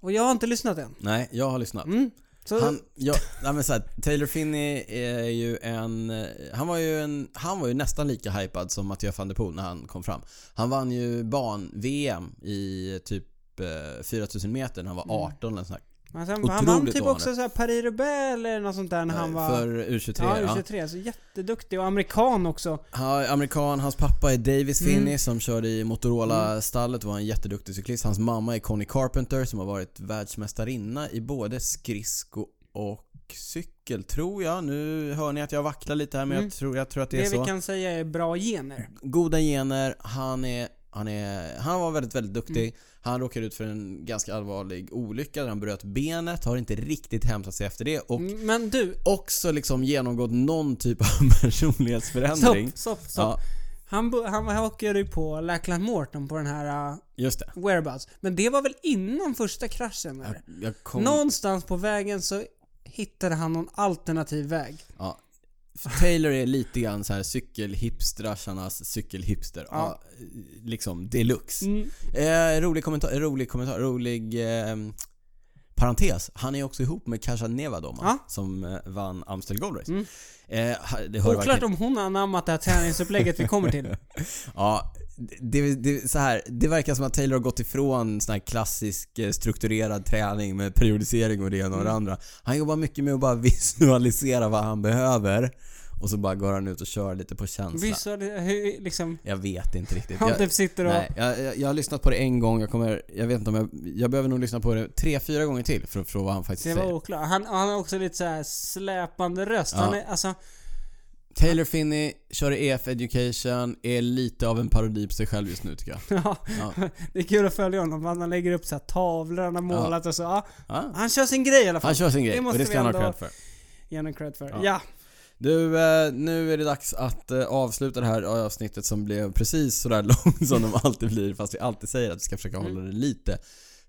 Speaker 1: Och jag har inte lyssnat än.
Speaker 2: Nej, jag har lyssnat.
Speaker 1: Mm. Så,
Speaker 2: Han, ja, nej men så här, Taylor Finney är ju en... eh, Han var ju, en, han var ju nästan lika hypad som Mathieu van der Poel när han kom fram. Han vann ju barn-VM i typ eh, 4000 meter när han
Speaker 1: Mm.
Speaker 2: var 18 eller sånt
Speaker 1: men sen, han vann
Speaker 2: otroligt
Speaker 1: typ
Speaker 2: vanlig.
Speaker 1: också så här Paris-Roubaix eller något sånt där när
Speaker 2: där.
Speaker 1: han var...
Speaker 2: För U23
Speaker 1: ja,
Speaker 2: ja.
Speaker 1: 23 Så jätteduktig och amerikan också.
Speaker 2: Han är amerikan, hans pappa är Davis
Speaker 1: Mm.
Speaker 2: Finney som körde i Motorola-stallet och var en jätteduktig cyklist. Hans mamma är Connie Carpenter som har varit världsmästarinna i både skridsko och cykel, tror jag. Nu hör ni att jag vacklar lite här men
Speaker 1: Mm.
Speaker 2: jag, tror, jag tror att det,
Speaker 1: Det,
Speaker 2: är så.
Speaker 1: vi kan säga är bra gener.
Speaker 2: Goda gener, han är han, är, han var väldigt, väldigt duktig. Han råkade ut för en ganska allvarlig olycka där han bröt benet. Har inte riktigt hämtat sig efter det. Och
Speaker 1: Men du,
Speaker 2: också liksom genomgått någon typ av personlighetsförändring.
Speaker 1: stopp, stopp, stopp.
Speaker 2: Ja,
Speaker 1: Han, bo- han hakade ju på Lackland Morton på den här uh,
Speaker 2: just det.
Speaker 1: whereabouts. Men det var väl innan första kraschen?
Speaker 2: Jag,
Speaker 1: Eller?
Speaker 2: jag kom...
Speaker 1: Någonstans på vägen så hittade han någon alternativ väg.
Speaker 2: Ja. Taylor är lite grann så här cykelhipstrarnas cykelhipster.
Speaker 1: Ja.
Speaker 2: Ja. Liksom deluxe.
Speaker 1: Mm.
Speaker 2: Eh, rolig kommentar, rolig kommentar, rolig eh, parentes. Han är också ihop med Kasia Nevadoma
Speaker 1: Ja.
Speaker 2: som eh, vann Amstel Gold Race.
Speaker 1: Mm.
Speaker 2: Eh, ha- det hör
Speaker 1: Oklart
Speaker 2: verkligen.
Speaker 1: om hon har anammat det här träningsupplägget vi kommer till.
Speaker 2: Ja, det, det, så här, det verkar som att Taylor har gått ifrån sån här klassisk eh, strukturerad träning med periodisering och det ena och
Speaker 1: Mm.
Speaker 2: det andra. Han jobbar mycket med att bara visualisera vad han behöver och så bara går han ut och kör lite på känsla.
Speaker 1: Visual, hur, liksom,
Speaker 2: Jag vet inte riktigt.
Speaker 1: han
Speaker 2: Jag-
Speaker 1: typ sitter och...
Speaker 2: Nej, jag, jag, jag har lyssnat på det en gång, jag kommer, jag vet inte om jag, jag behöver nog lyssna på det tre, fyra gånger till för att förstå vad han faktiskt
Speaker 1: Det var
Speaker 2: säger.
Speaker 1: oklart. Han, han har också lite så här släpande röst. Han
Speaker 2: Ja.
Speaker 1: är, alltså,
Speaker 2: Taylor Finney kör EF Education, är lite av en parodi på sig själv just nu tycker jag.
Speaker 1: ja,
Speaker 2: Ja.
Speaker 1: det är kul att följa honom. för Han lägger upp så här tavlor han har målat och så. Ja,
Speaker 2: Ja.
Speaker 1: han kör sin grej i alla fall.
Speaker 2: Han kör sin
Speaker 1: Det
Speaker 2: grej och
Speaker 1: måste
Speaker 2: det
Speaker 1: vi
Speaker 2: ska han ha
Speaker 1: ändå-
Speaker 2: cred för.
Speaker 1: Ge honom cred för. Ja.
Speaker 2: Ja. Du, eh, nu är det dags att eh, avsluta det här avsnittet som blev precis sådär långt som de alltid blir fast vi alltid säger att vi ska försöka hålla det lite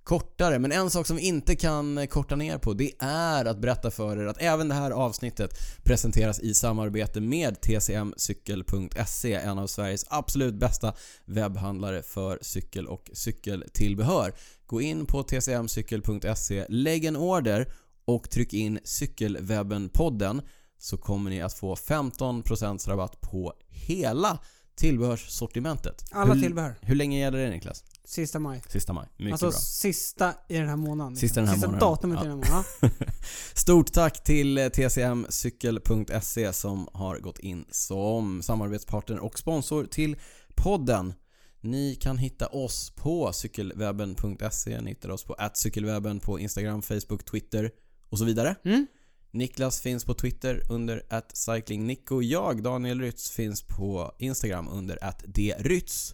Speaker 2: kortare. Men en sak som vi inte kan eh, korta ner på det är att berätta för er att även det här avsnittet presenteras i samarbete med tcmcykel.se, E, en av Sveriges absolut bästa webbhandlare för cykel och cykeltillbehör. Gå in på tcmcykel.se, E, lägg en order och tryck in Cykelwebben-podden så kommer ni att få 15% rabatt på hela tillbehörssortimentet.
Speaker 1: Alla
Speaker 2: hur,
Speaker 1: tillbehör.
Speaker 2: Hur länge gäller det Niklas?
Speaker 1: Sista maj.
Speaker 2: Sista maj. Mycket
Speaker 1: alltså
Speaker 2: bra.
Speaker 1: sista i den här månaden. liksom.
Speaker 2: Sista den här
Speaker 1: sista
Speaker 2: månaden.
Speaker 1: datumet
Speaker 2: Ja.
Speaker 1: i den här månaden. Ja.
Speaker 2: Stort tack till eh, tcmcykel.se E som har gått in som samarbetspartner och sponsor till podden. Ni kan hitta oss på cykelwebben.se, E. ni hittar oss på cykelwebben på Instagram, Facebook, Twitter och så vidare.
Speaker 1: Mm.
Speaker 2: Niklas finns på Twitter under cyclingnico. Jag, Daniel Rytz, finns på Instagram under drytz.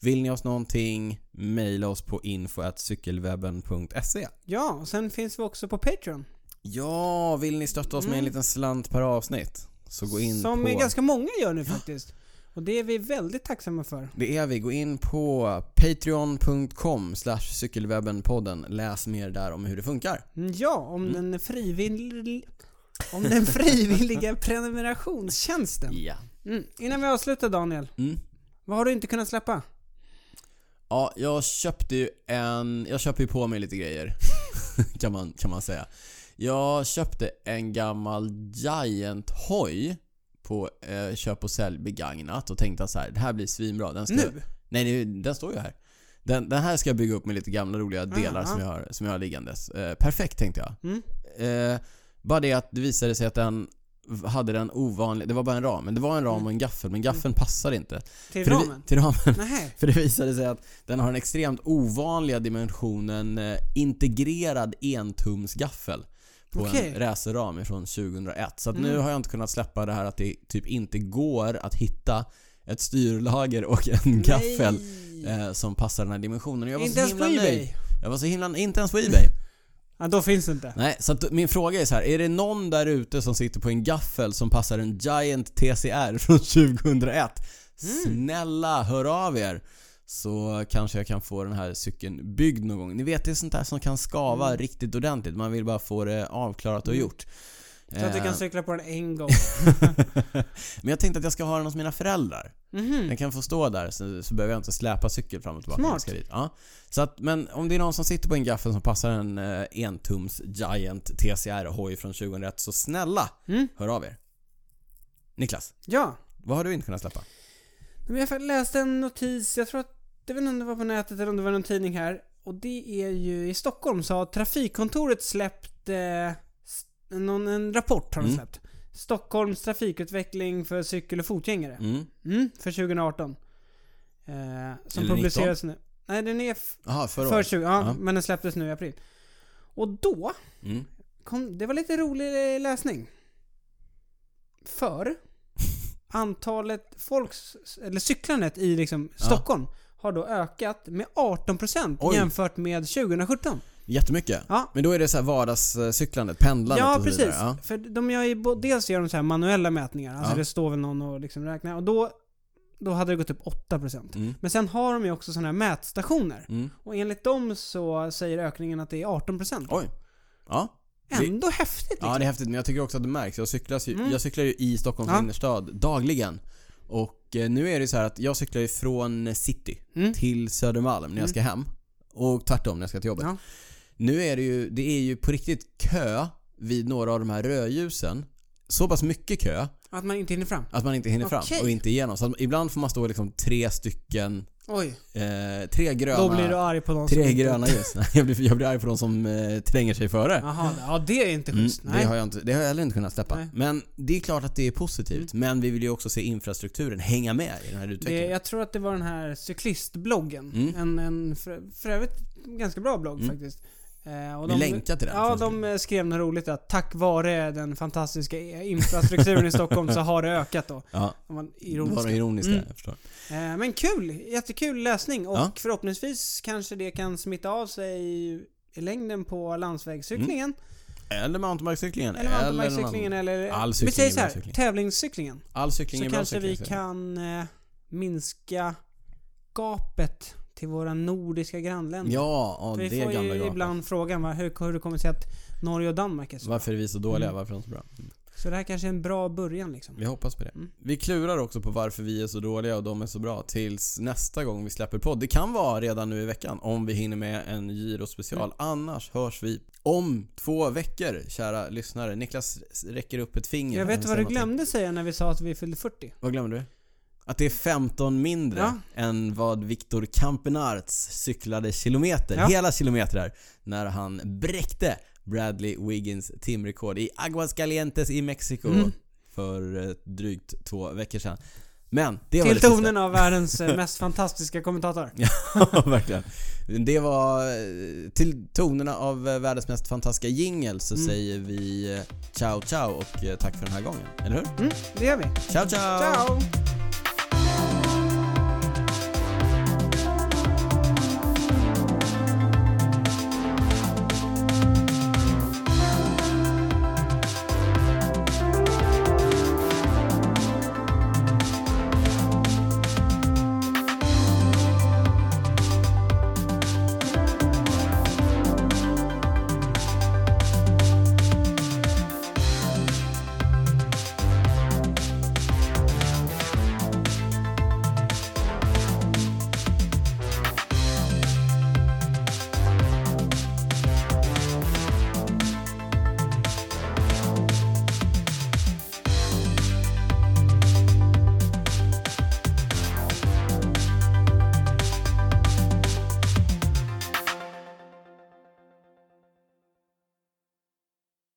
Speaker 2: Vill ni oss någonting, mejla oss på info cykelwebben.se.
Speaker 1: ja, och sen finns vi också på Patreon.
Speaker 2: Ja, vill ni stötta oss med en liten slant per avsnitt? Så gå in
Speaker 1: Mm. som
Speaker 2: på...
Speaker 1: är ganska många gör nu faktiskt. Och det är vi väldigt tacksamma för.
Speaker 2: Det är vi. Gå in på patreon.com slash cykelwebbenpodden. Läs mer där om hur det funkar.
Speaker 1: Mm, Ja, om den frivilliga... Om den frivilliga prenumerationstjänsten.
Speaker 2: Ja.
Speaker 1: Mm. Innan vi avslutar Daniel,
Speaker 2: Mm.
Speaker 1: vad har du inte kunnat släppa?
Speaker 2: Ja, jag köpte ju en... Jag köper ju på mig lite grejer. kan, man, kan man säga. Jag köpte en gammal Giant-hoj på eh, köp och sälj begagnat och tänkte att så här, det här blir svinbra. Den ska
Speaker 1: Nu?
Speaker 2: Nej, det, den står ju här. Den, den här ska jag bygga upp med lite gamla roliga delar
Speaker 1: ja.
Speaker 2: som, jag har, som jag har liggandes. Eh, perfekt tänkte jag.
Speaker 1: Ah, Mm.
Speaker 2: Eh, bara det att det visade sig att den hade den ovanlig, det var bara en ram, men det var en ram och en gaffel, men gaffeln passade inte.
Speaker 1: Mm. Till
Speaker 2: För det vi-
Speaker 1: ramen?
Speaker 2: Till ramen.
Speaker 1: Nej.
Speaker 2: För det visade sig att den har den extremt ovanliga dimensionen eh, integrerad entumsgaffel på
Speaker 1: Okej.
Speaker 2: en racerram från 2001. Så att nu
Speaker 1: Mm.
Speaker 2: har jag inte kunnat släppa det här att det typ inte går att hitta ett styrlager och en gaffel
Speaker 1: Nej.
Speaker 2: eh, som passar den här dimensionen. Och Jag var
Speaker 1: Inte
Speaker 2: så
Speaker 1: ens på
Speaker 2: himla
Speaker 1: Ebay?
Speaker 2: nöjd. Jag var så himla... Inte ens på Ebay.
Speaker 1: Ja, då finns det inte.
Speaker 2: Nej, så att min fråga är så här. Är det någon där ute som sitter på en gaffel som passar en Giant TCR från 2001? Snälla, hör av er. Så kanske jag kan få den här cykeln byggd någon gång. Ni vet, det är sånt där som kan skava riktigt ordentligt. Man vill bara få det avklarat och gjort.
Speaker 1: Så att du
Speaker 2: Eh,
Speaker 1: kan cykla på den en gång.
Speaker 2: Men jag tänkte att jag ska ha den hos mina föräldrar.
Speaker 1: Mhm.
Speaker 2: Den kan få stå där så, så behöver jag inte släpa cykel fram och tillbaka.
Speaker 1: Smart.
Speaker 2: Jag Ska dit. Ja. Så att, men om det är någon som sitter på en gaffel som passar en eh, entums Giant TCR-hoj från 2001 så snälla,
Speaker 1: Mm.
Speaker 2: hör av er. Niklas,
Speaker 1: Ja.
Speaker 2: vad har du inte kunnat släppa?
Speaker 1: Men jag läste en notis, jag tror att, jag vet inte om det var på nätet eller om det var någon tidning här. Och det är ju, i Stockholm så har trafikkontoret släppt eh, s- någon, en rapport har de
Speaker 2: Mm.
Speaker 1: släppt. Stockholms trafikutveckling för cykel och fotgängare.
Speaker 2: Mm.
Speaker 1: Mm, för 2018. Eh, som
Speaker 2: Eller
Speaker 1: publiceras nu. Nej, den är f-
Speaker 2: Aha, förra
Speaker 1: för
Speaker 2: året.
Speaker 1: 20, ja,
Speaker 2: Ja.
Speaker 1: men den släpptes nu i april. Och då
Speaker 2: Mm.
Speaker 1: kom, det var lite rolig eh, läsning. För antalet folks, eller cyklandet i liksom
Speaker 2: Ja.
Speaker 1: Stockholm har då ökat med 18%
Speaker 2: Oj.
Speaker 1: jämfört med 2017.
Speaker 2: Jättemycket.
Speaker 1: Ja.
Speaker 2: Men då är det så här vardagscyklandet, pendlandet
Speaker 1: Ja,
Speaker 2: och så
Speaker 1: precis.
Speaker 2: vidare. Ja.
Speaker 1: För de gör ju, bo- dels gör de så här manuella mätningar, alltså
Speaker 2: Ja.
Speaker 1: det står väl någon och liksom räknar. Och då, då hade det gått upp 8%.
Speaker 2: Mm.
Speaker 1: Men sen har de ju också sådana här mätstationer.
Speaker 2: Mm.
Speaker 1: Och enligt dem så säger ökningen att det är 18%.
Speaker 2: Oj. Ja. det-
Speaker 1: Ändå häftigt liksom. Mm.
Speaker 2: Ja, det är häftigt. Men jag tycker också att det märks. Jag, cyklas ju, jag cyklar ju i Stockholms
Speaker 1: Ja.
Speaker 2: innerstad dagligen. Och eh, nu är det så här att jag cyklar ju från city
Speaker 1: Mm.
Speaker 2: till Södermalm när jag ska hem. Och tvärtom när jag ska till jobbet.
Speaker 1: Ja.
Speaker 2: Nu är det ju, det är ju på riktigt kö vid några av de här rödljusen. Så pass mycket kö
Speaker 1: Att man inte hinner fram.
Speaker 2: att man inte hinner fram
Speaker 1: Okej.
Speaker 2: och inte igenom. Så att ibland får man stå liksom tre stycken,
Speaker 1: Oj.
Speaker 2: eh, tre gröna...
Speaker 1: Då blir du arg på någon
Speaker 2: Tre
Speaker 1: som inte-
Speaker 2: gröna ljus. Nej, jag, blir, jag blir arg på de som eh, tränger sig före.
Speaker 1: Jaha, ja det är inte
Speaker 2: Mm,
Speaker 1: schysst.
Speaker 2: det,
Speaker 1: Nej.
Speaker 2: har jag inte, det har jag heller inte kunnat släppa.
Speaker 1: Nej. Mm.
Speaker 2: Men det är klart att det är positivt. Men vi vill ju också se infrastrukturen hänga med i den här
Speaker 1: det,
Speaker 2: utvecklingen.
Speaker 1: jag tror att det var den här cyklistbloggen.
Speaker 2: Mm.
Speaker 1: En, en för, för övrigt ganska bra blogg
Speaker 2: Mm.
Speaker 1: faktiskt. Eh, och
Speaker 2: Vi länkar till den.
Speaker 1: Ja,
Speaker 2: Först.
Speaker 1: de eh, skrev något roligt att tack vare den fantastiska e- infrastrukturen i Stockholm så har det ökat då.
Speaker 2: Ja,
Speaker 1: De var
Speaker 2: ironiska.
Speaker 1: ironiska.
Speaker 2: Bara ironiska,
Speaker 1: Mm.
Speaker 2: jag förstår.
Speaker 1: Eh, men kul! Jättekul läsning och
Speaker 2: Ja.
Speaker 1: förhoppningsvis kanske det kan smitta av sig i längden på landsvägscyklingen.
Speaker 2: Mm. Eller mountainbikecyklingen.
Speaker 1: Eller
Speaker 2: någon
Speaker 1: mountainbikecyklingen
Speaker 2: annan.
Speaker 1: eller...
Speaker 2: All
Speaker 1: vi
Speaker 2: cykling
Speaker 1: säger
Speaker 2: är
Speaker 1: så här,
Speaker 2: bra cykling.
Speaker 1: tävlingscyklingen.
Speaker 2: All cykling
Speaker 1: Så
Speaker 2: är bra
Speaker 1: kanske
Speaker 2: cykling.
Speaker 1: vi
Speaker 2: säger jag.
Speaker 1: kan eh, minska gapet till våra nordiska grannländer.
Speaker 2: Ja, ja
Speaker 1: För
Speaker 2: det
Speaker 1: vi får
Speaker 2: gamla
Speaker 1: ju
Speaker 2: gapet.
Speaker 1: ibland frågan va, hur, hur det kommer sig att Norge och Danmark är så.
Speaker 2: Varför är vi så dåliga?
Speaker 1: Mm.
Speaker 2: Varför är de så bra?
Speaker 1: Så det här kanske är en bra början liksom.
Speaker 2: Vi hoppas på det.
Speaker 1: Mm.
Speaker 2: Vi klurar också på varför vi är så dåliga och de är så bra tills nästa gång vi släpper podd. Det kan vara redan nu i veckan om vi hinner med en gyrospecial.
Speaker 1: Mm.
Speaker 2: Annars hörs vi om två veckor, kära lyssnare. Niklas räcker upp ett finger.
Speaker 1: Jag
Speaker 2: här
Speaker 1: vet
Speaker 2: och
Speaker 1: vad du
Speaker 2: säger någonting.
Speaker 1: glömde säga när vi sa att vi fyllde 40.
Speaker 2: Vad glömde du? Att det är 15 mindre
Speaker 1: Ja.
Speaker 2: än vad Viktor Kampenarts cyklade kilometer,
Speaker 1: Ja.
Speaker 2: hela kilometrar, när han bräckte Bradley Wiggins timrekord i Aguascalientes i Mexiko
Speaker 1: Mm.
Speaker 2: för eh, drygt två veckor sedan. Men det var
Speaker 1: Till
Speaker 2: det sista.
Speaker 1: tonen av världens eh, mest fantastiska kommentator.
Speaker 2: Ja, verkligen. Det var eh, till tonerna av eh, världens mest fantastiska jingel så
Speaker 1: Mm.
Speaker 2: säger vi eh, ciao ciao och eh, tack för den här gången. Eller hur?
Speaker 1: Mm, det gör vi.
Speaker 2: Ciao ciao!
Speaker 1: Ciao!